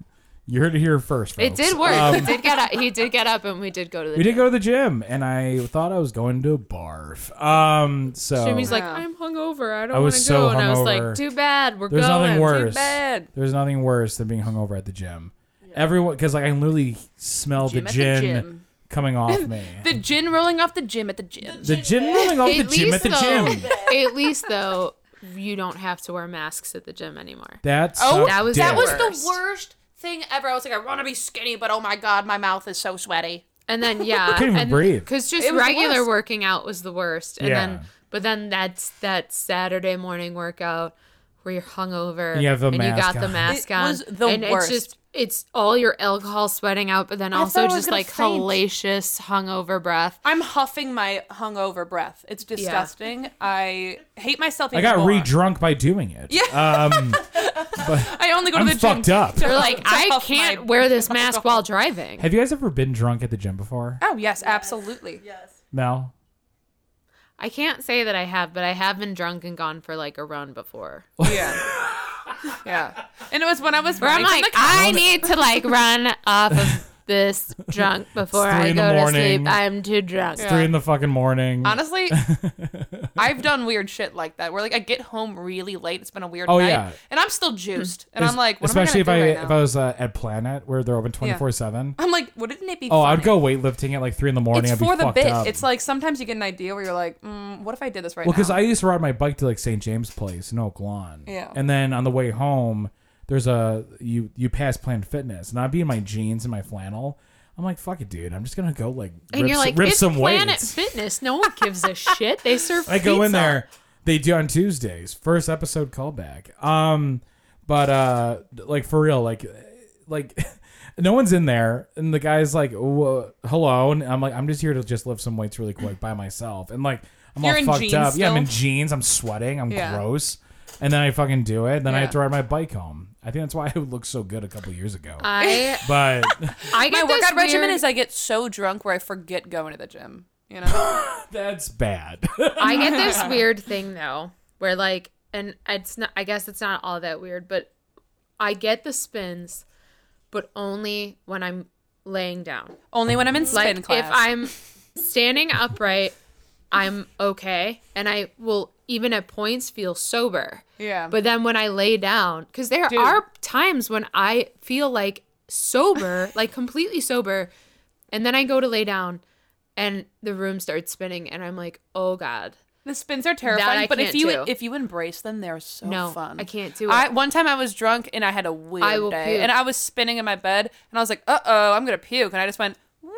Speaker 1: you heard it here first.
Speaker 2: It
Speaker 1: Folks.
Speaker 2: did work. he did get up. He did get up, and we did go to the.
Speaker 1: Um, We
Speaker 2: gym.
Speaker 1: did go to the gym, and I thought I was going to barf. Um, so
Speaker 7: Jimmy's like,
Speaker 3: Yeah.
Speaker 7: I'm hungover. I don't
Speaker 1: I
Speaker 7: want
Speaker 1: was
Speaker 7: to
Speaker 1: so
Speaker 7: go. And I was
Speaker 1: hungover.
Speaker 7: like, too bad. We're
Speaker 1: There's
Speaker 7: going.
Speaker 1: nothing worse.
Speaker 3: bad.
Speaker 1: There's nothing worse than being hungover at the gym. Everyone, because like I can literally smell
Speaker 3: Gym
Speaker 1: the
Speaker 3: at the
Speaker 1: gin
Speaker 3: gym.
Speaker 1: coming off me.
Speaker 3: The gin rolling off the gym at the gym.
Speaker 1: the gin rolling off the
Speaker 2: At
Speaker 1: gym at
Speaker 2: least
Speaker 1: the
Speaker 2: though,
Speaker 1: gym.
Speaker 2: at least though, you don't have to wear masks at the gym anymore.
Speaker 1: That's
Speaker 2: that was-
Speaker 3: That was
Speaker 2: the
Speaker 3: the worst thing ever. I was like, I want to be skinny, but oh my god, my mouth is so sweaty.
Speaker 2: And then yeah,
Speaker 1: Couldn't even
Speaker 2: and-
Speaker 1: breathe.
Speaker 2: Cause just
Speaker 3: It was the
Speaker 2: regular
Speaker 3: worst.
Speaker 2: working out was the worst. And
Speaker 1: Yeah.
Speaker 2: then but then that's that Saturday morning workout where you're hungover
Speaker 1: And you have the
Speaker 2: and
Speaker 1: mask
Speaker 2: you got the
Speaker 1: on.
Speaker 2: mask
Speaker 3: It
Speaker 2: on.
Speaker 3: was the
Speaker 2: and
Speaker 3: worst.
Speaker 2: it's just it's all your alcohol sweating out, but then also
Speaker 3: thought I was
Speaker 2: just
Speaker 3: gonna
Speaker 2: like
Speaker 3: faint.
Speaker 2: hellacious hungover breath.
Speaker 3: I'm huffing my hungover breath. It's disgusting. I hate myself.
Speaker 1: I
Speaker 3: even
Speaker 1: got
Speaker 3: more.
Speaker 1: re drunk by doing it. Yeah. Um,
Speaker 3: I only go to
Speaker 1: I'm
Speaker 3: the gym.
Speaker 1: fucked up.
Speaker 3: to-
Speaker 2: You're like,
Speaker 3: to
Speaker 2: I
Speaker 3: huff
Speaker 2: can't
Speaker 3: my-
Speaker 2: wear this mask while driving.
Speaker 1: have you guys ever been drunk at the gym before?
Speaker 3: Oh yes, absolutely.
Speaker 5: Yes.
Speaker 1: Mel?
Speaker 2: I can't say that I have, but I have been drunk and gone for like a run before.
Speaker 3: Yeah. yeah. And it was when I was
Speaker 2: Where I'm
Speaker 3: running from
Speaker 2: like,
Speaker 3: the
Speaker 2: I need to like run off of this drunk before
Speaker 1: It's three
Speaker 2: I
Speaker 1: in the
Speaker 2: go to
Speaker 1: morning.
Speaker 2: sleep. I'm too drunk.
Speaker 1: Three in the fucking morning.
Speaker 3: Honestly, I've done weird shit like that. Where like I get home really late. It's been a weird
Speaker 1: Oh,
Speaker 3: night,
Speaker 1: yeah.
Speaker 3: and I'm still juiced. And
Speaker 1: Es-
Speaker 3: I'm like, what
Speaker 1: especially
Speaker 3: am I gonna
Speaker 1: if I
Speaker 3: do
Speaker 1: if
Speaker 3: right
Speaker 1: I was uh, at Planet where they're open twenty four seven.
Speaker 3: now? I'm like, wouldn't it be?
Speaker 1: Oh,
Speaker 3: funny?
Speaker 1: I'd go weightlifting at like three in the morning.
Speaker 3: It's
Speaker 1: I'd be
Speaker 3: for the
Speaker 1: fucked
Speaker 3: bit.
Speaker 1: Up.
Speaker 3: It's like sometimes you get an idea where you're like, mm, what if I did this right
Speaker 1: Well, because
Speaker 3: now?
Speaker 1: I used to ride my bike to like St. James Place in Oak Lawn.
Speaker 3: Yeah.
Speaker 1: And then on the way home, there's a you you pass Planet Fitness, and I'd be in my jeans and my flannel. I'm like, fuck it, dude. I'm just gonna go like rip,
Speaker 2: and you're
Speaker 1: s-
Speaker 2: like,
Speaker 1: rip
Speaker 2: it's
Speaker 1: some
Speaker 2: Planet
Speaker 1: weights.
Speaker 2: Fitness. No one gives a shit. They serve.
Speaker 1: I go in
Speaker 2: pizza.
Speaker 1: there. They do on Tuesdays. First episode callback. Um, but uh, like for real, like like. No one's in there, and the guy's like, "Wha- "Hello," and I'm like, "I'm just here to just lift some weights really quick by myself." And like, I'm
Speaker 3: You're
Speaker 1: all
Speaker 3: in
Speaker 1: fucked
Speaker 3: jeans
Speaker 1: up. Yeah, I'm in
Speaker 3: still?
Speaker 1: jeans. I'm sweating. I'm
Speaker 3: Yeah.
Speaker 1: gross. And then I fucking do it. Then I have
Speaker 3: Yeah.
Speaker 1: to ride my bike home. I think that's why I looked so good a couple years ago.
Speaker 2: I
Speaker 1: but
Speaker 3: my
Speaker 2: I get this
Speaker 3: workout regimen
Speaker 2: weird-
Speaker 3: is I get so drunk where I forget going to the gym. You know,
Speaker 1: that's bad.
Speaker 2: I get this weird thing though, where like, and it's not. I guess it's not all that weird, but I get the spins, but only when I'm laying down.
Speaker 3: only when I'm in spin
Speaker 2: Like
Speaker 3: class.
Speaker 2: if I'm standing upright, I'm okay, and I will even at points feel sober.
Speaker 3: yeah,
Speaker 2: But then when I lay down, because there are times when I feel like sober, like completely sober, and then I go to lay down, and the room starts spinning, and I'm like, oh god,
Speaker 3: the spins are
Speaker 2: That I
Speaker 3: terrifying. But if
Speaker 2: can't
Speaker 3: you
Speaker 2: do.
Speaker 3: if you embrace them, they're so
Speaker 2: no,
Speaker 3: fun.
Speaker 2: I can't do it.
Speaker 3: I one time I was drunk and I had a weird
Speaker 2: will
Speaker 3: day
Speaker 2: puke.
Speaker 3: and I was spinning in my bed and I was like, uh oh, I'm gonna puke and I just went woo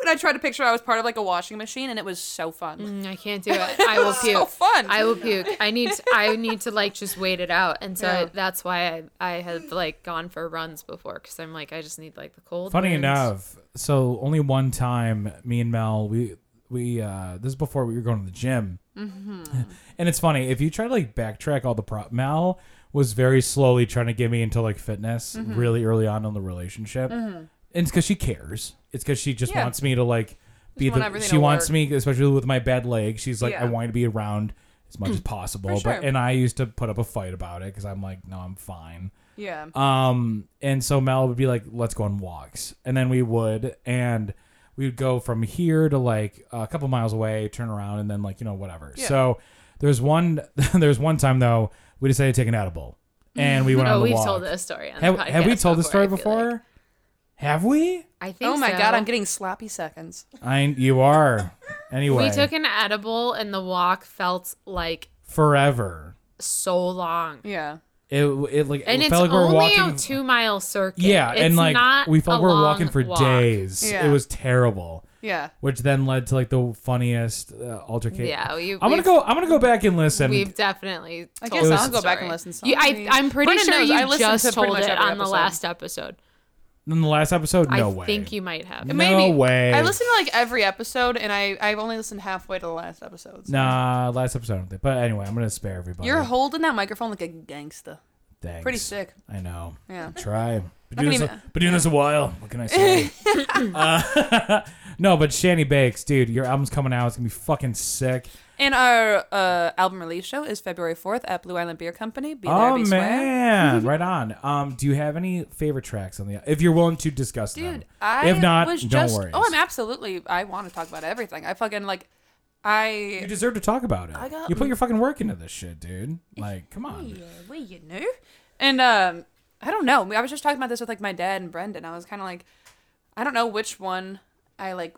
Speaker 3: and I tried to picture I was part of like a washing machine and it was so fun.
Speaker 2: Mm, I can't do it. I will puke.
Speaker 3: So fun.
Speaker 2: I will puke. I need to, I need to like just wait it out, and so that's why I I have like gone for runs before because I'm like I just need like the cold.
Speaker 1: Funny
Speaker 2: winds.
Speaker 1: enough, so only one time, me and Mel, we we uh this is before we were going to the gym,
Speaker 3: Mm-hmm.
Speaker 1: and it's funny if you try to like backtrack all the prop. Mel was very slowly trying to get me into like fitness
Speaker 3: Mm-hmm.
Speaker 1: really early on in the relationship, and it's because she cares. It's because she just
Speaker 3: Yeah.
Speaker 1: wants me to like be
Speaker 3: want
Speaker 1: the.
Speaker 3: everything
Speaker 1: She
Speaker 3: to
Speaker 1: wants
Speaker 3: work.
Speaker 1: me, especially with my bad leg. She's like, I
Speaker 3: Yeah.
Speaker 1: want you to be around as much as possible,
Speaker 3: sure.
Speaker 1: but and I used to put up a fight about it because I'm like, no, I'm fine.
Speaker 3: Yeah.
Speaker 1: Um, and so Mel would be like, "Let's go on walks," and then we would, and we would go from here to like a couple miles away, turn around, and then like you know whatever. So there's one there's one time though we decided to take an edible, and we went on
Speaker 7: Oh,
Speaker 1: the
Speaker 7: we've
Speaker 1: walk.
Speaker 7: told this story. On
Speaker 1: Have,
Speaker 7: the podcast
Speaker 1: have we told the story
Speaker 7: I feel like.
Speaker 1: before? Have we?
Speaker 7: I think.
Speaker 3: Oh my
Speaker 7: so.
Speaker 3: god, I'm getting sloppy seconds.
Speaker 1: I you are. Anyway,
Speaker 7: We took an edible, and the walk felt like
Speaker 1: forever.
Speaker 7: so long.
Speaker 3: Yeah.
Speaker 1: It it like
Speaker 7: And
Speaker 1: it
Speaker 7: it's
Speaker 1: felt like we were
Speaker 7: only
Speaker 1: walking.
Speaker 7: a two mile circuit.
Speaker 1: yeah,
Speaker 7: it's
Speaker 1: and like
Speaker 7: not
Speaker 1: we felt
Speaker 7: a
Speaker 1: we were
Speaker 7: long
Speaker 1: walking for
Speaker 7: walk.
Speaker 1: days.
Speaker 3: Yeah.
Speaker 1: It was terrible,
Speaker 3: Yeah.
Speaker 1: which then led to like the funniest uh, altercation.
Speaker 7: Yeah, we-
Speaker 1: I'm gonna
Speaker 7: we've-
Speaker 1: go. I'm gonna go back and listen.
Speaker 7: We've definitely.
Speaker 3: I
Speaker 7: told
Speaker 3: guess
Speaker 1: It
Speaker 7: the
Speaker 1: was-
Speaker 3: I'll go back and
Speaker 7: story.
Speaker 3: listen. to
Speaker 2: You, I,
Speaker 3: something.
Speaker 2: I'm pretty
Speaker 3: Brennan
Speaker 2: sure
Speaker 3: knows I
Speaker 2: you
Speaker 3: listened
Speaker 2: just
Speaker 3: to pretty
Speaker 2: told
Speaker 3: much
Speaker 2: it
Speaker 3: every
Speaker 2: on the
Speaker 3: episode.
Speaker 2: last episode.
Speaker 1: In the last episode, no
Speaker 7: I
Speaker 1: way.
Speaker 7: think you might have.
Speaker 1: No
Speaker 3: Maybe.
Speaker 1: way.
Speaker 3: I listened to like every episode, and I I've only listened halfway to the last episodes.
Speaker 1: Nah, last episode. I don't think. But anyway, I'm gonna spare everybody.
Speaker 3: You're holding that microphone like a gangsta.
Speaker 1: Thanks.
Speaker 3: Pretty sick.
Speaker 1: I know.
Speaker 3: Yeah.
Speaker 1: Try. Been
Speaker 3: I uh,
Speaker 1: doing,
Speaker 3: can
Speaker 1: this,
Speaker 3: even-
Speaker 1: been doing this a while. What can I say? uh, no, but Shanny Bakes, dude, your album's coming out. It's gonna be fucking sick.
Speaker 3: And our uh, album release show is February 4th at Blue Island Beer Company. Be there,
Speaker 1: oh
Speaker 3: be square.
Speaker 1: man, right on. Um, do you have any favorite tracks on the? If you're willing to discuss them,
Speaker 3: Dude, I
Speaker 1: if not,
Speaker 3: was
Speaker 1: don't
Speaker 3: just.
Speaker 1: worry.
Speaker 3: Oh, I'm absolutely. I want to talk about everything. I fucking like.
Speaker 1: you
Speaker 3: I.
Speaker 1: deserve to talk about it.
Speaker 3: I got- mm.
Speaker 1: you put your fucking work into this shit, dude. Like, come on.
Speaker 3: Well, you know. And um, I don't know. I was just talking about this with like my dad and Brendan. I was kind of like, I don't know which one I like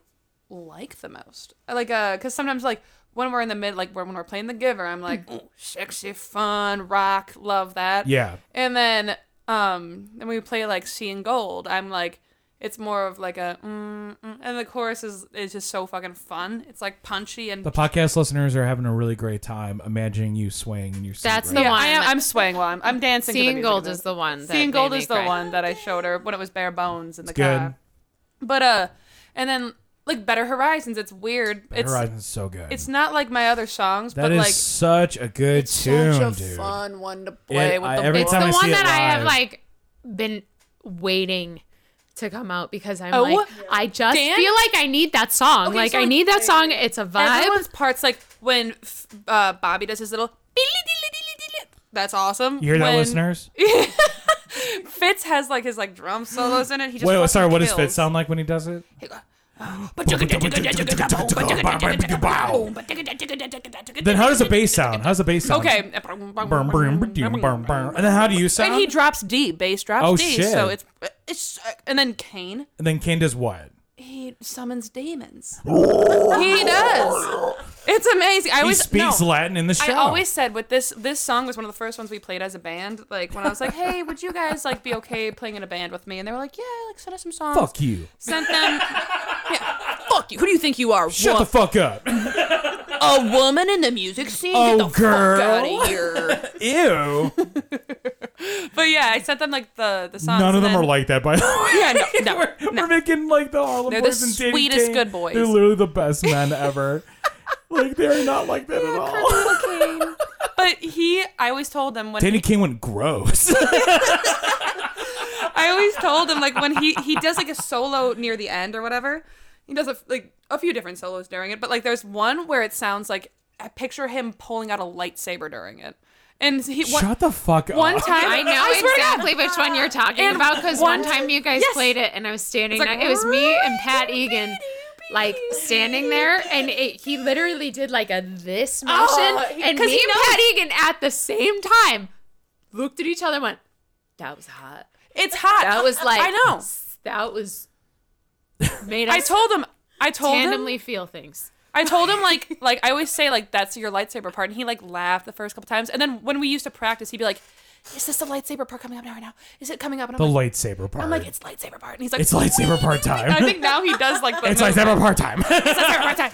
Speaker 3: like the most. I Like, uh, because sometimes like when we're in the mid, like when we're playing The Giver, I'm
Speaker 1: Hmm.
Speaker 3: like, "Ooh, sexy, fun, rock, love that.
Speaker 1: Yeah.
Speaker 3: And then um then we play like Seeing Gold. I'm like it's more of like a mm, mm, and the chorus is is just so fucking fun. It's like punchy and
Speaker 1: The podcast listeners are having a really great time imagining you swaying in your seat.
Speaker 7: That's
Speaker 1: right
Speaker 7: the
Speaker 3: yeah,
Speaker 7: one
Speaker 3: I am,
Speaker 7: that-
Speaker 3: I'm swaying while I'm, I'm dancing. to the
Speaker 7: Seeing
Speaker 3: music
Speaker 7: gold
Speaker 3: of
Speaker 7: is
Speaker 3: it.
Speaker 7: the one. That
Speaker 3: Seeing
Speaker 7: made
Speaker 3: Gold
Speaker 7: me
Speaker 3: is the
Speaker 7: cry.
Speaker 3: one that I showed her when it was bare bones in the
Speaker 1: It's good.
Speaker 3: car. But uh and then like Better Horizons, it's weird.
Speaker 1: Better
Speaker 3: it's
Speaker 1: Horizon's so good.
Speaker 3: it's not like my other songs,
Speaker 1: That
Speaker 3: but
Speaker 1: is
Speaker 3: like
Speaker 1: such a good tune, dude.
Speaker 3: one to
Speaker 1: It- I- every
Speaker 7: It's
Speaker 1: time
Speaker 7: the
Speaker 1: I see
Speaker 7: one
Speaker 1: it
Speaker 7: that I have
Speaker 1: live-
Speaker 7: like been waiting to come out because I'm
Speaker 3: Oh,
Speaker 7: like I just
Speaker 3: Dan?
Speaker 7: feel like I need that song.
Speaker 3: Okay,
Speaker 7: like
Speaker 3: so
Speaker 7: I need that song. It's a vibe.
Speaker 3: Everyone's parts like when f- uh, Bobby does his little. "Billy-dilly-dilly-dilly-dilly." That's awesome.
Speaker 1: You hear that,
Speaker 3: When
Speaker 1: listeners?
Speaker 3: Fitz has like his like drum solos in it. He just
Speaker 1: Wait, wait,
Speaker 3: fucking
Speaker 1: sorry. What does
Speaker 3: kills.
Speaker 1: Fitz sound like when he does it? Then how does the bass sound? How's the bass sound?
Speaker 3: Okay.
Speaker 1: Burn, burn, ba-doom, burn, burn. And then how do you sound?
Speaker 3: And he drops D, bass drops
Speaker 1: Oh,
Speaker 3: D.
Speaker 1: shit.
Speaker 3: So it's it's and then Kane
Speaker 1: And then Kane does what?
Speaker 3: he summons demons. he does. It's amazing. I
Speaker 1: He
Speaker 3: always
Speaker 1: speaks
Speaker 3: no.
Speaker 1: Latin in the show.
Speaker 3: I always said with this this song was one of the first ones we played as a band. Like when I was like, "Hey, would you guys like be okay playing in a band with me?" And they were like, "Yeah, like send us some songs."
Speaker 1: Fuck you.
Speaker 3: Sent them. Yeah. Fuck you. Who do you think you are?
Speaker 1: Shut
Speaker 3: Wo-
Speaker 1: the fuck up.
Speaker 3: a woman in the music scene.
Speaker 1: Oh,
Speaker 3: Get the
Speaker 1: girl.
Speaker 3: fuck out of here.
Speaker 1: Ew.
Speaker 3: but yeah, I sent them like the the songs.
Speaker 1: None of
Speaker 3: and
Speaker 1: them
Speaker 3: then-
Speaker 1: are like that, by the way.
Speaker 3: Yeah, no, no,
Speaker 1: we're, we're making like the Harlem
Speaker 3: They're the
Speaker 1: Boys and Danny
Speaker 3: sweetest
Speaker 1: Kane.
Speaker 3: good boys.
Speaker 1: They're literally the best men ever. like they're not like that at all.
Speaker 3: But he, I always told them when
Speaker 1: Danny King went gross.
Speaker 3: I always told him like when he he does like a solo near the end or whatever. He does a, f- like a few different solos during it, but like there's one where it sounds like I picture him pulling out a lightsaber during it. And he one,
Speaker 1: Shut the fuck up.
Speaker 3: one time
Speaker 7: I know
Speaker 3: swear to God.
Speaker 7: exactly which one you're talking about because one time you guys
Speaker 3: Yes.
Speaker 7: played it and I was standing.
Speaker 3: It's like,
Speaker 7: next- it was me and Pat Egan, like standing there, and it, he literally did like a this motion,
Speaker 3: Oh, he-
Speaker 7: and
Speaker 3: 'cause
Speaker 7: me
Speaker 3: he
Speaker 7: and Pat Egan at the same time looked at each other, and went, "That was hot.
Speaker 3: It's hot.
Speaker 7: That was like
Speaker 3: I know.
Speaker 7: That was made
Speaker 3: I
Speaker 7: us
Speaker 3: told him I told him
Speaker 7: randomly feel things."
Speaker 3: I told him like like I always say like that's your lightsaber part, and he like laughed the first couple times, and then when we used to practice, he'd be like, "Is this the lightsaber part coming up now? Right now? Is it coming up?" And I'm
Speaker 1: the
Speaker 3: like,
Speaker 1: lightsaber part.
Speaker 3: I'm like, "It's lightsaber part," and he's like,
Speaker 1: it's lightsaber part
Speaker 3: I
Speaker 1: time.
Speaker 3: think now he does like the
Speaker 1: It's
Speaker 3: movement.
Speaker 1: lightsaber part time. it's
Speaker 3: lightsaber part time.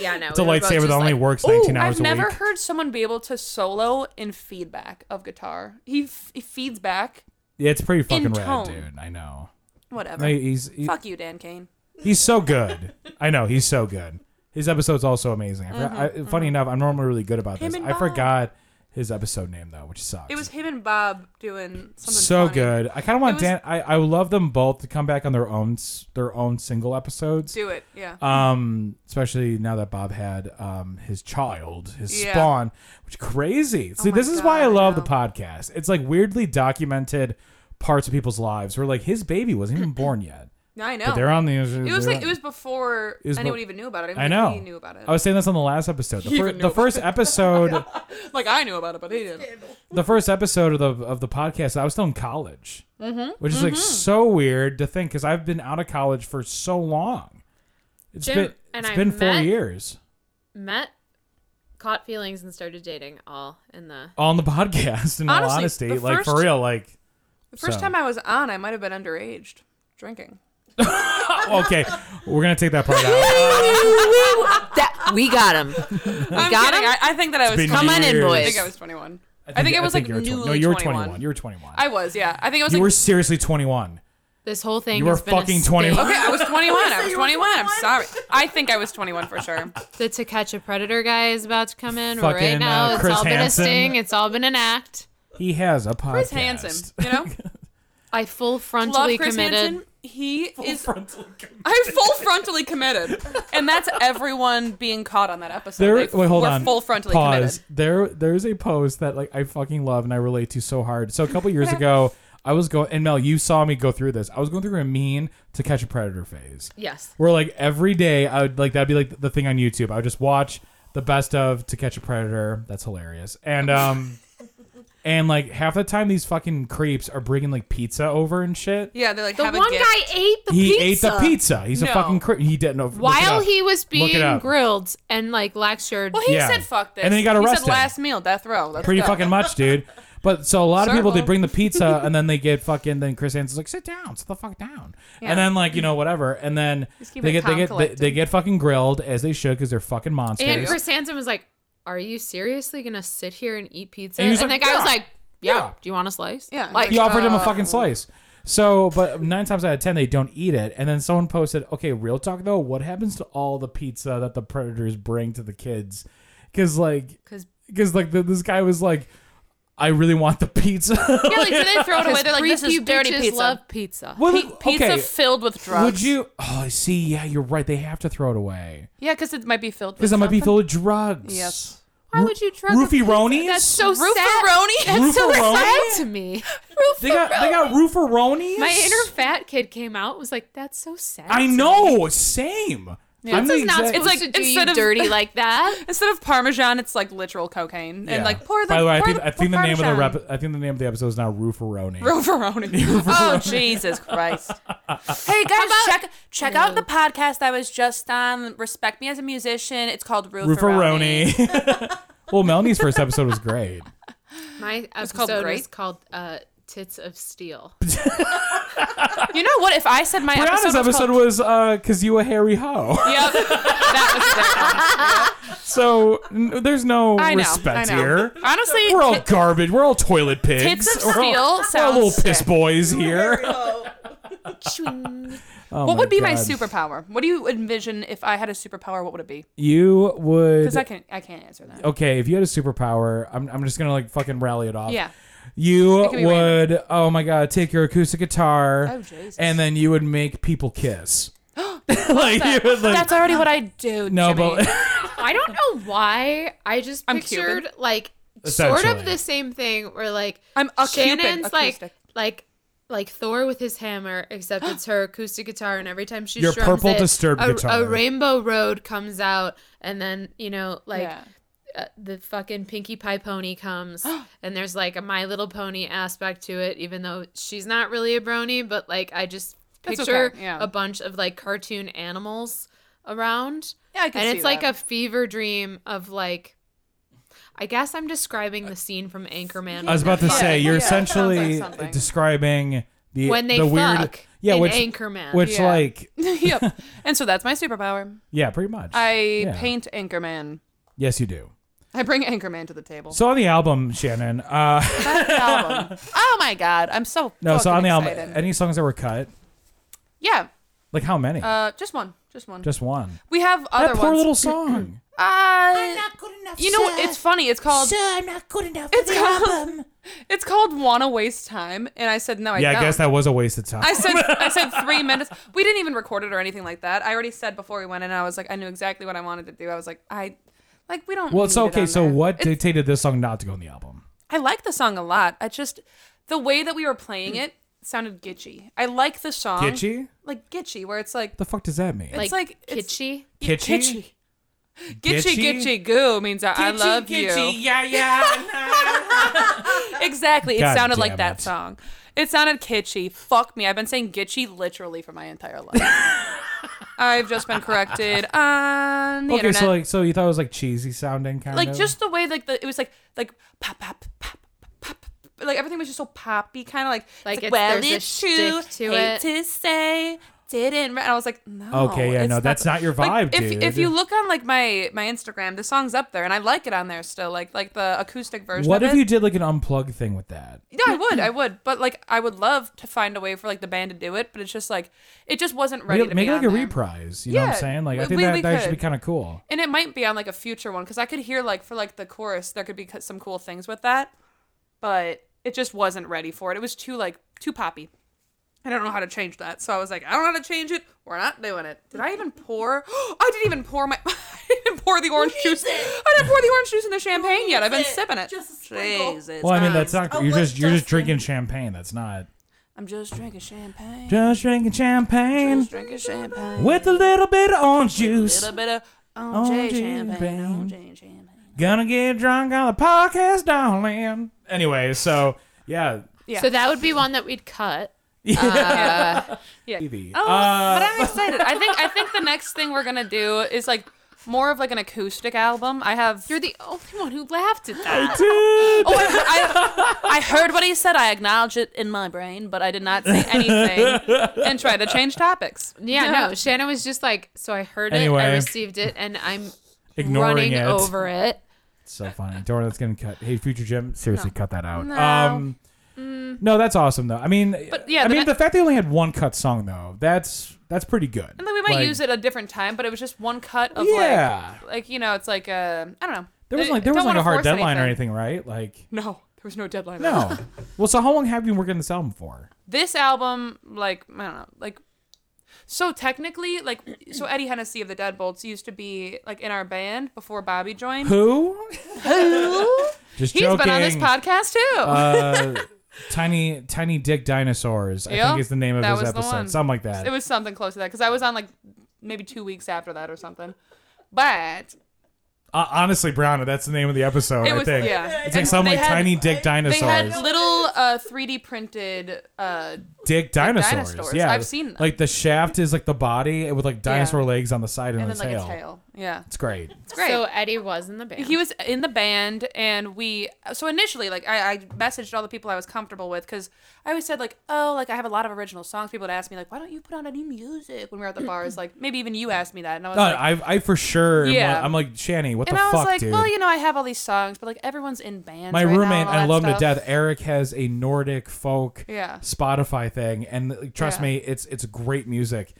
Speaker 7: Yeah, no,
Speaker 1: a lightsaber that only works 19 hours
Speaker 3: I've
Speaker 1: a
Speaker 3: never
Speaker 1: week.
Speaker 3: heard someone be able to solo in feedback of guitar. He, f- he feeds back.
Speaker 1: Yeah, it's pretty fucking rad,
Speaker 3: tone.
Speaker 1: dude. I know.
Speaker 3: Whatever.
Speaker 1: No, he's he-
Speaker 3: Fuck you, Dan Kane.
Speaker 1: he's so good. I know he's so good. His episode's also amazing. I, forgot- I, funny enough, I'm normally really good about
Speaker 3: Mm-hmm, Him
Speaker 1: this.
Speaker 3: and
Speaker 1: I
Speaker 3: Bob.
Speaker 1: forgot his episode name though, which sucks.
Speaker 3: It was him and Bob doing something.
Speaker 1: so
Speaker 3: funny.
Speaker 1: good. I kind of
Speaker 3: It
Speaker 1: want
Speaker 3: was-
Speaker 1: Dan. I, I would love them both to come back on their own s- their own single episodes.
Speaker 3: Do it. Yeah.
Speaker 1: Um, especially now that Bob had um his child, his
Speaker 3: Yeah. Oh
Speaker 1: spawn, which is crazy. See,
Speaker 3: my
Speaker 1: this is why I
Speaker 3: God, I
Speaker 1: love the
Speaker 3: know.
Speaker 1: podcast. It's like weirdly documented parts of people's lives where like his baby wasn't even born yet.
Speaker 3: I know.
Speaker 1: But they're on the.
Speaker 3: it was like it was before
Speaker 1: It was
Speaker 3: anyone
Speaker 1: be-
Speaker 3: even knew about it. I, mean,
Speaker 1: I know.
Speaker 3: He knew about it.
Speaker 1: I was saying this on the last episode. The,
Speaker 3: He
Speaker 1: fir-
Speaker 3: even knew
Speaker 1: the
Speaker 3: about
Speaker 1: first
Speaker 3: it.
Speaker 1: episode,
Speaker 3: like I knew about it, but he didn't.
Speaker 1: the first episode of the of the podcast, I was still in college, mm-hmm. which is like so weird to think because I've been out of college for so long. It's
Speaker 2: Jim
Speaker 1: been
Speaker 2: and
Speaker 1: it's
Speaker 2: I
Speaker 1: been four
Speaker 2: met-
Speaker 1: years
Speaker 2: Met, caught feelings, and started dating all in the.
Speaker 1: on the podcast. In all
Speaker 3: Honestly,
Speaker 1: honesty,
Speaker 3: the
Speaker 1: like for
Speaker 3: first-
Speaker 1: real, like
Speaker 3: The first
Speaker 1: So.
Speaker 3: time I was on, I might have been underage drinking.
Speaker 1: okay, we're gonna take that part out.
Speaker 8: That we got him.
Speaker 3: I'm
Speaker 8: got
Speaker 3: kidding.
Speaker 8: him?
Speaker 3: I, I think that I was.
Speaker 1: It's been
Speaker 3: 20.
Speaker 8: Come on in,
Speaker 1: years.
Speaker 3: I
Speaker 8: boys.
Speaker 3: think I was 21. I think, it was like
Speaker 1: you were 20.
Speaker 3: newly
Speaker 1: No, you were
Speaker 3: 21.
Speaker 1: 21. You were 21.
Speaker 3: I was, yeah. I think I was
Speaker 1: you
Speaker 3: like
Speaker 1: were seriously 21.
Speaker 2: This whole thing.
Speaker 1: You were
Speaker 2: has been a
Speaker 1: fucking
Speaker 2: sting.
Speaker 1: 21.
Speaker 3: Okay, I was 21. I was 21. I'm sorry. I think I was 21 for sure.
Speaker 2: The To Catch a Predator guy is about to come in
Speaker 1: Fucking, uh,
Speaker 2: right now. it's
Speaker 1: Chris
Speaker 2: all been a
Speaker 1: Hansen.
Speaker 2: sting. It's all been an act.
Speaker 1: He has a podcast.
Speaker 3: Chris Hansen, you know,
Speaker 2: I full
Speaker 3: love
Speaker 2: frontally
Speaker 3: Chris
Speaker 2: committed.
Speaker 3: Hansen. He is. I'm full frontally committed, and that's everyone being caught on that episode.
Speaker 1: There,
Speaker 3: They
Speaker 1: wait, hold
Speaker 3: were
Speaker 1: on.
Speaker 3: Full frontally
Speaker 1: Pause.
Speaker 3: committed.
Speaker 1: There, there's a post that like I fucking love and I relate to so hard. So a couple years ago, I was going, and Mel, you saw me go through this. I was going through a mean to catch a predator phase,
Speaker 2: Yes.
Speaker 1: where like every day I would like that'd be like the thing on YouTube. I would just watch the best of to catch a predator. That's hilarious. And um, and like half the time these fucking creeps are bringing like pizza over and shit.
Speaker 3: Yeah, they like
Speaker 2: The
Speaker 3: have
Speaker 2: one
Speaker 3: a gift.
Speaker 2: guy ate the
Speaker 1: He
Speaker 2: pizza.
Speaker 1: ate the pizza. He's a
Speaker 3: No.
Speaker 1: fucking creep. He didn't know.
Speaker 2: while he was
Speaker 1: Look it
Speaker 2: being
Speaker 1: up.
Speaker 2: grilled and like lectured.
Speaker 3: Well, he
Speaker 1: Yeah.
Speaker 3: said fuck this,
Speaker 1: And then he got
Speaker 3: He
Speaker 1: arrested.
Speaker 3: said last meal, death row. Let's
Speaker 1: pretty
Speaker 3: go.
Speaker 1: fucking much, dude. But so a lot of people they
Speaker 3: Circle.
Speaker 1: bring the pizza and then they get fucking then Chris Hansen's like sit down, sit the fuck down, and then like you know whatever, and then
Speaker 3: keep
Speaker 1: they
Speaker 3: it
Speaker 1: get they
Speaker 3: calm,
Speaker 1: get they,
Speaker 3: collected.
Speaker 1: they get fucking grilled as they should because they're fucking monsters.
Speaker 2: and Chris Hansen was like, "Are you seriously gonna sit here and eat pizza?"
Speaker 1: And he was
Speaker 2: And,
Speaker 1: like,
Speaker 2: the guy
Speaker 1: "Yeah,
Speaker 2: was like, yeah,
Speaker 1: yeah."
Speaker 2: Do you want a slice?"
Speaker 3: Yeah,
Speaker 2: Like, "Oh."
Speaker 1: you offered him a
Speaker 3: uh,
Speaker 1: fucking slice. So, but nine times out of ten, they don't eat it. And then someone posted, "Okay, real talk though, what happens to all the pizza that the predators bring to the kids? Because like,
Speaker 2: 'Cause-
Speaker 1: because like the, this guy was like, I really want the pizza.
Speaker 2: yeah, like do they throw it away? They're like, "This is
Speaker 8: Greasy
Speaker 2: dirty
Speaker 8: dirty
Speaker 2: bitches
Speaker 8: pizza."
Speaker 2: love pizza."
Speaker 1: Well,
Speaker 8: Pe- pizza
Speaker 1: okay.
Speaker 8: filled with drugs.
Speaker 1: Would you? Oh, I see. Yeah, you're right. They have to throw it away
Speaker 3: Yeah, because it might be filled.
Speaker 1: because
Speaker 3: Because
Speaker 1: it might be filled with drugs.
Speaker 3: Yes.
Speaker 2: Why would you drug a
Speaker 1: roofie
Speaker 2: pizza?
Speaker 1: ronies?
Speaker 2: That's so sad.
Speaker 3: Roofaroni.
Speaker 1: Roofaroni?
Speaker 2: That's so sad to me.
Speaker 1: They got they got roofaronies.
Speaker 2: My inner fat kid came out was like, "That's so sad."
Speaker 1: I know. Same. I'm the
Speaker 2: This is not
Speaker 1: exact-
Speaker 2: supposed
Speaker 3: like,
Speaker 2: to do
Speaker 3: instead
Speaker 2: you
Speaker 3: of-
Speaker 2: dirty like that.
Speaker 3: Instead of parmesan, it's like literal cocaine
Speaker 1: Yeah.
Speaker 3: and like pour the.
Speaker 1: By the way, I
Speaker 3: pour
Speaker 1: think I think the name of the
Speaker 3: parmesan.
Speaker 1: rep, I think the name of the episode is now roofaroni.
Speaker 3: Roofaroni. oh Jesus Christ! hey guys, check check out the podcast I was just
Speaker 7: um,
Speaker 3: on. Respect me as a musician. It's called Roofaroni.
Speaker 1: roofaroni. well, Melanie's first episode was great.
Speaker 2: My
Speaker 3: called
Speaker 2: episode was
Speaker 3: Grape?
Speaker 2: called uh, "Tits of Steel."
Speaker 3: You know what? If I said my
Speaker 1: Brianna's
Speaker 3: episode, was
Speaker 1: episode
Speaker 3: called-
Speaker 1: was uh, "Cause You a Hairy Hoe."
Speaker 3: yep, that
Speaker 1: so n- there's no
Speaker 3: I know,
Speaker 1: respect
Speaker 3: I know.
Speaker 1: here.
Speaker 3: was there. Honestly,
Speaker 1: We're all
Speaker 3: tit-
Speaker 1: garbage. We're all toilet pigs.
Speaker 3: Tits of
Speaker 1: we're all-
Speaker 3: Steel
Speaker 1: we're all
Speaker 3: sounds
Speaker 1: little piss
Speaker 3: sick.
Speaker 1: boys here. Oh
Speaker 3: what would be my
Speaker 1: God.
Speaker 3: superpower? What do you envision if I had a superpower? What would it be?
Speaker 1: You would.
Speaker 3: Because I can I can't answer that.
Speaker 1: okay, if you had a superpower, I'm, I'm just gonna like fucking rally it off.
Speaker 3: Yeah.
Speaker 1: You
Speaker 3: can be
Speaker 1: would. Oh my god, take your acoustic guitar.
Speaker 3: Oh, Jesus.
Speaker 1: And then you would make people kiss. like you would like.
Speaker 3: That's already what I do.
Speaker 1: no,
Speaker 3: Jimmy.
Speaker 1: but
Speaker 2: I don't know why. I just
Speaker 3: I'm
Speaker 2: pictured
Speaker 3: Cuban.
Speaker 2: like sort
Speaker 1: Essentially.
Speaker 2: of the same thing where like
Speaker 3: I'm a Cupid
Speaker 2: Shannon's like
Speaker 3: acoustic.
Speaker 2: like like Thor with his hammer, except it's her acoustic guitar, and every time she
Speaker 1: Your
Speaker 2: strums
Speaker 1: purple
Speaker 2: it,
Speaker 1: Disturbed
Speaker 2: a,
Speaker 1: guitar.
Speaker 2: a rainbow road comes out, and then you know like.
Speaker 3: Yeah.
Speaker 2: Uh, the fucking Pinkie Pie Pony comes, and there's like a My Little Pony aspect to it, even though she's not really a brony. But like, I just
Speaker 3: That's
Speaker 2: picture
Speaker 3: okay, yeah.
Speaker 2: a bunch of like cartoon animals around,
Speaker 3: Yeah, I can
Speaker 2: and
Speaker 3: see
Speaker 2: it's like
Speaker 3: that.
Speaker 2: a fever dream of like i guess i'm describing the scene from anchorman
Speaker 1: I was about to
Speaker 3: Yeah.
Speaker 1: say you're
Speaker 3: Yeah, sounds like
Speaker 1: essentially
Speaker 3: something.
Speaker 1: describing the
Speaker 2: when they
Speaker 1: the
Speaker 2: fuck
Speaker 1: weird yeah
Speaker 2: in
Speaker 1: which
Speaker 2: anchorman
Speaker 1: which
Speaker 3: Yeah.
Speaker 1: like
Speaker 3: yep. And so that's my superpower.
Speaker 1: yeah pretty much
Speaker 3: I
Speaker 1: Yeah.
Speaker 3: paint Anchorman.
Speaker 1: yes you do
Speaker 3: I bring Anchorman to the table.
Speaker 1: so on the album Shannon uh
Speaker 3: That's the album. Oh my god, I'm so
Speaker 1: no so on the
Speaker 3: excited.
Speaker 1: album any songs that were cut
Speaker 3: yeah,
Speaker 1: like how many
Speaker 3: uh, just one, just one.
Speaker 1: just one
Speaker 3: we have other
Speaker 1: that poor
Speaker 3: ones.
Speaker 1: little song
Speaker 3: uh, you know, it's funny. It's called.
Speaker 7: I'm not good enough.
Speaker 3: It's called. It's called "Wanna Waste Time," and I said no. I
Speaker 1: yeah
Speaker 3: don't.
Speaker 1: I guess that was a waste of time
Speaker 3: I said I said three minutes. We didn't even record it or anything like that. I already said before we went in. I was like, I knew exactly what I wanted to do. I was like, I like we don't.
Speaker 1: well it's
Speaker 3: need it
Speaker 1: okay
Speaker 3: on
Speaker 1: so
Speaker 3: there.
Speaker 1: what
Speaker 3: It's-
Speaker 1: dictated this song not to go on the album
Speaker 3: I like the song a lot. I just the way that we were playing it sounded gitchy. I like the song.
Speaker 1: Gitchy?
Speaker 3: Like gitchy, where it's like
Speaker 1: The fuck does that mean?
Speaker 3: it's like it's-
Speaker 2: Kitschy.
Speaker 3: yeah,
Speaker 1: Kitschy?
Speaker 3: Gitchy, gitchy,
Speaker 1: Gitchy?
Speaker 3: goo means I, I love you.
Speaker 1: Yeah, yeah.
Speaker 3: Exactly. It
Speaker 1: God
Speaker 3: sounded like
Speaker 1: damn
Speaker 3: that
Speaker 1: it.
Speaker 3: song. It sounded kitschy. Fuck me. I've been saying gitchy literally for my entire life. I've just been corrected on the
Speaker 1: okay,
Speaker 3: internet.
Speaker 1: so like, so you thought it was like cheesy sounding kind
Speaker 3: like
Speaker 1: of?
Speaker 3: just the way like the it was like like pop pop pop pop pop, like everything was just so poppy kind of like it's
Speaker 7: Like, it's-
Speaker 3: well
Speaker 7: there's a
Speaker 3: it's true
Speaker 7: shtick to
Speaker 3: hate
Speaker 7: it.
Speaker 3: to say didn't re-" and I was like no
Speaker 1: Okay, yeah,
Speaker 3: it's
Speaker 1: no, that's not your
Speaker 3: like,
Speaker 1: vibe,
Speaker 3: if,
Speaker 1: dude.
Speaker 3: if you look on like my my Instagram the song's up there and I like it on there still like like the acoustic version
Speaker 1: What
Speaker 3: of
Speaker 1: if
Speaker 3: it.
Speaker 1: you did like an unplug thing with that?
Speaker 3: yeah I would I would but like I would love to find a way for like the band to do it but it's just like it just wasn't ready
Speaker 1: Make,
Speaker 3: to
Speaker 1: make
Speaker 3: be
Speaker 1: it like
Speaker 3: on
Speaker 1: a
Speaker 3: there.
Speaker 1: reprise. You know what I'm
Speaker 3: Yeah,
Speaker 1: saying? Like, I
Speaker 3: we-
Speaker 1: think
Speaker 3: we-
Speaker 1: that,
Speaker 3: we
Speaker 1: that should be
Speaker 3: could.
Speaker 1: kind of cool.
Speaker 3: and it might be on like a future one because I could hear like for like the chorus there could be co- some cool things with that, but it just wasn't ready for it. It was too like too poppy. I don't know how to change that, so I was like, I don't know how to change it. We're not doing it. Did I even pour? I didn't even pour my. I didn't pour the orange juice. I didn't pour the orange juice in the champagne yet. I've been
Speaker 5: needs it?
Speaker 3: sipping it.
Speaker 5: Just a sprinkle.
Speaker 3: Jesus.
Speaker 1: Well, I mean, that's not.
Speaker 3: Oh,
Speaker 5: I'll
Speaker 1: You're
Speaker 5: let
Speaker 1: just you're just
Speaker 5: Justin-
Speaker 1: drinking champagne. That's not.
Speaker 3: I'm just drinking champagne.
Speaker 1: Just drinking champagne
Speaker 3: Just drinking champagne.
Speaker 1: with a little bit of orange juice.
Speaker 3: Little bit of
Speaker 1: Orange
Speaker 3: OJ champagne.
Speaker 1: champagne.
Speaker 3: OJ champagne.
Speaker 1: Gonna get drunk on the podcast, darling. Anyway, so yeah,
Speaker 3: Yeah.
Speaker 2: So that would be one that we'd cut.
Speaker 1: maybe.
Speaker 3: Oh,
Speaker 1: Uh,
Speaker 3: but I'm excited. I think I think the next thing we're gonna do is like more of like an acoustic album. I have.
Speaker 2: You're the only one who laughed at that.
Speaker 1: Uh, dude.
Speaker 3: Oh, I, I, I heard what he said. I acknowledge it in my brain, but I did not say anything and try to change topics.
Speaker 2: Yeah, no. Shannon was just like, so I heard it,
Speaker 1: Anyway.
Speaker 2: I received it, and I'm
Speaker 1: Ignoring
Speaker 2: running
Speaker 1: it.
Speaker 2: over it.
Speaker 1: So funny. Don't worry, that's gonna cut. Hey, future Jim, seriously, cut that out.
Speaker 3: No. Mm.
Speaker 1: Um, no, that's awesome though. I mean,
Speaker 3: yeah,
Speaker 1: I
Speaker 3: the
Speaker 1: mean,
Speaker 3: ne-
Speaker 1: the fact they only had one cut song though, that's that's pretty good.
Speaker 3: And then we might use it a different time, but it was just one cut of
Speaker 1: Yeah.
Speaker 3: like, like you know, it's like uh, I don't know.
Speaker 1: There was
Speaker 3: I
Speaker 1: like there was
Speaker 3: don't
Speaker 1: like a
Speaker 3: wanna
Speaker 1: hard
Speaker 3: force
Speaker 1: deadline or anything, right? Like,
Speaker 3: No, there was no deadline.
Speaker 1: no. well, so how long have you been working on this album for?
Speaker 3: this album, like I don't know, like so technically, like so Eddie Hennessy of the Deadbolts used to be like in our band before Bobby joined.
Speaker 1: Who? Just
Speaker 3: He's
Speaker 1: joking.
Speaker 3: been on this podcast too.
Speaker 1: uh, tiny tiny dick dinosaurs. I
Speaker 3: Yeah,
Speaker 1: think is the name of
Speaker 3: that
Speaker 1: his
Speaker 3: was the
Speaker 1: episode,
Speaker 3: one.
Speaker 1: something like that.
Speaker 3: it was something close to that because I was on like maybe two weeks after that or something. But
Speaker 1: Uh, honestly, Brianna, that's the name of the episode.
Speaker 3: it
Speaker 1: I
Speaker 3: was
Speaker 1: think.
Speaker 3: yeah.
Speaker 1: It's like something
Speaker 3: they
Speaker 1: like
Speaker 3: had-
Speaker 1: tiny dick
Speaker 3: They
Speaker 1: dinosaurs.
Speaker 3: had little uh, 3D printed. Uh,
Speaker 1: dick dinosaurs.
Speaker 3: dinosaurs.
Speaker 1: Yeah,
Speaker 3: I've seen them.
Speaker 1: Like the shaft is like the body with like dinosaur legs on the side and,
Speaker 3: and
Speaker 1: the
Speaker 3: then like
Speaker 1: tail.
Speaker 3: a tail. Yeah.
Speaker 1: It's great.
Speaker 3: It's great.
Speaker 2: So Eddie was in the band.
Speaker 3: he was in the band and we so initially like i, I messaged all the people i was comfortable with because i always said like oh like i have a lot of original songs people would ask me like why don't you put out any music when we were at the bars like maybe even you asked me that and i was
Speaker 1: No,
Speaker 3: like
Speaker 1: Uh, I, I for sure. am
Speaker 3: Yeah.
Speaker 1: like- I'm like Shanny. What
Speaker 3: and
Speaker 1: the
Speaker 3: i was
Speaker 1: fuck,
Speaker 3: like
Speaker 1: dude?
Speaker 3: well you know i have all these songs but like everyone's in bands
Speaker 1: My
Speaker 3: right now
Speaker 1: roommate,
Speaker 3: and all
Speaker 1: I
Speaker 3: that
Speaker 1: love him to
Speaker 3: stuff."
Speaker 1: death. Eric has a Nordic folk
Speaker 3: Yeah.
Speaker 1: Spotify thing, and like, trust
Speaker 3: Yeah. Mm-hmm.
Speaker 1: me, it's it's great music.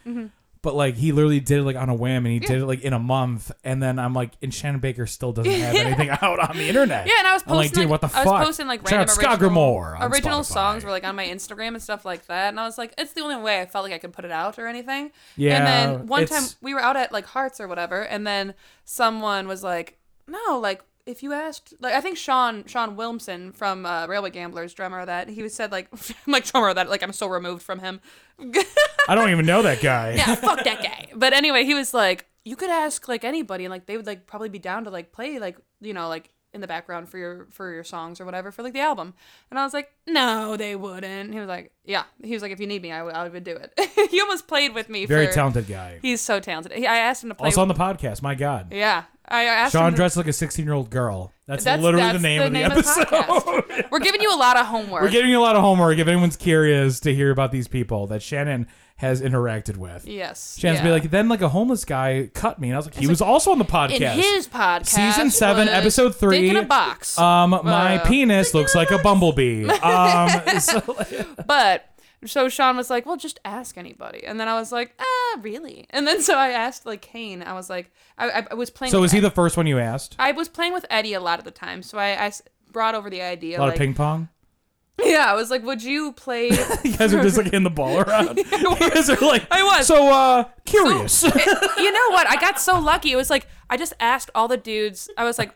Speaker 1: But like he literally did it like on a whim, and he did it like in a month, and then I'm like, and Shannon Baker still doesn't have anything out on the internet.
Speaker 3: yeah, and I was
Speaker 1: I'm
Speaker 3: posting
Speaker 1: like, dude, what the
Speaker 3: I
Speaker 1: fuck?
Speaker 3: was posting like
Speaker 1: Check out
Speaker 3: random
Speaker 1: Scott
Speaker 3: original,
Speaker 1: Gilmore on
Speaker 3: original songs
Speaker 1: Spotify.
Speaker 3: were like on my Instagram and stuff like that, and I was like, it's the only way I felt like I could put it out or anything.
Speaker 1: Yeah,
Speaker 3: And then one
Speaker 1: it's-
Speaker 3: time we were out at like Hearts or whatever, and then someone was like, no, like if you asked, like I think Sean Sean Wilmson from uh, Railway Gamblers, drummer of that, he was said like, I'm like drummer of that, like I'm so removed from him.
Speaker 1: I don't even know that guy.
Speaker 3: yeah, fuck that guy. But anyway, he was like, you could ask like anybody, and like they would like probably be down to like play like you know like in the background for your for your songs or whatever for like the album. And I was like, no, they wouldn't. He was like, yeah. He was like, if you need me, I would I would do it. he almost played with me.
Speaker 1: Very
Speaker 3: for,
Speaker 1: talented guy.
Speaker 3: He's so talented. He, I asked him to play.
Speaker 1: Also on the podcast. My God.
Speaker 3: yeah, I asked
Speaker 1: Sean
Speaker 3: him. To,
Speaker 1: dressed like a 16 year old girl. That's,
Speaker 3: That's-
Speaker 1: literally the
Speaker 3: that's
Speaker 1: name
Speaker 3: the
Speaker 1: of the
Speaker 3: name of the
Speaker 1: episode.
Speaker 3: we're giving you a lot of homework.
Speaker 1: We're giving you a lot of homework if anyone's curious to hear about these people that Shannon has interacted with.
Speaker 3: yes.
Speaker 1: Shannon's
Speaker 3: yeah.
Speaker 1: be like, then like a homeless guy cut me, and I was like, he was also on the
Speaker 3: in
Speaker 1: podcast.
Speaker 3: his podcast,
Speaker 1: Season seven,
Speaker 3: was
Speaker 1: episode three.
Speaker 3: Dick in a box.
Speaker 1: um, my
Speaker 3: Uh,
Speaker 1: penis looks like a bumblebee. Um, so,
Speaker 3: But so Sean was like, "Well, just ask anybody." And then I was like, "Ah, really?" And then so I asked like Kane. I was like, I, I- I was playing.
Speaker 1: so
Speaker 3: with E,
Speaker 1: is he
Speaker 3: Ed-
Speaker 1: the first one you asked?
Speaker 3: I was playing with Eddie a lot of the time, so I, I s- brought over the idea.
Speaker 1: A lot
Speaker 3: like,
Speaker 1: of ping pong.
Speaker 3: Yeah, I was like, would you play?
Speaker 1: You guys are just like hitting the ball around. you guys are like,
Speaker 3: I was.
Speaker 1: So uh, curious.
Speaker 3: you know what? I got so lucky. It was like I just asked all the dudes. I was like,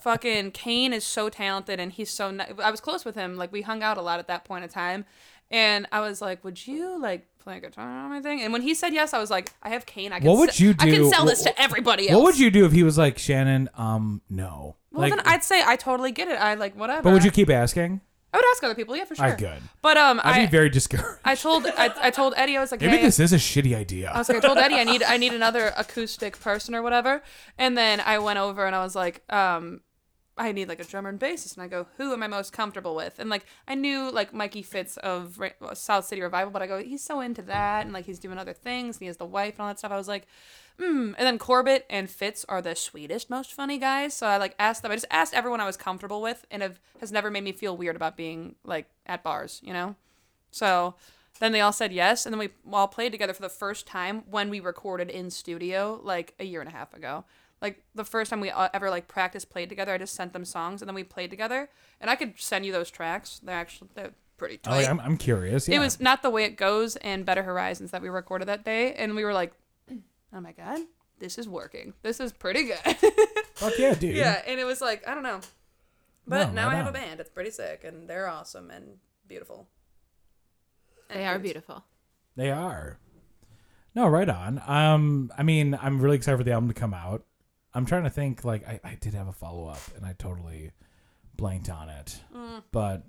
Speaker 3: "Fucking Kane is so talented, and he's so." Ni-. I was close with him. Like we hung out a lot at that point in time, and I was like, "Would you like play guitar on my thing?" And when he said yes, I was like, "I have Kane. I can.
Speaker 1: What would
Speaker 3: se-
Speaker 1: you
Speaker 3: I can
Speaker 1: do-
Speaker 3: sell
Speaker 1: what-
Speaker 3: this to everybody else."
Speaker 1: what would you do if he was like Shannon? Um, no.
Speaker 3: Well,
Speaker 1: like,
Speaker 3: then I'd say I totally get it. I like whatever.
Speaker 1: but would you keep asking?
Speaker 3: I would ask other people. Yeah, for sure.
Speaker 1: I could.
Speaker 3: But um,
Speaker 1: I'd
Speaker 3: I
Speaker 1: be very discouraged.
Speaker 3: I told I, I told Eddie I was like,
Speaker 1: Maybe
Speaker 3: "Hey,
Speaker 1: this is a shitty idea.
Speaker 3: I was like, I told Eddie I need I need another acoustic person or whatever. And then I went over and I was like, um, I need like a drummer and bassist. And I go, who am I most comfortable with? And like I knew like Mikey Fitz of Ra- South City Revival, but I go, he's so into that and like he's doing other things and he has the wife and all that stuff. I was like, hmm. And then Corbett and Fitz are the sweetest, most funny guys. So I like asked them. I just asked everyone I was comfortable with and have has never made me feel weird about being like at bars, you know. So then they all said yes, and then we all played together for the first time when we recorded in studio like a year and a half ago. Like the first time we uh, ever like practiced played together, I just sent them songs and then we played together. And I could send you those tracks. They're actually they're pretty
Speaker 1: I'm, like,
Speaker 3: tight.
Speaker 1: I'm, I'm curious. Oh, Yeah.
Speaker 3: It was not the way it goes and Better Horizons that we recorded that day, and we were like, "Oh my god, this is working. This is pretty good."
Speaker 1: Fuck yeah, dude.
Speaker 3: yeah, and it was like I don't know, but
Speaker 1: No,
Speaker 3: now
Speaker 1: right
Speaker 3: I have a
Speaker 1: on.
Speaker 3: band. It's pretty sick, and they're awesome and beautiful.
Speaker 7: They are beautiful.
Speaker 1: They are. No, right on. Um, I mean, I'm really excited for the album to come out. I'm trying to think. Like, I, I did have a follow up, and I totally blanked on it.
Speaker 3: Mm.
Speaker 1: But,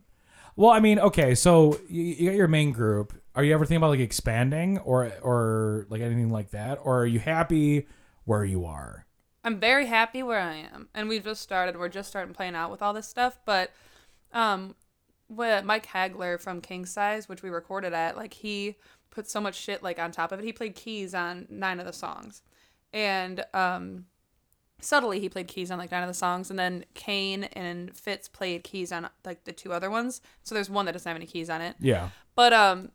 Speaker 1: well, I mean, okay. So you, you got your main group. Are you ever thinking about like expanding or or like anything like that? Or are you happy where you are?
Speaker 3: I'm very happy where I am, and we just started. We're just starting playing out with all this stuff, but um, with Mike Hagler from King Size, which we recorded at, like he put so much shit like on top of it. He played keys on nine of the songs, and um, subtly he played keys on like nine of the songs, and then Kane and Fitz played keys on like the two other ones. So there's one that doesn't have any keys on it.
Speaker 1: Yeah.
Speaker 3: But um,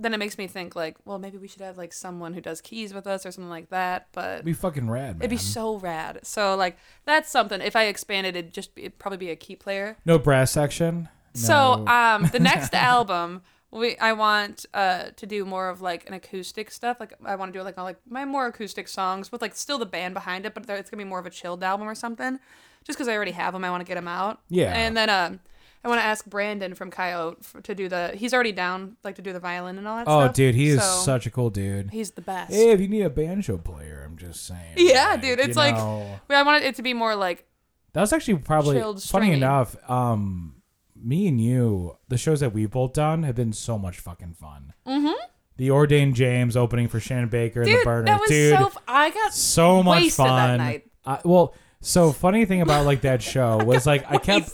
Speaker 3: then it makes me think like, well, maybe we should have like someone who does keys with us or something like that. But
Speaker 1: It'd be fucking rad, man.
Speaker 3: It'd be so rad. So like that's something. If I expanded, it'd just be, it'd probably be a key player.
Speaker 1: no brass section.
Speaker 3: So
Speaker 1: No.
Speaker 3: um, the next album, we I want uh to do more of like an acoustic stuff. Like I want to do like all, like my more acoustic songs with like still the band behind it, but there- it's gonna be more of a chilled album or something. Just because I already have them, I want to get them out.
Speaker 1: Yeah.
Speaker 3: And then um, I want to ask Brandon from Coyote for, to do the. He's already down like to do the violin and all that.
Speaker 1: oh,
Speaker 3: stuff.
Speaker 1: dude, he is
Speaker 3: So,
Speaker 1: such a cool dude.
Speaker 3: He's the best.
Speaker 1: Hey, if you need a banjo player, I'm just saying.
Speaker 3: yeah,
Speaker 1: like,
Speaker 3: dude.
Speaker 1: you
Speaker 3: It's like
Speaker 1: know.
Speaker 3: I wanted it to be more like
Speaker 1: That was actually probably
Speaker 3: Chilled
Speaker 1: funny
Speaker 3: stringing.
Speaker 1: enough. Um, me and you, the shows that we've both done have been so much fucking fun. Mm-hmm. The ordained James opening for Shannon Baker and the
Speaker 3: dude.
Speaker 1: burner,
Speaker 3: That was
Speaker 1: dude,
Speaker 3: so. F- I got
Speaker 1: so much
Speaker 3: wasted that
Speaker 1: fun.
Speaker 3: night.
Speaker 1: I, well, so funny thing about like that show was like I kept.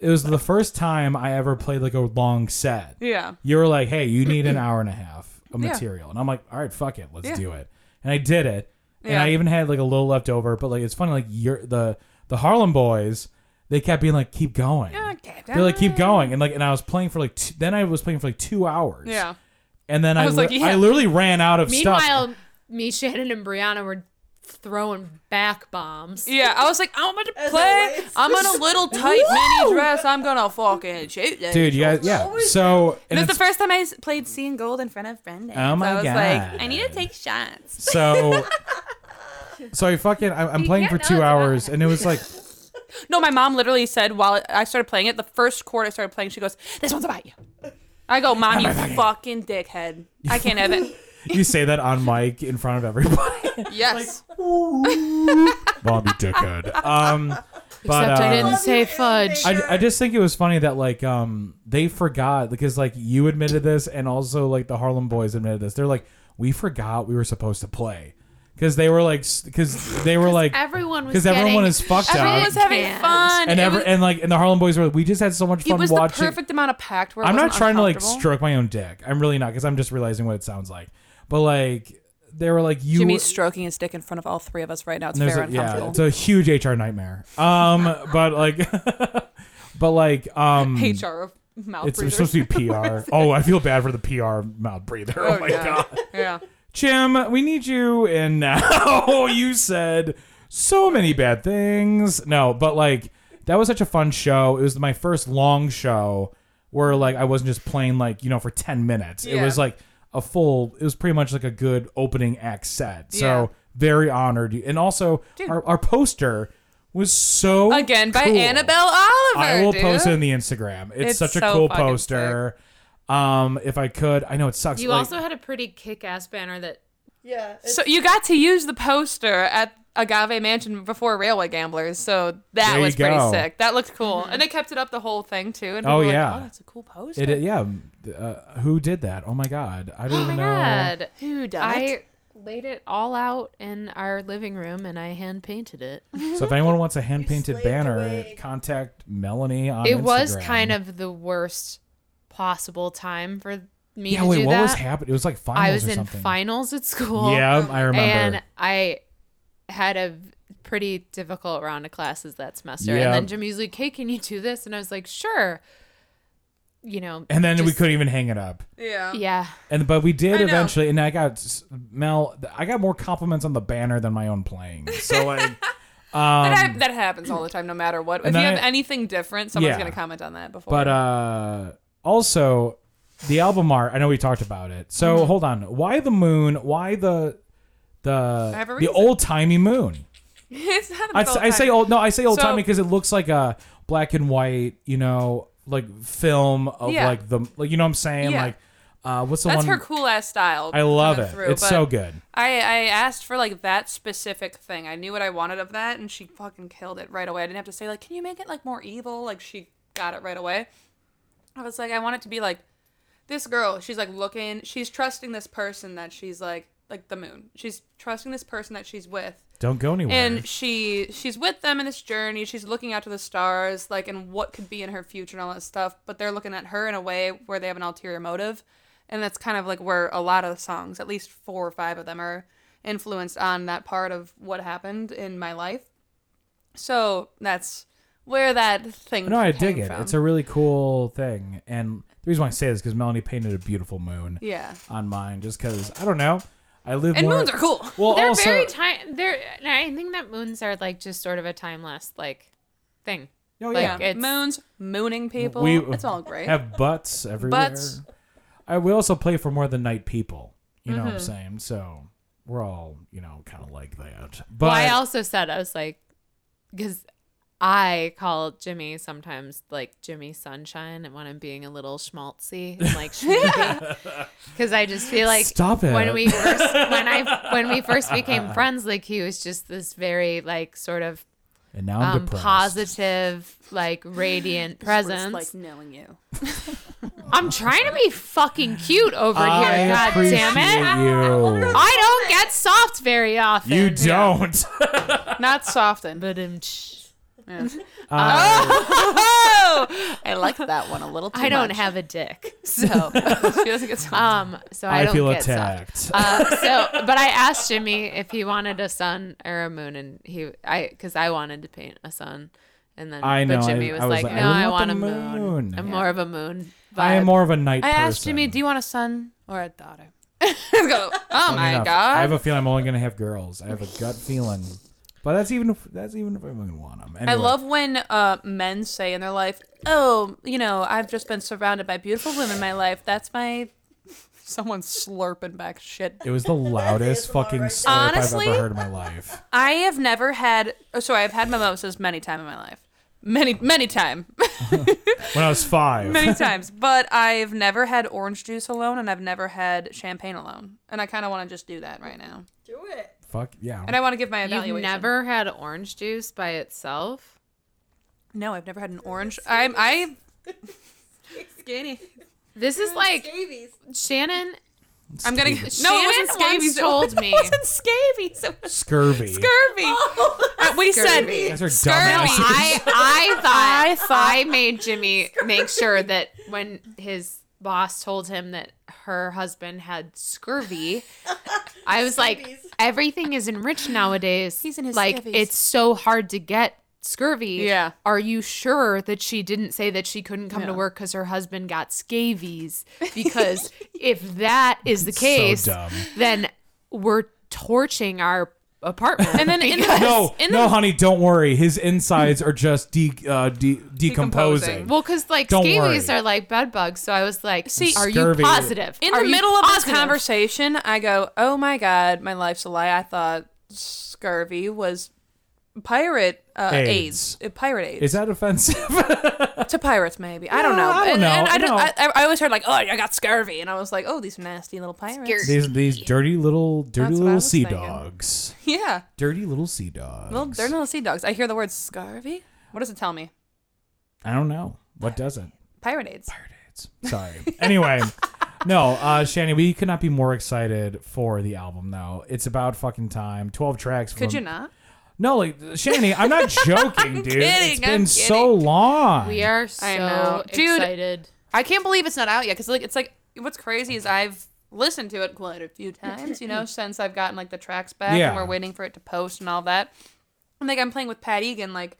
Speaker 1: It was the first time I ever played like a long set.
Speaker 3: Yeah.
Speaker 1: you were like, "Hey, you need an hour and a half of material," and I'm like, "All right, fuck it, let's
Speaker 3: Yeah.
Speaker 1: do it." And I did it, and
Speaker 3: Yeah.
Speaker 1: I even had like a little left over. But like, it's funny, like you're the the Harlem Boys, they kept being like, "Keep going," they're like, "Keep going," and like, and I was playing for like, two, then I was playing for like two hours,
Speaker 3: Yeah.
Speaker 1: and then I,
Speaker 3: was
Speaker 1: li-
Speaker 3: like, yeah.
Speaker 1: I literally ran out of stuff.
Speaker 7: Meanwhile, me, Shannon, and Brianna were throwing back bombs.
Speaker 3: Yeah, I was like, I'm gonna play. I'm on a little tight mini dress. I'm gonna fucking shoot this.
Speaker 1: Dude, you guys, yeah. So
Speaker 3: It
Speaker 1: and
Speaker 3: was the
Speaker 1: it's-
Speaker 3: first time I s- played Seeing Gold in front of Brendan.
Speaker 1: Oh my
Speaker 3: so I was
Speaker 1: God.
Speaker 3: like, I need to take shots.
Speaker 1: so, so I fucking I, I'm playing for two hours, and it was like,
Speaker 3: No, my mom literally said while I started playing it, the first chord I started playing, she goes, This one's about you. I go, Mom, you fucking dickhead. I can't have it.
Speaker 1: you say that on mic in front of everybody.
Speaker 3: Yes.
Speaker 1: Bobby dickhead. Um, but
Speaker 2: Except I
Speaker 1: uh,
Speaker 2: didn't say fudge.
Speaker 1: I, I just think it was funny that like um they forgot because like you admitted this and also like the Harlem Boys admitted this. They're like we forgot we were supposed to play because they were like because they were like
Speaker 2: everyone was
Speaker 1: because everyone
Speaker 2: getting-
Speaker 1: is fucked
Speaker 3: Everyone
Speaker 1: up
Speaker 3: was having
Speaker 2: Canned.
Speaker 3: fun.
Speaker 1: and
Speaker 3: it
Speaker 1: ever
Speaker 3: was,
Speaker 1: and like and the Harlem Boys were like, we just had so much
Speaker 3: it
Speaker 1: fun
Speaker 3: was the
Speaker 1: watching.
Speaker 3: perfect amount of packed where it
Speaker 1: I'm not
Speaker 3: wasn't
Speaker 1: trying to like
Speaker 3: uncomfortable.
Speaker 1: stroke my own dick. I'm really not because I'm just realizing what it sounds like. But like they were like you
Speaker 3: Jimmy's stroking his dick in front of all three of us right now. It's
Speaker 1: There's
Speaker 3: very
Speaker 1: a- yeah,
Speaker 3: uncomfortable.
Speaker 1: it's a huge HR nightmare. Um, but like, but like, um,
Speaker 3: HR mouth
Speaker 1: it's
Speaker 3: breathers.
Speaker 1: supposed to be PR. oh, I feel bad for the PR mouth breather. Oh, my
Speaker 3: yeah.
Speaker 1: god,
Speaker 3: yeah.
Speaker 1: Jim, we need you. And now you said so many bad things. No, but like that was such a fun show. It was my first long show where like I wasn't just playing like you know for ten minutes. It
Speaker 3: Yeah.
Speaker 1: was like a full. It was pretty much like a good opening act set. So
Speaker 3: Yeah.
Speaker 1: very honored, and also our, our poster was so
Speaker 3: Again by
Speaker 1: cool.
Speaker 3: Annabelle Oliver.
Speaker 1: I will
Speaker 3: dude.
Speaker 1: post it in the Instagram. It's,
Speaker 3: It's
Speaker 1: such a
Speaker 3: so
Speaker 1: cool
Speaker 3: fucking
Speaker 1: poster. Um, if I could, I know it sucks.
Speaker 7: You
Speaker 1: like-
Speaker 7: also had a pretty kick-ass banner that
Speaker 5: Yeah. it's-
Speaker 3: So you got to use the poster at Agave Mansion before Railway Gamblers, so that
Speaker 1: There you
Speaker 3: was pretty
Speaker 1: go.
Speaker 3: sick. That looked cool, and they kept it up the whole thing too. And people
Speaker 1: Oh,
Speaker 3: were like,
Speaker 1: yeah.
Speaker 3: oh, that's a cool poster.
Speaker 1: it, yeah. Uh, who did that? Oh my god, I don't even know.
Speaker 7: had.
Speaker 3: Who does?
Speaker 2: I laid it all out in our living room and I hand painted it.
Speaker 1: So if anyone wants a hand painted
Speaker 5: slaved
Speaker 1: banner,
Speaker 5: away.
Speaker 1: contact Melanie on
Speaker 2: it was
Speaker 1: Instagram.
Speaker 2: kind of the worst possible time for me
Speaker 1: yeah.
Speaker 2: to
Speaker 1: Wait,
Speaker 2: do
Speaker 1: what
Speaker 2: that.
Speaker 1: was happening? It was like finals
Speaker 2: I was
Speaker 1: or
Speaker 2: in
Speaker 1: something.
Speaker 2: finals at school.
Speaker 1: Yeah, I remember.
Speaker 2: And I had a v- pretty difficult round of classes that semester.
Speaker 1: Yeah.
Speaker 2: And then Jimmy's like, hey, can you do this? And I was like, sure. You know,
Speaker 1: And then we
Speaker 2: just-
Speaker 1: couldn't even hang it up.
Speaker 3: yeah.
Speaker 2: yeah.
Speaker 1: And but we did
Speaker 3: I know.
Speaker 1: eventually, and I got s- Mel. I got more compliments on the banner than my own playing. So uh, like, um,
Speaker 3: That, hap- that happens all the time, no matter what. If
Speaker 1: and
Speaker 3: you
Speaker 1: then
Speaker 3: have
Speaker 1: I-
Speaker 3: anything different, someone's
Speaker 1: Yeah.
Speaker 3: gonna comment on that before.
Speaker 1: But uh also the album art, I know we talked about it. So
Speaker 2: Mm-hmm.
Speaker 1: hold on. Why the moon? Why the
Speaker 3: have a
Speaker 1: the the
Speaker 3: reason.
Speaker 1: old timey moon?
Speaker 3: it's not
Speaker 1: I,
Speaker 3: about
Speaker 1: I say old no, I say old
Speaker 3: So-
Speaker 1: timey because it looks like a black and white, you know, like film of
Speaker 3: Yeah.
Speaker 1: like the like you know what I'm saying?
Speaker 3: Yeah.
Speaker 1: Like uh what's the
Speaker 3: That's
Speaker 1: one
Speaker 3: her cool ass style.
Speaker 1: I love
Speaker 3: coming
Speaker 1: it.
Speaker 3: through,
Speaker 1: it's
Speaker 3: but
Speaker 1: so good.
Speaker 3: I, I asked for like that specific thing. I knew what I wanted of that, and she fucking killed it right away. I didn't have to say like, "Can you make it like more evil?" Like she got it right away. I was like, I want it to be like this girl. She's like looking. She's trusting this person that she's like like the moon. She's trusting this person that she's with,
Speaker 1: Don't go anywhere.
Speaker 3: and she she's with them in this journey. She's looking out to the stars, like and what could be in her future and all that stuff. But they're looking at her in a way where they have an ulterior motive, and that's kind of like where a lot of the songs, at least four or five of them, are influenced on that part of what happened in my life. So that's where that thing.
Speaker 1: no, I
Speaker 3: came
Speaker 1: dig it.
Speaker 3: From.
Speaker 1: It's a really cool thing. And the reason why I say this is because Melanie painted a beautiful moon
Speaker 3: yeah.
Speaker 1: on mine just because I don't know. I live
Speaker 3: And
Speaker 1: more
Speaker 3: moons are cool.
Speaker 1: well,
Speaker 2: They're
Speaker 1: also,
Speaker 2: very time. They're. and I think that moons are like just sort of a timeless like thing.
Speaker 1: Oh,
Speaker 2: Like,
Speaker 1: yeah.
Speaker 3: Yeah.
Speaker 2: it's-
Speaker 3: Moons, mooning people.
Speaker 1: We-
Speaker 3: it's all great.
Speaker 1: have butts everywhere.
Speaker 3: Butts.
Speaker 1: I we also play for more than night people. You know
Speaker 3: Mm-hmm.
Speaker 1: what I'm saying? So we're all you know kind of like that. But
Speaker 2: well, I also said I was like, because I call Jimmy sometimes like Jimmy Sunshine, and when I'm being a little schmaltzy and like because I just feel like
Speaker 1: Stop it.
Speaker 2: when we first when I when we first became friends, like he was just this very like sort of
Speaker 1: and now I'm
Speaker 2: um,
Speaker 1: depressed.
Speaker 2: positive like radiant presence.
Speaker 3: Like knowing you.
Speaker 2: I'm trying to be fucking cute over
Speaker 1: I
Speaker 2: here. God
Speaker 1: appreciate
Speaker 2: damn it.
Speaker 1: you.
Speaker 2: I don't get soft very often.
Speaker 1: You don't.
Speaker 3: Not softened.
Speaker 2: But um, tsh,
Speaker 1: Uh,
Speaker 3: oh, I like that one a little too
Speaker 2: I don't
Speaker 3: much.
Speaker 2: have a dick.
Speaker 3: So she doesn't get so
Speaker 2: Um, so I,
Speaker 1: I,
Speaker 2: don't
Speaker 1: feel
Speaker 2: get soft.
Speaker 1: attacked.
Speaker 2: Uh, so, but I asked Jimmy if he wanted a sun or a moon, and he, I, because I wanted to paint a sun, and then
Speaker 1: I know,
Speaker 2: but Jimmy
Speaker 1: I-
Speaker 2: was,
Speaker 1: I was
Speaker 2: like,
Speaker 1: like, I
Speaker 2: "No,
Speaker 1: really
Speaker 2: I
Speaker 1: want
Speaker 2: want
Speaker 1: the
Speaker 2: a moon.
Speaker 1: moon."
Speaker 2: I'm
Speaker 1: Yeah.
Speaker 2: more of a moon." Vibe.
Speaker 1: I am more of a night
Speaker 3: I
Speaker 1: person.
Speaker 3: asked Jimmy, "Do you want a son or a daughter?" He's go, oh
Speaker 1: Funny
Speaker 3: my
Speaker 1: enough,
Speaker 3: god!
Speaker 1: I have a feeling I'm only gonna have girls. I have a gut feeling. But that's even if, that's even if I fucking want them.
Speaker 3: I love when uh, men say in their life, "Oh, you know, I've just been surrounded by beautiful women in my life. That's my." Someone's slurping back shit.
Speaker 1: It was the loudest
Speaker 5: ASMR
Speaker 1: fucking
Speaker 5: right
Speaker 1: slurp
Speaker 5: there.
Speaker 3: Honestly,
Speaker 1: I've ever heard in my life.
Speaker 3: I have never had. oh, So I've had mimosas many time in my life. Many, many time.
Speaker 1: When I was five.
Speaker 3: many times. But I've never had orange juice alone, and I've never had champagne alone. And I kind of want to just do that right now.
Speaker 5: Do it.
Speaker 1: Fuck yeah.
Speaker 3: And I want to give my
Speaker 2: You've
Speaker 3: evaluation.
Speaker 2: never had orange juice by itself.
Speaker 3: No, I've never had an orange. I'm I. Skinny.
Speaker 2: This is like
Speaker 5: Scabies.
Speaker 2: Shannon.
Speaker 3: I'm gonna. No,
Speaker 1: Scabies.
Speaker 3: it
Speaker 2: Shannon
Speaker 3: wasn't
Speaker 2: once
Speaker 3: scabies.
Speaker 2: told me.
Speaker 3: It wasn't scabies. It was
Speaker 1: Scurvy.
Speaker 3: scurvy.
Speaker 2: Oh,
Speaker 3: Uh, we
Speaker 1: You
Speaker 3: said.
Speaker 1: guys are
Speaker 3: Scurvy.
Speaker 1: dumbasses.
Speaker 2: I I thought I, made Jimmy make sure that when his boss told him that her husband had scurvy, I was like,
Speaker 5: Scabies.
Speaker 2: everything is enriched nowadays.
Speaker 3: He's in his
Speaker 2: like
Speaker 3: scabies.
Speaker 2: it's so hard to get scurvy.
Speaker 3: Yeah.
Speaker 2: Are you sure that she didn't say that she couldn't come to
Speaker 3: No.
Speaker 2: work because her husband got scabies? Because if that is the
Speaker 1: So
Speaker 2: case,
Speaker 1: dumb.
Speaker 2: then we're torching our
Speaker 4: apartment.
Speaker 3: And then in the,
Speaker 1: No,
Speaker 3: in the,
Speaker 1: no, honey, don't worry. His insides are just de- uh, de- decomposing.
Speaker 3: Decomposing.
Speaker 7: Well, because like
Speaker 1: Don't
Speaker 7: scabies
Speaker 1: worry.
Speaker 7: are like bed bugs, so I was like,
Speaker 3: See,
Speaker 7: "Are
Speaker 1: Scurvy.
Speaker 7: you positive?"
Speaker 3: in
Speaker 7: Are
Speaker 3: the
Speaker 7: you
Speaker 3: middle of this
Speaker 7: positive?"
Speaker 3: conversation, I go, "Oh my god, my life's a lie." I thought scurvy was pirate uh,
Speaker 1: AIDS.
Speaker 3: AIDS. Uh, pirate AIDS
Speaker 1: Is that offensive?
Speaker 3: to pirates, maybe. I don't know.
Speaker 1: No, I don't
Speaker 3: And- and
Speaker 1: know.
Speaker 3: I, don't,
Speaker 1: No.
Speaker 3: I, I- I always heard like, "Oh, I got scurvy," and I was like, "Oh, these nasty little pirates."
Speaker 1: these these dirty little dirty
Speaker 3: That's what I
Speaker 1: little
Speaker 3: was
Speaker 1: sea
Speaker 3: thinking.
Speaker 1: dogs.
Speaker 3: Yeah,
Speaker 1: Dirty little sea dogs.
Speaker 3: little they're not sea dogs. I hear the word scurvy. What does it tell me?
Speaker 1: I don't know
Speaker 3: uh,
Speaker 1: what doesn't.
Speaker 3: Pirate AIDS.
Speaker 1: It's- Sorry. Anyway, no, uh, Shani, we could not be more excited for the album though. It's about fucking time. Twelve tracks.
Speaker 3: Could
Speaker 1: from-
Speaker 3: you not?
Speaker 1: No, like Shani, I'm not joking, dude. it's
Speaker 3: kidding,
Speaker 1: been
Speaker 3: I'm
Speaker 1: so long.
Speaker 7: We are so
Speaker 3: I know. Dude.
Speaker 7: excited.
Speaker 3: I can't believe it's not out yet because like it's like what's crazy is I've listened to it quite a few times, you know, since I've gotten like the tracks back
Speaker 1: Yeah.
Speaker 3: and we're waiting for it to post and all that. And like I'm playing with Pat Egan, like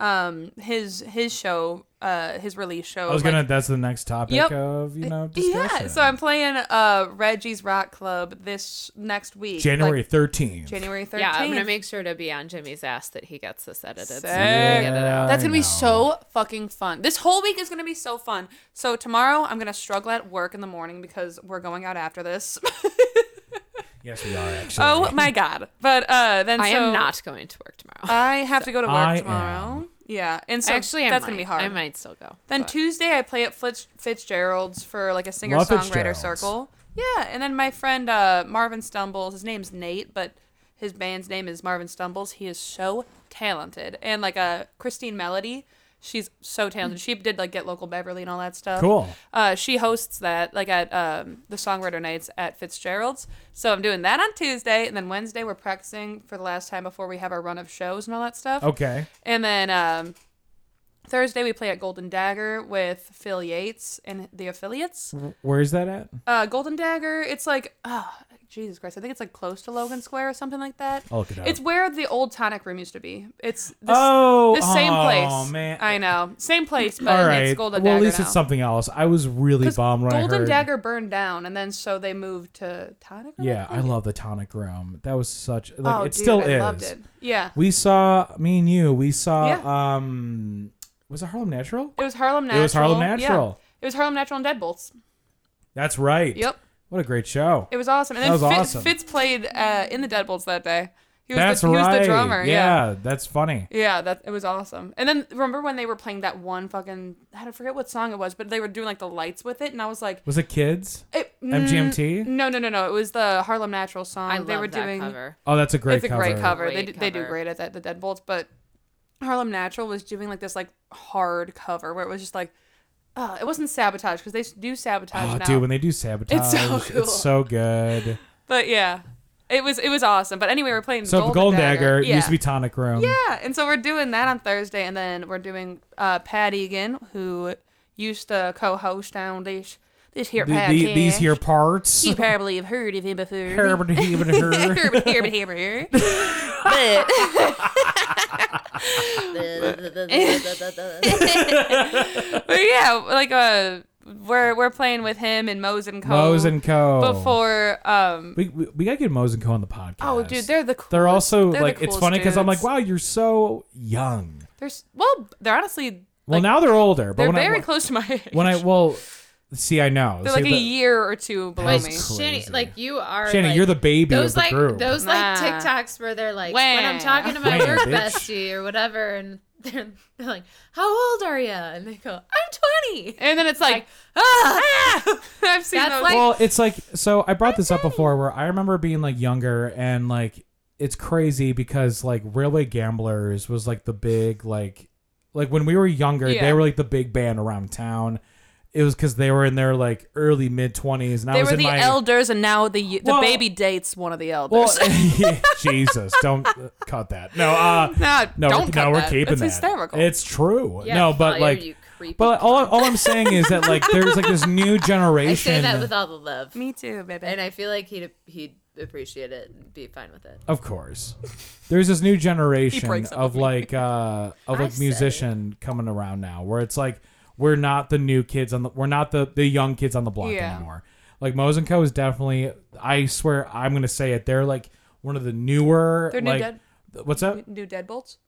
Speaker 3: um his his show, uh his release show.
Speaker 1: I was
Speaker 3: like-
Speaker 1: gonna. That's the next topic
Speaker 3: Yep. Uh,
Speaker 1: of you know discussion.
Speaker 3: yeah, so I'm playing uh Reggie's Rock Club this next week,
Speaker 1: January
Speaker 3: like,
Speaker 1: thirteenth.
Speaker 3: January 13th.
Speaker 7: Yeah, I'm gonna make sure to be on Jimmy's ass that he gets this edited.
Speaker 3: Sick.
Speaker 1: That's
Speaker 3: That's gonna be so fucking fun. This whole week is gonna be so fun. So tomorrow I'm gonna struggle at work in the morning because we're going out after this.
Speaker 1: Yes, we are actually.
Speaker 3: oh my god! But uh, then
Speaker 7: I
Speaker 3: so
Speaker 7: am not going to work tomorrow.
Speaker 3: I have to go to work
Speaker 1: I
Speaker 3: tomorrow.
Speaker 1: am.
Speaker 3: Yeah, and so
Speaker 7: Actually, I
Speaker 3: that's
Speaker 7: might.
Speaker 3: gonna be hard.
Speaker 7: I might still go.
Speaker 3: Then
Speaker 7: but-
Speaker 3: Tuesday I play at Fitz- Fitzgerald's for like a singer
Speaker 1: Love
Speaker 3: songwriter
Speaker 1: Fitzgerald's.
Speaker 3: circle. Yeah, and then my friend uh, Marvin Stumbles. His name's Nate, but his band's name is Marvin Stumbles. He is so talented, and like uh, Christine Melody. She's so talented. She did like get local Beverly and all that stuff.
Speaker 1: Cool.
Speaker 3: Uh, she hosts that like at um, the songwriter nights at Fitzgerald's. So I'm doing that on Tuesday, and then Wednesday we're practicing for the last time before we have our run of shows and all that stuff.
Speaker 1: Okay.
Speaker 3: And then um, Thursday we play at Golden Dagger with Phil Yates and the affiliates.
Speaker 1: Where is that at?
Speaker 3: Uh, Golden Dagger, it's like oh, Jesus Christ, I think it's like close to Logan Square or something like that.
Speaker 1: I'll look it up.
Speaker 3: It's where the old Tonic Room used to be. It's this,
Speaker 1: oh,
Speaker 3: the same
Speaker 1: oh,
Speaker 3: place.
Speaker 1: man.
Speaker 3: I know, same place, but
Speaker 1: All right.
Speaker 3: it's Golden
Speaker 1: well, at
Speaker 3: Dagger
Speaker 1: least
Speaker 3: now.
Speaker 1: it's something else. I was really
Speaker 3: 'Cause
Speaker 1: bummed when I
Speaker 3: Golden
Speaker 1: heard.
Speaker 3: Dagger burned down, and then so they moved to Tonic. Room,
Speaker 1: Yeah, I
Speaker 3: think?
Speaker 1: love the tonic room. That was such. Like,
Speaker 3: oh,
Speaker 1: it
Speaker 3: dude,
Speaker 1: still
Speaker 3: I
Speaker 1: is.
Speaker 3: Loved it. Yeah,
Speaker 1: We saw me and you. We saw.
Speaker 3: Yeah.
Speaker 1: um Was it Harlem Natural?
Speaker 3: it was Harlem Natural.
Speaker 1: It was Harlem
Speaker 3: Yeah.
Speaker 1: Natural.
Speaker 3: It was Harlem Natural and Deadbolts.
Speaker 1: That's right.
Speaker 3: Yep.
Speaker 1: What a great show.
Speaker 3: It was awesome. And
Speaker 1: That
Speaker 3: then
Speaker 1: was
Speaker 3: Fitz,
Speaker 1: awesome.
Speaker 3: Fitz played uh, in the Deadbolts that day. He was
Speaker 1: that's
Speaker 3: the, he
Speaker 1: right.
Speaker 3: was the drummer. Yeah.
Speaker 1: yeah, that's funny.
Speaker 3: yeah. that it was awesome. And then remember when they were playing that one fucking I don't forget what song it was, but they were doing like the lights with it and I was like
Speaker 1: Was it kids?
Speaker 3: it, mm,
Speaker 1: MGMT?
Speaker 3: No, no, no, no. It was the Harlem Natural song.
Speaker 7: I
Speaker 3: they
Speaker 7: love
Speaker 3: were
Speaker 7: that
Speaker 3: doing
Speaker 7: cover.
Speaker 1: Oh, that's a great
Speaker 3: it's a
Speaker 1: cover.
Speaker 3: great cover. they,
Speaker 7: Great
Speaker 3: do- they do
Speaker 7: cover.
Speaker 3: great at that, the Deadbolts, but Harlem Natural was doing like this like hard cover where it was just like uh, it wasn't sabotage because they do sabotage
Speaker 1: Oh,
Speaker 3: now.
Speaker 1: dude, when they do sabotage,
Speaker 3: It's so cool.
Speaker 1: it's so good.
Speaker 3: but yeah, it was it was awesome. But anyway, we're playing
Speaker 1: So
Speaker 3: Golden,
Speaker 1: Golden Dagger
Speaker 3: Yeah.
Speaker 1: used to be Tonic Room.
Speaker 3: Yeah, and so we're doing that on Thursday, and then we're doing uh, Pat Egan, who used to co-host on this this here
Speaker 1: The-
Speaker 3: podcast.
Speaker 1: the- these here parts.
Speaker 3: you probably have heard of him before.
Speaker 1: Herbert Heaven Her.
Speaker 3: Herbert, Herbert, Herbert, Herbert. But yeah, like uh, we're we're playing with him and Mose and Co.
Speaker 1: Mose and Co.
Speaker 3: before um.
Speaker 1: we, we, we gotta get Mose and Co on the podcast.
Speaker 3: Oh, dude, they're the coolest.
Speaker 1: they're also
Speaker 3: they're the
Speaker 1: like it's
Speaker 3: coolest
Speaker 1: funny because I'm like,
Speaker 3: dudes.
Speaker 1: wow, you're so young.
Speaker 3: They're s- well, they're honestly
Speaker 1: Well,
Speaker 3: like,
Speaker 1: now they're older, but
Speaker 3: they're
Speaker 1: when
Speaker 3: very
Speaker 1: I
Speaker 3: close to my age.
Speaker 1: when I well, see, I know.
Speaker 3: they're
Speaker 1: See,
Speaker 3: like a
Speaker 1: but-
Speaker 3: year or two below
Speaker 1: That's
Speaker 3: me.
Speaker 1: cool.
Speaker 7: Shanny,
Speaker 1: Crazy.
Speaker 7: like you are.
Speaker 1: Shannon,
Speaker 7: like,
Speaker 1: you're the baby
Speaker 7: those
Speaker 1: of the
Speaker 7: like
Speaker 1: group.
Speaker 7: those like
Speaker 3: Nah.
Speaker 7: TikToks where they're like,
Speaker 3: Wah.
Speaker 7: when I'm talking to my
Speaker 1: Wah,
Speaker 7: work
Speaker 1: bitch.
Speaker 7: bestie or whatever, and they're, they're like, how old are you? And they go, I'm 20.
Speaker 3: And then it's like,
Speaker 7: Ah!
Speaker 3: I've seen
Speaker 7: That's
Speaker 3: those.
Speaker 7: like-
Speaker 1: well, it's like so. I brought this up before, where I remember being like younger and like it's crazy because like Railway Gamblers was like the big like like when we were younger,
Speaker 3: Yeah.
Speaker 1: they were like the big band around town. It was because they were in their like early mid twenties, and I
Speaker 3: they
Speaker 1: was
Speaker 3: were
Speaker 1: in
Speaker 3: the
Speaker 1: my
Speaker 3: elders, and now the the
Speaker 1: Well-
Speaker 3: baby dates one of the
Speaker 1: well,
Speaker 3: elders.
Speaker 1: Jesus, don't uh, cut that. No, uh, no,
Speaker 3: no,
Speaker 1: we're-
Speaker 3: don't
Speaker 1: no,
Speaker 3: cut
Speaker 1: we're
Speaker 3: that.
Speaker 1: keeping
Speaker 3: That's
Speaker 1: that.
Speaker 3: hysterical.
Speaker 1: It's true.
Speaker 7: Yeah,
Speaker 1: no, but
Speaker 7: fire,
Speaker 1: like,
Speaker 7: you creepy
Speaker 1: but all, all I'm saying is that like there's like this new
Speaker 7: I
Speaker 1: generation.
Speaker 7: say that with all the love,
Speaker 3: me too, baby.
Speaker 7: and I feel like he'd he'd appreciate it and be fine with it.
Speaker 1: Of course. There's this new generation
Speaker 3: breaks up
Speaker 1: of like uh of like
Speaker 7: said it.
Speaker 1: musician coming around now where it's like we're not the new kids on the we're not the the young kids on the block
Speaker 3: Yeah.
Speaker 1: anymore. Like Mose and Co is definitely I swear I'm gonna say it, they're like one of the newer
Speaker 3: They're new
Speaker 1: like uh,
Speaker 3: dead-
Speaker 1: th- what's up
Speaker 3: New Deadbolts.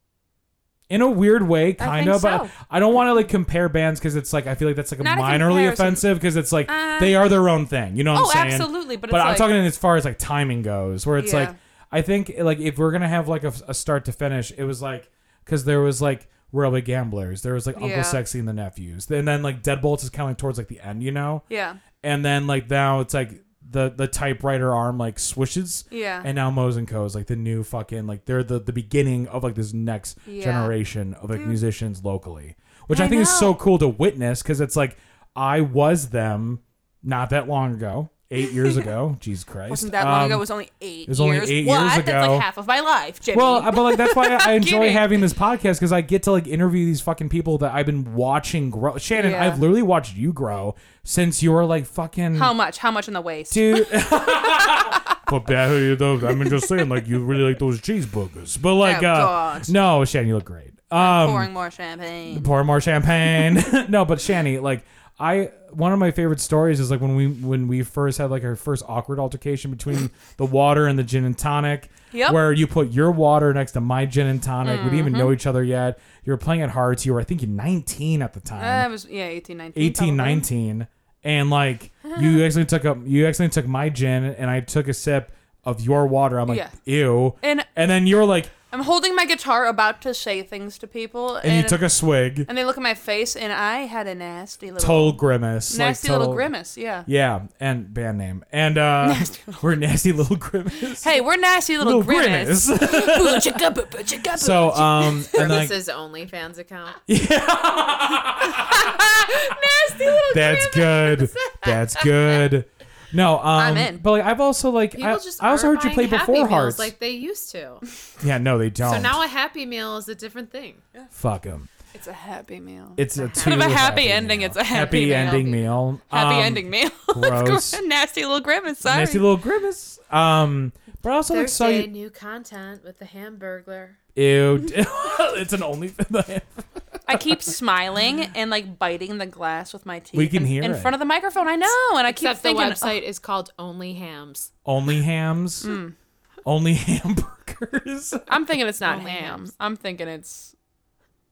Speaker 1: in a weird way kind
Speaker 3: think
Speaker 1: of but
Speaker 3: so.
Speaker 1: I don't want to like compare bands because it's like I feel like that's like a
Speaker 3: Not a
Speaker 1: minorly
Speaker 3: comparison.
Speaker 1: offensive because it's like
Speaker 3: Uh,
Speaker 1: they are their own thing you know what
Speaker 3: oh,
Speaker 1: I'm saying
Speaker 3: absolutely, but it's
Speaker 1: I'm
Speaker 3: like-
Speaker 1: talking as far as like timing goes where it's
Speaker 3: Yeah.
Speaker 1: like I think like if we're gonna have like a, a start to finish it was like because there was like Railway Gamblers there was like Uncle
Speaker 3: Yeah.
Speaker 1: Sexy and the Nephews and then like Deadbolts is kind of like towards like the end you know
Speaker 3: Yeah.
Speaker 1: and then like now it's like the the typewriter arm like swishes
Speaker 3: Yeah.
Speaker 1: and now Mose and Co is like the new fucking like they're the the beginning of like this next
Speaker 3: Yeah.
Speaker 1: generation of like musicians locally which I, think is so cool to witness because it's like I was them not that long ago eight years ago Jesus Christ
Speaker 3: Wasn't that long
Speaker 1: Um,
Speaker 3: ago? It was only eight
Speaker 1: it was only
Speaker 3: years.
Speaker 1: eight
Speaker 3: what?
Speaker 1: years
Speaker 3: That's
Speaker 1: ago.
Speaker 3: like half of my life, Jimmy.
Speaker 1: well, I- but like that's why I enjoy
Speaker 3: Kidding.
Speaker 1: having this podcast because I get to like interview these fucking people that I've been watching grow. Shannon,
Speaker 3: Yeah.
Speaker 1: I've literally watched you grow since you were like fucking
Speaker 3: how much? How much in the waist?
Speaker 1: dude. but bad, you know, I mean, just saying, like you really like those cheeseburgers, but like,
Speaker 3: Oh,
Speaker 1: uh,
Speaker 3: God.
Speaker 1: no, Shanny, you look great. Um,
Speaker 3: pouring more champagne.
Speaker 1: pour more champagne. no, but Shanny, like I, one of my favorite stories is like when we when we first had like our first awkward altercation between the water and the gin and tonic.
Speaker 3: Yep.
Speaker 1: Where you put your water next to my gin and tonic. We didn't even
Speaker 3: Mm-hmm.
Speaker 1: know each other yet. You were playing at hearts. You were, I think, you're 19 at the time.
Speaker 3: Uh, it was yeah, 18, 19.
Speaker 1: 18
Speaker 3: probably.
Speaker 1: 19 and like you actually took up you actually took my gin and i took a sip of your water i'm like
Speaker 3: Yeah.
Speaker 1: ew
Speaker 3: And-
Speaker 1: then you're like
Speaker 3: I'm holding my guitar, about to say things to people, and,
Speaker 1: and you took a swig
Speaker 3: and they look at my face, and I had a nasty little
Speaker 1: total grimace like,
Speaker 3: nasty little
Speaker 1: total-
Speaker 3: grimace. Yeah.
Speaker 1: yeah and band name and uh we're nasty little grimace
Speaker 3: Hey, we're nasty little, grimace.
Speaker 1: so um and like
Speaker 7: This is OnlyFans account.
Speaker 3: nasty little.
Speaker 1: that's good that's good no um
Speaker 3: I'm in.
Speaker 1: but like i've also like
Speaker 7: People
Speaker 1: I,
Speaker 7: just
Speaker 1: I also
Speaker 7: aren't
Speaker 1: heard you play
Speaker 7: buying Happy
Speaker 1: before
Speaker 7: Meals
Speaker 1: hearts
Speaker 7: like they used to.
Speaker 1: yeah no they don't
Speaker 7: So now a Happy Meal is a different thing.
Speaker 1: fuck them
Speaker 3: It's a happy meal.
Speaker 1: It's a two
Speaker 3: Instead of a happy ending, it's a happy meal.
Speaker 1: ending meal.
Speaker 3: happy
Speaker 1: Um,
Speaker 3: ending meal.
Speaker 1: gross.
Speaker 3: Let's go. Nasty little grimace. Sorry.
Speaker 1: Nasty little grimace. Um, but I also like saw
Speaker 7: Thursday,
Speaker 1: you.
Speaker 7: new content with the Hamburglar.
Speaker 1: Ew, it's an only.
Speaker 3: I keep smiling and like biting the glass with my teeth.
Speaker 1: We can
Speaker 3: in-
Speaker 1: hear
Speaker 3: in
Speaker 1: it.
Speaker 3: front of the microphone. I know, and I keep
Speaker 7: Except the
Speaker 3: thinking,
Speaker 7: website is called Only Hams.
Speaker 1: only hams.
Speaker 3: Mm.
Speaker 1: Only hamburgers.
Speaker 3: "Oh." I'm thinking it's not ham. I'm thinking it's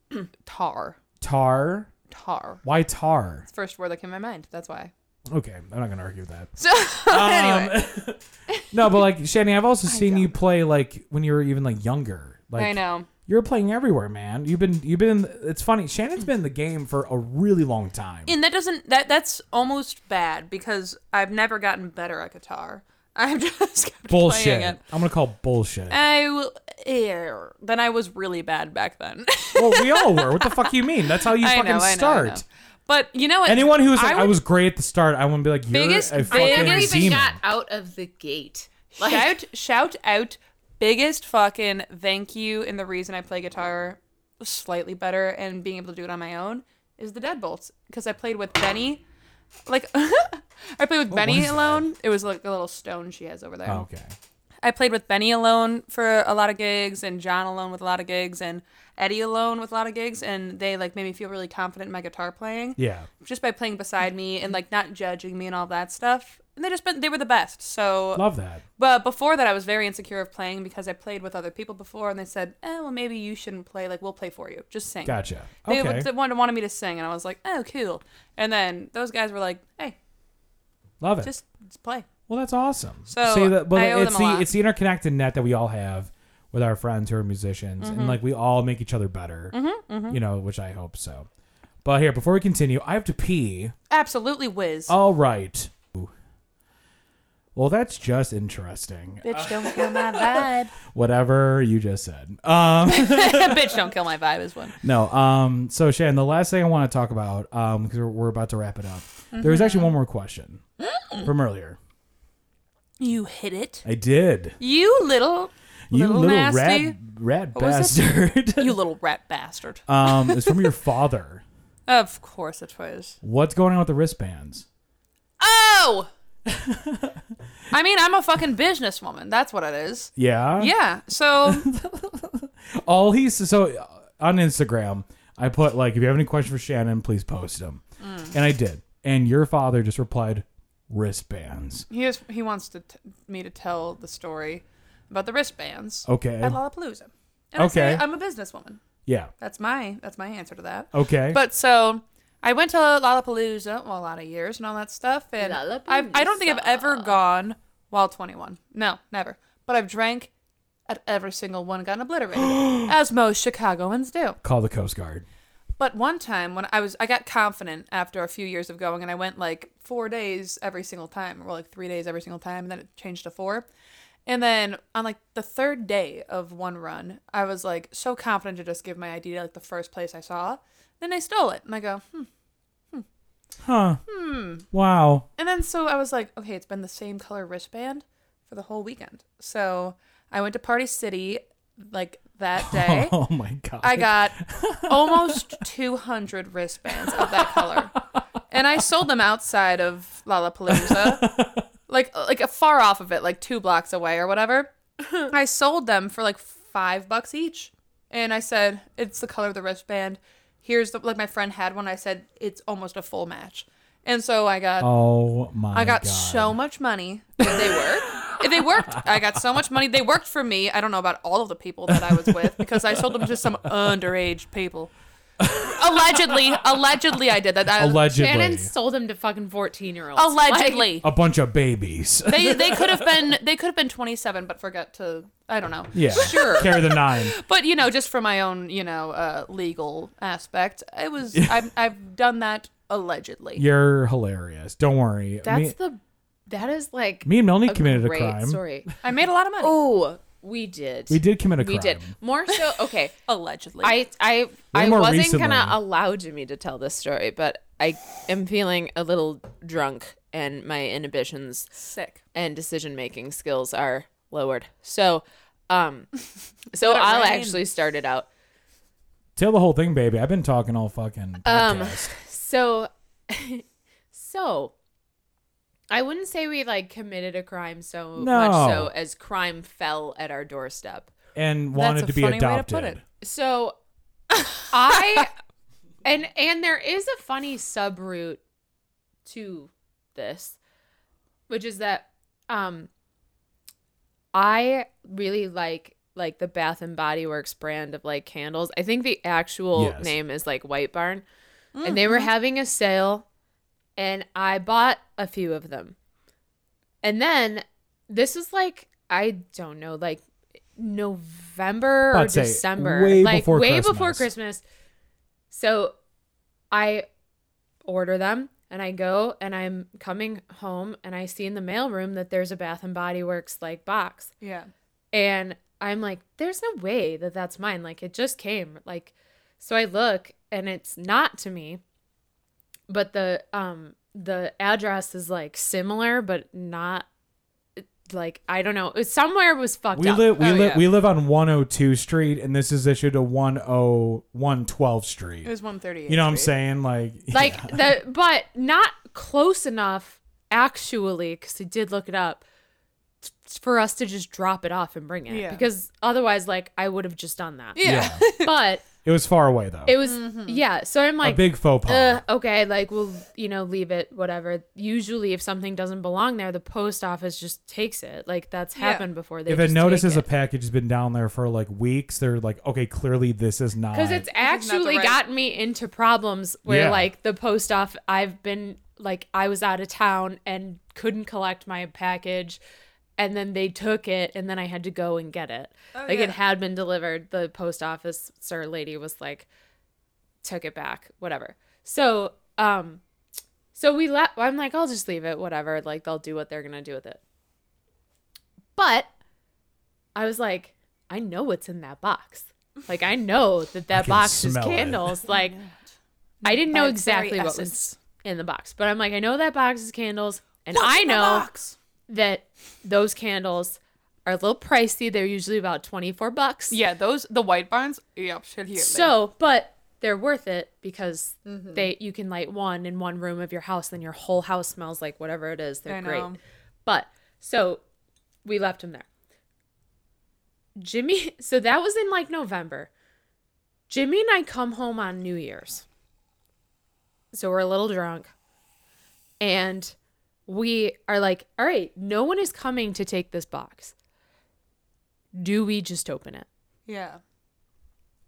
Speaker 3: tar.
Speaker 1: Tar.
Speaker 3: Tar.
Speaker 1: Why tar?
Speaker 3: First word that came to my mind. That's why.
Speaker 1: Okay, I'm not gonna argue with that. Um,
Speaker 3: So anyway,
Speaker 1: No, but like Shanny, I've also seen you play like when you were even like younger. Like
Speaker 3: I know.
Speaker 1: you're playing everywhere, man. You've been you've been. It's funny. Shannon's
Speaker 3: Mm.
Speaker 1: been in the game for a really long time.
Speaker 3: And that doesn't that that's almost bad because I've never gotten better at guitar. I've just kept
Speaker 1: bullshit.
Speaker 3: playing it.
Speaker 1: I'm gonna call bullshit.
Speaker 3: I will err. Then I was really bad back then.
Speaker 1: well, we all were. What the fuck you mean? That's how you
Speaker 3: I
Speaker 1: fucking
Speaker 3: know, I know, I
Speaker 1: start.
Speaker 3: know. But you know what?
Speaker 1: Anyone who's like, I,
Speaker 3: would
Speaker 1: was great at the start, I want to be like, you're
Speaker 3: Biggest-
Speaker 1: a
Speaker 3: I
Speaker 1: fucking
Speaker 3: never
Speaker 7: Never even
Speaker 1: demon.
Speaker 7: got out of the gate.
Speaker 3: shout shout out biggest fucking thank you and the reason I play guitar slightly better and being able to do it on my own is the Deadbolts because I played with Benny. Like I played with Benny
Speaker 1: was that?
Speaker 3: alone. It was like the little stone she has over there.
Speaker 1: Oh, okay.
Speaker 3: I played with Benny alone for a lot of gigs and John alone with a lot of gigs and Eddie alone with a lot of gigs and they like made me feel really confident in my guitar playing
Speaker 1: Yeah.
Speaker 3: just by playing beside me and like not judging me and all that stuff. And they just been they were the best. So
Speaker 1: Love that.
Speaker 3: but before that, I was very insecure of playing because I played with other people before, and they said, "Eh, well, maybe you shouldn't play. Like, we'll play for you. Just sing."
Speaker 1: Gotcha.
Speaker 3: They,
Speaker 1: Okay.
Speaker 3: would- they wanted, wanted me to sing, and I was like, "Oh, cool." And then those guys were like, "Hey,
Speaker 1: Love it.
Speaker 3: just, just play."
Speaker 1: well, that's awesome.
Speaker 3: So,
Speaker 1: See, that, but
Speaker 3: I owe
Speaker 1: it's
Speaker 3: them a
Speaker 1: the
Speaker 3: lot.
Speaker 1: it's the interconnected net that we all have with our friends who are musicians
Speaker 3: Mm-hmm.
Speaker 1: and like we all make each other better. You know, which I hope so. But here, before we continue, I have to pee.
Speaker 3: Absolutely, whiz.
Speaker 1: All right. Well, that's just interesting.
Speaker 3: "Oh, Bitch, don't kill my vibe.
Speaker 1: Whatever you just said. Um
Speaker 3: Bitch, don't kill my vibe is one.
Speaker 1: No. Um. So Shannon, the last thing I want to talk about, um, because we're, we're about to wrap it up. There was
Speaker 3: Mm-hmm.
Speaker 1: actually one more question from earlier.
Speaker 3: You hit it.
Speaker 1: I did.
Speaker 3: You little,
Speaker 1: You
Speaker 3: little,
Speaker 1: little
Speaker 3: nasty.
Speaker 1: rat, rat
Speaker 3: was
Speaker 1: bastard.
Speaker 3: You little rat bastard.
Speaker 1: um, it's from your father.
Speaker 3: Of course it was.
Speaker 1: What's going on with the wristbands?
Speaker 3: Oh. I mean, I'm a fucking businesswoman. That's what it is.
Speaker 1: Yeah.
Speaker 3: Yeah. So
Speaker 1: All he's so uh, on Instagram. I put like, if you have any questions for Shannon, please post them.
Speaker 3: Mm.
Speaker 1: And I did. And your father just replied, wristbands.
Speaker 3: He is, he wants to t- me to tell the story about the wristbands
Speaker 1: Okay.
Speaker 3: at Lollapalooza. And I say,
Speaker 1: Okay.
Speaker 3: I'm a businesswoman.
Speaker 1: yeah.
Speaker 3: That's my that's my answer to that.
Speaker 1: Okay.
Speaker 3: But so I went to Lollapalooza well, a lot of years and all that stuff. And I've, I don't think I've ever gone while 21. No, never. But I've drank at every single one, gotten obliterated, as most Chicagoans do.
Speaker 1: Call the Coast Guard.
Speaker 3: But one time when I was, I got confident after a few years of going, and I went like four days every single time, or like three days every single time, and then it changed to four. And then on like the third day of one run, I was like so confident to just give my ID to like the first place I saw. Then they stole it, and I go, hmm.
Speaker 1: Huh. Wow.
Speaker 3: And then so I was like, okay, it's been the same color wristband for the whole weekend. So I went to Party City like that day.
Speaker 1: Oh my god.
Speaker 3: I got almost 200 wristbands of that color. And I sold them outside of Lollapalooza. like like far off of it, like 2 blocks away or whatever. I sold them for like 5 bucks each. And I said, "It's the color of the wristband. Here's the like my friend had one. I said, "It's almost a full match." And so I got
Speaker 1: Oh my
Speaker 3: I got
Speaker 1: god.
Speaker 3: so much money. Did they work? they worked. I got so much money. They worked for me. I don't know about all of the people that I was with because I sold them to some underage people. allegedly, allegedly, I did that. I,
Speaker 1: allegedly
Speaker 2: Shannon sold him to fucking 14 year olds.
Speaker 3: allegedly,
Speaker 1: a bunch of babies.
Speaker 3: they they could have been they could have been 27, but forgot to. I don't know.
Speaker 1: yeah.
Speaker 3: Sure.
Speaker 1: Carry the nine.
Speaker 3: But you know, just for my own you know uh, legal aspect, it was I've I've done that allegedly.
Speaker 1: You're hilarious. Don't worry.
Speaker 2: That's
Speaker 1: me,
Speaker 2: the. That is like.
Speaker 1: me and Melanie committed a
Speaker 9: Great
Speaker 1: crime.
Speaker 9: story.
Speaker 3: I made a lot of money
Speaker 9: Oh, we did.
Speaker 1: We did commit a crime.
Speaker 9: We did. More so. Okay.
Speaker 3: allegedly.
Speaker 9: I I I
Speaker 1: more
Speaker 9: wasn't gonna
Speaker 1: recently.
Speaker 9: allow Jimmy to tell this story, but I am feeling a little drunk, and my inhibitions
Speaker 3: sick.
Speaker 9: and decision making skills are lowered. So, um, so I'll
Speaker 3: rain.
Speaker 9: actually start it out.
Speaker 1: Tell the whole thing, baby. I've been talking all fucking.
Speaker 2: Um,
Speaker 1: podcast.
Speaker 2: So, so I wouldn't say we like committed a crime so much
Speaker 1: No.
Speaker 2: so
Speaker 9: As crime fell at our doorstep,
Speaker 1: and wanted
Speaker 3: a
Speaker 1: to be
Speaker 3: funny way to
Speaker 1: adopted.
Speaker 3: put it.
Speaker 2: So I and and there is a funny subroute to this, which is that um I really like like the Bath and Body Works brand of like candles. I think the actual
Speaker 1: Yes.
Speaker 2: name is like White Barn. And they were having a sale and I bought a few of them. And then this is like I don't know, like November or
Speaker 1: I'd say
Speaker 2: December,
Speaker 1: way
Speaker 2: like
Speaker 1: before
Speaker 2: way before
Speaker 1: Christmas.
Speaker 2: Christmas. So I order them and I go and I'm coming home and I see in the mailroom that there's a Bath and Body Works like box
Speaker 3: Yeah.
Speaker 2: and I'm like there's no way that that's mine like it just came like so I look and it's not to me but the um the address is like similar but not like I don't know It's somewhere was fucked
Speaker 1: We
Speaker 2: up
Speaker 1: live we
Speaker 3: Oh,
Speaker 1: live
Speaker 3: yeah.
Speaker 1: we live on 102 Street, and this is issued to 10112 Street.
Speaker 3: It was 138.
Speaker 1: you know what I'm saying? Like
Speaker 2: like
Speaker 1: yeah.
Speaker 2: the but not close enough actually because i did look it up t- for us to just drop it off and bring it
Speaker 3: Yeah.
Speaker 2: because otherwise like i would have just done that
Speaker 3: Yeah. Mm-hmm.
Speaker 2: but
Speaker 1: it was far away though.
Speaker 2: it was yeah so i'm like
Speaker 1: a big faux pas.
Speaker 2: uh, okay like we'll you know leave it whatever usually if something doesn't belong there the post office just takes it like that's
Speaker 3: Yeah.
Speaker 2: happened before they
Speaker 1: if it
Speaker 2: just
Speaker 1: notices
Speaker 2: take
Speaker 1: a package has been down there for like weeks, they're like, okay, clearly this is not.
Speaker 2: because it's
Speaker 3: is not the
Speaker 2: actually
Speaker 3: right-
Speaker 2: gotten me into problems where
Speaker 1: Yeah.
Speaker 2: like the post office i've been like i was out of town and couldn't collect my package and then they took it and then i had to go and get it like it had been delivered the post office sir lady was like took it back whatever so um so we left i'm like i'll just leave it whatever like they'll do what they're gonna do with it but I was like, I know what's in that box. Like I know that that
Speaker 1: can
Speaker 2: box is
Speaker 1: smell it.
Speaker 2: candles. Like I didn't know exactly what was in the box, but I'm like, I know that box is candles, and I know that those candles are a little pricey. They're usually about twenty four bucks.
Speaker 3: Yeah, those the white barns. Yeah, shit here.
Speaker 2: So, but they're worth it because
Speaker 3: Mm-hmm.
Speaker 2: they you can light one in one room of your house, then your whole house smells like whatever it is. They're
Speaker 3: I
Speaker 2: great.
Speaker 3: know.
Speaker 2: But so we left him there. Jimmy, so that was in like November. Jimmy and I come home on New Year's. So we're a little drunk. And we are like, all right, no one is coming to take this box. do we just open it?
Speaker 3: Yeah.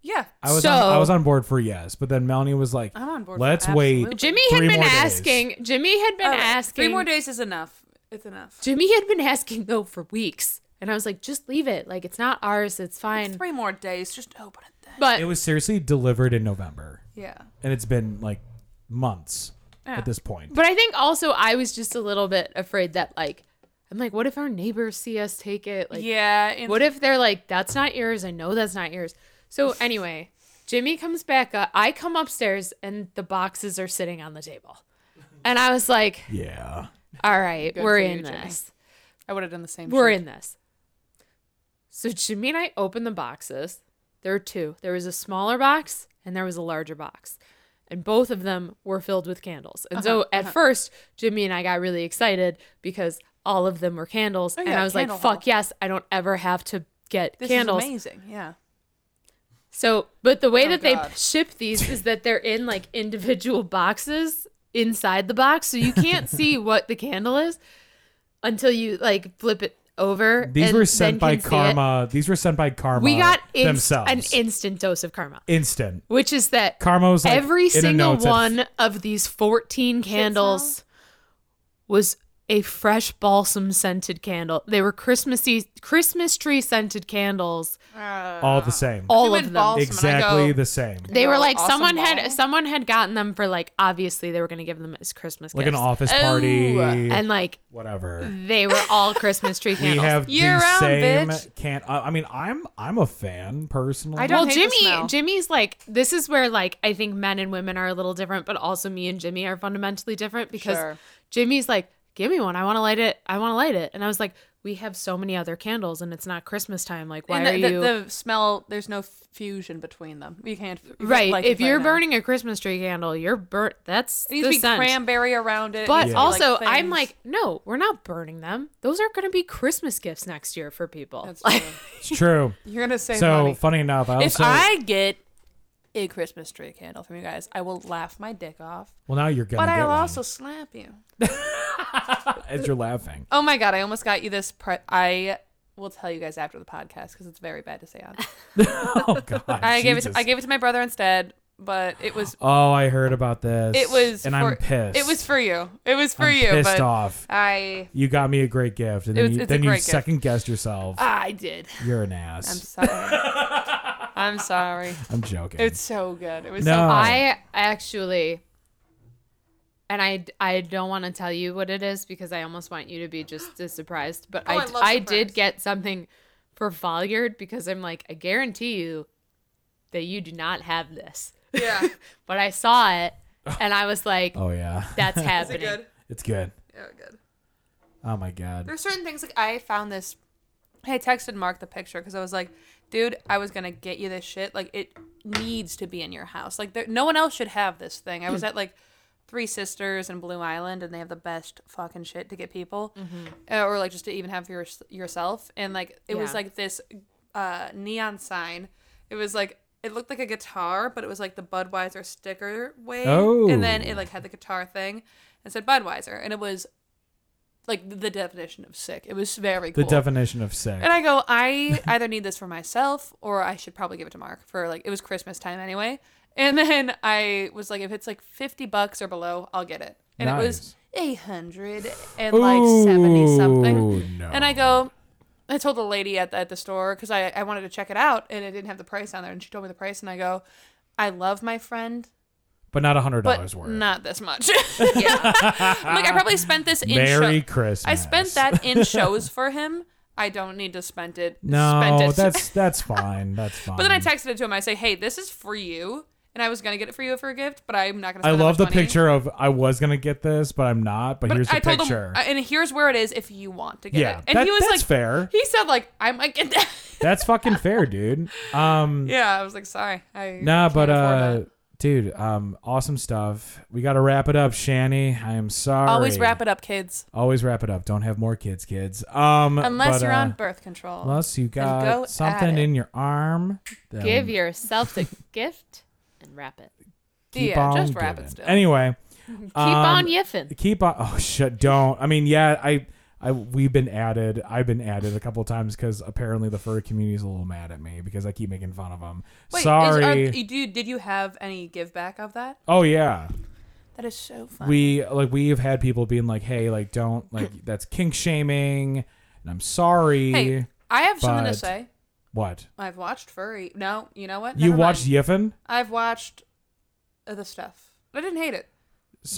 Speaker 3: Yeah.
Speaker 1: I was
Speaker 2: So-
Speaker 1: on, I was on board for yes, but then Melanie was like,
Speaker 3: I'm on board for
Speaker 1: Let's wait.
Speaker 3: absolutely.
Speaker 2: Jimmy
Speaker 1: Three
Speaker 2: had been
Speaker 1: more days.
Speaker 2: asking. Jimmy had been
Speaker 3: All right,
Speaker 2: asking.
Speaker 3: Three more days is enough. It's enough.
Speaker 2: Jimmy had been asking though for weeks, and I was like, just leave it. Like it's not ours. It's fine.
Speaker 3: Three more days. Just open it then.
Speaker 2: but
Speaker 1: it was seriously delivered in November,
Speaker 3: Yeah.
Speaker 1: and it's been like months at this point.
Speaker 2: But I think also I was just a little bit afraid that like I'm like, what if our neighbors see us take it? Like
Speaker 3: yeah. and-
Speaker 2: what if they're like, that's not yours? I know that's not yours. So anyway, Jimmy comes back up. I come upstairs and the boxes are sitting on the table. And I was like,
Speaker 1: yeah,
Speaker 2: all right,
Speaker 3: Good
Speaker 2: we're
Speaker 3: for you,
Speaker 2: in
Speaker 3: Jimmy.
Speaker 2: this.
Speaker 3: I would have done the same.
Speaker 2: We're
Speaker 3: shit.
Speaker 2: in this. So Jimmy and I opened the boxes. There were two. There was a smaller box and there was a larger box. And both of them were filled with candles. And so
Speaker 3: Uh-huh,
Speaker 2: at first, Jimmy and I got really excited because all of them were candles. and
Speaker 3: Oh, yeah,
Speaker 2: I was
Speaker 3: candle
Speaker 2: like, fuck
Speaker 3: haul.
Speaker 2: yes, I don't ever have to get
Speaker 3: This
Speaker 2: candles.
Speaker 3: is amazing. Yeah.
Speaker 2: So, but the way
Speaker 3: Oh,
Speaker 2: that they
Speaker 3: God.
Speaker 2: ship these is that they're in like individual boxes inside the box, so you can't see what the candle is until you like flip it over.
Speaker 1: these
Speaker 2: and
Speaker 1: were
Speaker 2: then
Speaker 1: sent by
Speaker 2: can see it.
Speaker 1: karma. These were sent by karma.
Speaker 2: We got inst-
Speaker 1: themselves
Speaker 2: an instant dose of karma,
Speaker 1: instant.
Speaker 2: which is that
Speaker 1: Karma was like, in
Speaker 2: every
Speaker 1: a
Speaker 2: single
Speaker 1: note, said,
Speaker 2: one of these 14 candles was a fresh balsam scented candle. They were Christmassy, Christmas tree scented candles,
Speaker 1: all the same,
Speaker 2: all
Speaker 3: went
Speaker 2: of them.
Speaker 3: balsam and I
Speaker 1: exactly
Speaker 3: go-
Speaker 1: the same,
Speaker 2: They were
Speaker 3: Well,
Speaker 2: like
Speaker 3: awesome
Speaker 2: someone
Speaker 3: ball.
Speaker 2: had someone had gotten them for like obviously they were gonna give them as Christmas
Speaker 1: like an
Speaker 2: gifts.
Speaker 1: office party,
Speaker 2: and like
Speaker 1: whatever.
Speaker 2: they were all Christmas tree
Speaker 1: We
Speaker 2: candles.
Speaker 1: have the
Speaker 3: Mm. Year-round,
Speaker 1: same
Speaker 3: bitch.
Speaker 1: can. I I mean, I'm I'm a fan personally.
Speaker 3: I don't
Speaker 2: well,
Speaker 3: hate the
Speaker 2: Jimmy,
Speaker 3: smell.
Speaker 2: Jimmy's like this is where like I think men and women are a little different, but also me and Jimmy are fundamentally different because
Speaker 3: Sure.
Speaker 2: Jimmy's like, give me one, I want to light it, I want to light it, and I was like, we have so many other candles and it's not Christmas time, like why
Speaker 3: And
Speaker 2: are
Speaker 3: the,
Speaker 2: you?
Speaker 3: The, the smell. There's no fusion between them. You can't. you can't
Speaker 2: right,
Speaker 3: like it
Speaker 2: if you're
Speaker 3: now.
Speaker 2: burning a Christmas tree candle, you're burnt. That's
Speaker 3: it needs
Speaker 2: the
Speaker 3: to be
Speaker 2: scent.
Speaker 3: cranberry around it. it
Speaker 2: But
Speaker 3: needs to be, like,
Speaker 2: also, I'm
Speaker 3: things.
Speaker 2: like, no, we're not burning them. Those are going to be Christmas gifts next year for people.
Speaker 3: That's
Speaker 2: Like,
Speaker 3: true.
Speaker 1: It's true.
Speaker 3: you're gonna save
Speaker 1: so
Speaker 3: money.
Speaker 1: funny enough, I
Speaker 3: if
Speaker 1: also
Speaker 3: I get a Christmas tree candle from you guys, I will laugh my dick off.
Speaker 1: well now you're gonna.
Speaker 3: But
Speaker 1: get
Speaker 3: I'll
Speaker 1: one
Speaker 3: also slap you.
Speaker 1: as you're laughing.
Speaker 3: Oh my god, I almost got you this. Pre- I will tell you guys after the podcast because it's very bad to say on.
Speaker 1: Oh god,
Speaker 3: I gave it.
Speaker 1: Jesus.
Speaker 3: To, I gave it to my brother instead, but it was.
Speaker 1: Oh, I heard about this.
Speaker 3: It was.
Speaker 1: and
Speaker 3: for,
Speaker 1: I'm pissed.
Speaker 3: It was for you. It was for
Speaker 1: I'm
Speaker 3: you.
Speaker 1: Pissed
Speaker 3: but
Speaker 1: off.
Speaker 3: I.
Speaker 1: You got me a great gift, and
Speaker 3: It
Speaker 1: then
Speaker 3: was-
Speaker 1: you,
Speaker 3: it's a
Speaker 1: then you
Speaker 3: great gift.
Speaker 1: second guessed yourself.
Speaker 3: I did.
Speaker 1: You're an
Speaker 3: I'm
Speaker 1: ass.
Speaker 3: sorry. I'm sorry.
Speaker 1: I'm joking.
Speaker 3: It's so good. It was
Speaker 1: no,
Speaker 3: so.
Speaker 2: I actually, and I, I don't want to tell you what it is because I almost want you to be just as surprised. But
Speaker 3: Oh,
Speaker 2: I,
Speaker 3: I love
Speaker 2: I did
Speaker 3: surprise.
Speaker 2: get something for Folliard because I'm like, I guarantee you that you do not have this.
Speaker 3: Yeah.
Speaker 2: But I saw it and I was like,
Speaker 1: oh yeah,
Speaker 2: that's happening.
Speaker 1: it's good.
Speaker 3: Yeah, good.
Speaker 1: Oh my god.
Speaker 3: There's certain things like I found this. I texted Mark the picture because I was like, dude, I was gonna get you this shit. Like it needs to be in your house. Like there, no one else should have this thing. I was at like Three Sisters and Blue Island, and they have the best fucking shit to get people, Uh, or like just to even have for your, yourself. And like it was
Speaker 2: Yeah.
Speaker 3: like this uh, neon sign. It was like it looked like a guitar, but it was like the Budweiser sticker way, and then
Speaker 1: Oh.
Speaker 3: it like had the guitar thing and said Budweiser, and it was like the definition of sick. It was very
Speaker 1: The
Speaker 3: cool.
Speaker 1: definition of sick.
Speaker 3: and I go, I either need this for myself or I should probably give it to Mark for like it was Christmas time anyway. And then I was like, if it's like fifty bucks or below, I'll get it. And it was eight hundred and like seventy something.
Speaker 1: Ooh, No.
Speaker 3: And I go, I told the lady at the, at the store because I, I wanted to check it out and it didn't have the price on there. And she told me the price, and I go, I love my friend,
Speaker 1: but not a hundred
Speaker 3: but
Speaker 1: dollars worth.
Speaker 3: not this much. yeah. like I probably spent this in
Speaker 1: Merry
Speaker 3: show-
Speaker 1: Christmas.
Speaker 3: I spent that in shows for him. I don't need to spend it. spend
Speaker 1: No,
Speaker 3: it.
Speaker 1: that's that's fine. That's fine.
Speaker 3: But then I texted it to him. I say, "Hey, this is for you." And I was gonna get it for you for a gift, but I'm not gonna.
Speaker 1: I
Speaker 3: Spend that
Speaker 1: love the
Speaker 3: much money.
Speaker 1: picture of I was gonna get this, but I'm not. But,
Speaker 3: But
Speaker 1: here's the
Speaker 3: I told
Speaker 1: picture.
Speaker 3: him, and here's where it is if you want to get
Speaker 1: yeah,
Speaker 3: it. And
Speaker 1: that-
Speaker 3: he was
Speaker 1: that's
Speaker 3: like,
Speaker 1: fair.
Speaker 3: He said like, "I might get that."
Speaker 1: That's fucking fair, dude. Um,
Speaker 3: yeah, I was like, "Sorry, I."
Speaker 1: nah,
Speaker 3: can't
Speaker 1: but uh,
Speaker 3: afford that."
Speaker 1: dude, um, awesome stuff. We gotta wrap it up, Shani. I am sorry.
Speaker 3: always wrap it up, kids.
Speaker 1: Always wrap it up. Don't have more kids, kids. Um,
Speaker 3: Unless
Speaker 1: but,
Speaker 3: you're
Speaker 1: uh,
Speaker 3: on birth control.
Speaker 1: Unless you
Speaker 3: go
Speaker 1: got
Speaker 3: at
Speaker 1: something
Speaker 3: it.
Speaker 1: in your arm, then
Speaker 2: Give yourself the gift and wrap it.
Speaker 1: keep
Speaker 3: yeah,
Speaker 1: on
Speaker 3: just wrap
Speaker 1: giving.
Speaker 3: it still.
Speaker 1: Anyway, um,
Speaker 2: Keep on yiffing.
Speaker 1: keep on. Oh shit! Don't. I mean, yeah. I I we've been added. I've been added a couple times because apparently the furry community is a little mad at me because I keep making fun of them.
Speaker 3: Wait, is- are-
Speaker 1: Sorry.
Speaker 3: do you- did you have any give back of that?
Speaker 1: oh yeah.
Speaker 3: That is so funny.
Speaker 1: we like we've had people being like, "Hey, like don't like that's kink shaming," and I'm sorry.
Speaker 3: Hey, I have something to
Speaker 1: but-
Speaker 3: say.
Speaker 1: what
Speaker 3: I've watched furry. No, you know what?
Speaker 1: you
Speaker 3: Never
Speaker 1: watched
Speaker 3: mind.
Speaker 1: Yiffin?
Speaker 3: I've watched the stuff. I didn't hate it,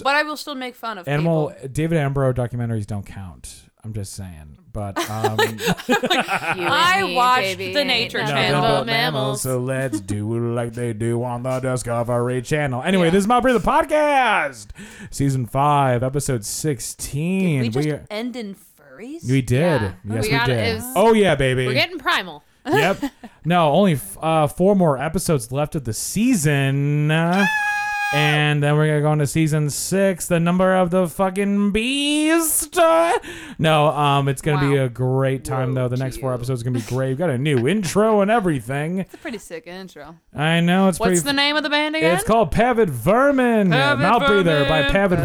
Speaker 3: but I will still make fun of
Speaker 1: Animal
Speaker 3: people.
Speaker 1: David Ambro documentaries don't count. I'm just saying, but um,
Speaker 4: You and
Speaker 3: I
Speaker 4: me,
Speaker 3: watched
Speaker 4: baby,
Speaker 3: the
Speaker 4: ain't
Speaker 3: Nature
Speaker 4: nothing
Speaker 1: nothing
Speaker 3: Channel.
Speaker 1: but
Speaker 4: but
Speaker 1: mammals. So let's do like they do on the Discovery Channel. Anyway, this is my brother podcast, season five, episode sixteen.
Speaker 3: we just
Speaker 1: we
Speaker 3: end in furries.
Speaker 1: we did.
Speaker 2: Yeah.
Speaker 1: Yes, we,
Speaker 2: We got-
Speaker 1: did.
Speaker 2: is-
Speaker 1: oh yeah, baby.
Speaker 2: We're getting primal.
Speaker 1: yep. No, only f- uh, four more episodes left of the season. And then we're gonna go into season six, the number of the fucking beast. No, um, it's gonna be a great time though. The next four episodes are gonna be great. We've got a new intro and everything.
Speaker 3: It's a pretty sick intro.
Speaker 1: I know it's
Speaker 3: What's
Speaker 1: pretty.
Speaker 3: the name of the band again?
Speaker 1: It's called Pavid Vermin.
Speaker 3: Pavid
Speaker 1: Mouth Breather by
Speaker 3: Vermin. Pavid
Speaker 1: Pavid,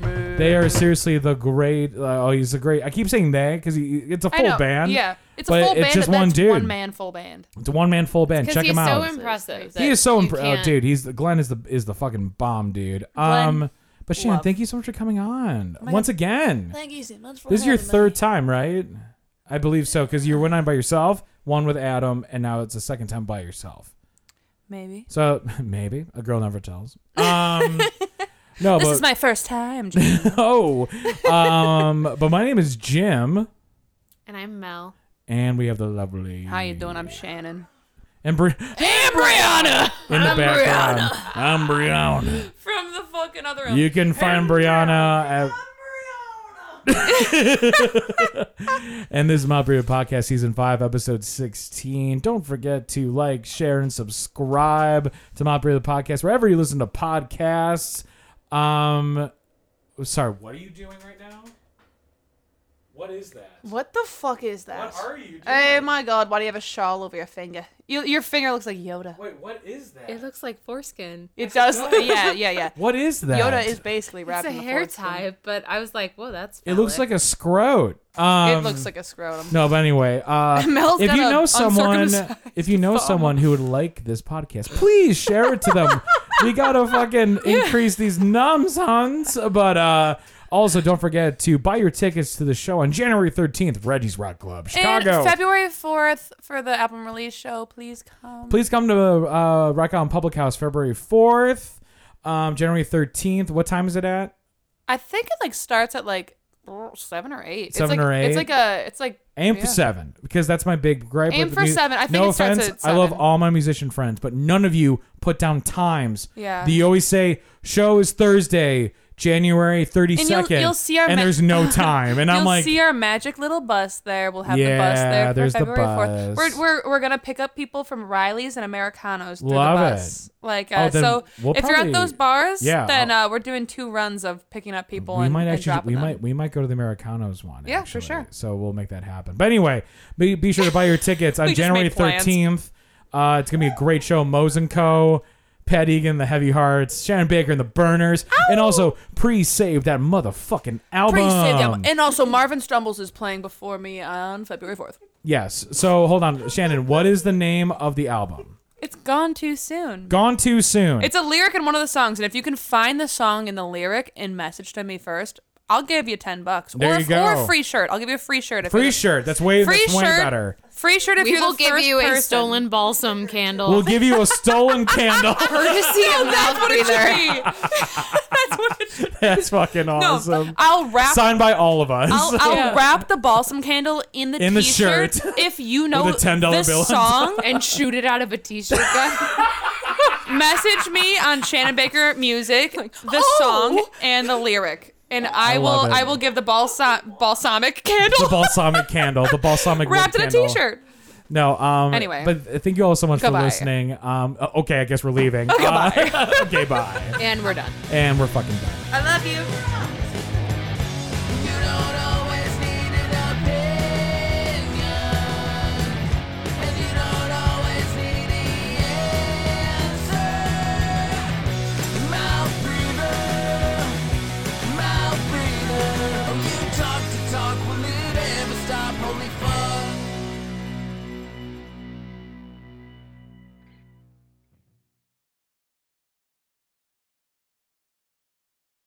Speaker 1: Vermin. They are seriously the great. Uh, oh, he's the great. I keep saying they because it's a
Speaker 3: I
Speaker 1: full
Speaker 3: know.
Speaker 1: band.
Speaker 3: Yeah, it's
Speaker 1: but
Speaker 3: a full
Speaker 1: it's
Speaker 3: band.
Speaker 1: just
Speaker 3: but
Speaker 1: one
Speaker 3: that's
Speaker 1: dude.
Speaker 3: One man full band.
Speaker 1: It's a one man full band.
Speaker 2: Because
Speaker 1: Check
Speaker 2: he's
Speaker 1: him out.
Speaker 2: so impressive.
Speaker 1: He is so
Speaker 2: that you
Speaker 1: impressive. Oh,
Speaker 2: can't-
Speaker 1: dude, he's Glenn is the is the fucking bomb, dude. um, but Shannon, thank you so much for coming on once again.
Speaker 5: Thank you so much for
Speaker 1: This is your
Speaker 5: having me.
Speaker 1: third time, right? I believe so, because you went on by yourself, one with Adam, and now it's the second time by yourself.
Speaker 3: Maybe.
Speaker 1: So maybe a girl never tells. Um, no,
Speaker 3: This
Speaker 1: but
Speaker 3: is my first time. Jane.
Speaker 1: oh, um, but my name is Jim,
Speaker 2: And I'm Mel.
Speaker 1: and we have the lovely.
Speaker 3: How you doing? I'm Shannon.
Speaker 1: And Bri- hey, Brianna! In the background. I'm Brianna.
Speaker 3: From the fucking other.
Speaker 1: You can find Brianna at. and this is my Brew Podcast, Season 5, Episode 16. Don't forget to like, share, and subscribe to my Brew Podcast, wherever you listen to podcasts. Um, Sorry, what are you doing right now? What is that?
Speaker 3: What the fuck is that?
Speaker 1: What are you doing?
Speaker 3: Oh my god, why do you have a shawl over your finger? You, your finger looks like Yoda.
Speaker 1: Wait, what is that?
Speaker 7: It looks like foreskin.
Speaker 3: It does. yeah, yeah, yeah.
Speaker 1: what is that?
Speaker 3: Yoda is basically
Speaker 7: It's
Speaker 3: wrapped
Speaker 7: a
Speaker 3: in the
Speaker 7: hair
Speaker 3: foreskin.
Speaker 7: tie, but I was like, whoa, that's.
Speaker 1: It looks like a scrote. Um,
Speaker 3: It looks like a scrotum.
Speaker 1: No, but anyway, uh,
Speaker 3: Mel's
Speaker 1: if
Speaker 3: got
Speaker 1: you
Speaker 3: a
Speaker 1: know someone,
Speaker 3: uncircumcised
Speaker 1: if you know someone who would like this podcast, please share it to them. we gotta fucking increase these numbs, huns. But uh, also, don't forget to buy your tickets to the show on January thirteenth, Reggie's Rock Club,
Speaker 3: And
Speaker 1: Chicago.
Speaker 3: February 4th for the album release show, please come.
Speaker 1: please come to uh, Rock On Public House February fourth, um, January thirteenth. What time is it at?
Speaker 3: I think it like starts at like brr, seven or eight.
Speaker 1: Seven
Speaker 3: it's like,
Speaker 1: or
Speaker 3: It's
Speaker 1: eight?
Speaker 3: like a. It's like
Speaker 1: Aim
Speaker 3: Yeah.
Speaker 1: for seven because that's my big gripe.
Speaker 3: Aim
Speaker 1: with
Speaker 3: for
Speaker 1: mu-
Speaker 3: seven. I think
Speaker 1: no
Speaker 3: it starts
Speaker 1: offense,
Speaker 3: at
Speaker 1: I love
Speaker 3: seven.
Speaker 1: all my musician friends, but none of you put down times.
Speaker 3: Yeah.
Speaker 1: Do you always say show is Thursday, January thirty
Speaker 3: And you'll-
Speaker 1: second?
Speaker 3: you'll see our
Speaker 1: and
Speaker 3: ma-
Speaker 1: there's no time, and I'm
Speaker 3: you'll
Speaker 1: like,
Speaker 3: see our magic little bus there. We'll have the bus
Speaker 1: Yeah,
Speaker 3: there for
Speaker 1: there's the
Speaker 3: February
Speaker 1: bus.
Speaker 3: 4th. We're, we're, we're gonna pick up people from Riley's and Americanos through
Speaker 1: Love
Speaker 3: the bus. Like
Speaker 1: Oh,
Speaker 3: uh,
Speaker 1: then
Speaker 3: so,
Speaker 1: we'll
Speaker 3: if you're
Speaker 1: probably-
Speaker 3: at those bars,
Speaker 1: Yeah,
Speaker 3: then uh, we're doing two runs of picking up people
Speaker 1: we
Speaker 3: and,
Speaker 1: might
Speaker 3: and
Speaker 1: actually
Speaker 3: dropping
Speaker 1: we
Speaker 3: them.
Speaker 1: might we might go to the Americanos one.
Speaker 3: Yeah, for
Speaker 1: actually.
Speaker 3: sure.
Speaker 1: So we'll make that happen. But anyway, be, be sure to buy your tickets on
Speaker 3: We just
Speaker 1: January
Speaker 3: made plans.
Speaker 1: thirteenth. Uh, it's gonna be a great show. Mose and Co. Pat Egan, the Heavy Hearts, Shannon Baker, and the Burners, and also pre-save that motherfucking album.
Speaker 3: Pre-save them. And also, Marvin Stumbles is playing before me on February 4th.
Speaker 1: Yes. So hold on, Shannon. What is the name of the album?
Speaker 3: It's gone too soon.
Speaker 1: Gone too soon.
Speaker 3: It's a lyric in one of the songs, and if you can find the song and the lyric and message to me first, I'll give you ten bucks
Speaker 1: There
Speaker 3: or,
Speaker 1: you go.
Speaker 3: or a free shirt. I'll give you a free shirt. If
Speaker 1: free
Speaker 3: you're-
Speaker 1: shirt. That's way
Speaker 3: Free
Speaker 1: that's way
Speaker 3: shirt.
Speaker 1: better.
Speaker 3: Free shirt. If
Speaker 2: We
Speaker 3: you're
Speaker 2: will
Speaker 3: the
Speaker 2: give
Speaker 3: first
Speaker 2: you a
Speaker 3: person.
Speaker 2: stolen balsam candle.
Speaker 1: We'll give you a stolen candle.
Speaker 2: courtesy of
Speaker 3: That's
Speaker 2: Mouth
Speaker 3: what it
Speaker 2: Breather.
Speaker 3: should be. That's what it should. Be.
Speaker 1: that's fucking
Speaker 3: No,
Speaker 1: awesome.
Speaker 3: I'll wrap.
Speaker 1: Signed by all of us.
Speaker 3: I'll, I'll wrap the balsam candle in the
Speaker 1: In the
Speaker 3: t-shirt
Speaker 1: shirt.
Speaker 3: if you know
Speaker 1: a $10
Speaker 3: this
Speaker 1: bill on
Speaker 3: song.
Speaker 2: and shoot it out of a t-shirt gun.
Speaker 3: message me on Shannon Baker Music, the
Speaker 2: oh!
Speaker 3: song and the lyric, and I,
Speaker 1: I
Speaker 3: will
Speaker 1: love it.
Speaker 3: I will give the balsam balsamic
Speaker 1: the
Speaker 3: candle
Speaker 1: balsamic candle. The balsamic wood
Speaker 3: wrapped in a
Speaker 1: candle.
Speaker 3: T-shirt.
Speaker 1: No. Um.
Speaker 3: Anyway.
Speaker 1: But thank you all so much for
Speaker 3: Goodbye. Oh,
Speaker 1: listening. Um. uh, Okay. I guess we're leaving. Okay. bye. okay. Bye.
Speaker 2: and we're done.
Speaker 1: And we're fucking done.
Speaker 3: I love you.
Speaker 5: You don't always need an opinion, and you don't always need the answer. Mouth breather, mouth breather. You talk to talk, well,
Speaker 10: only fun.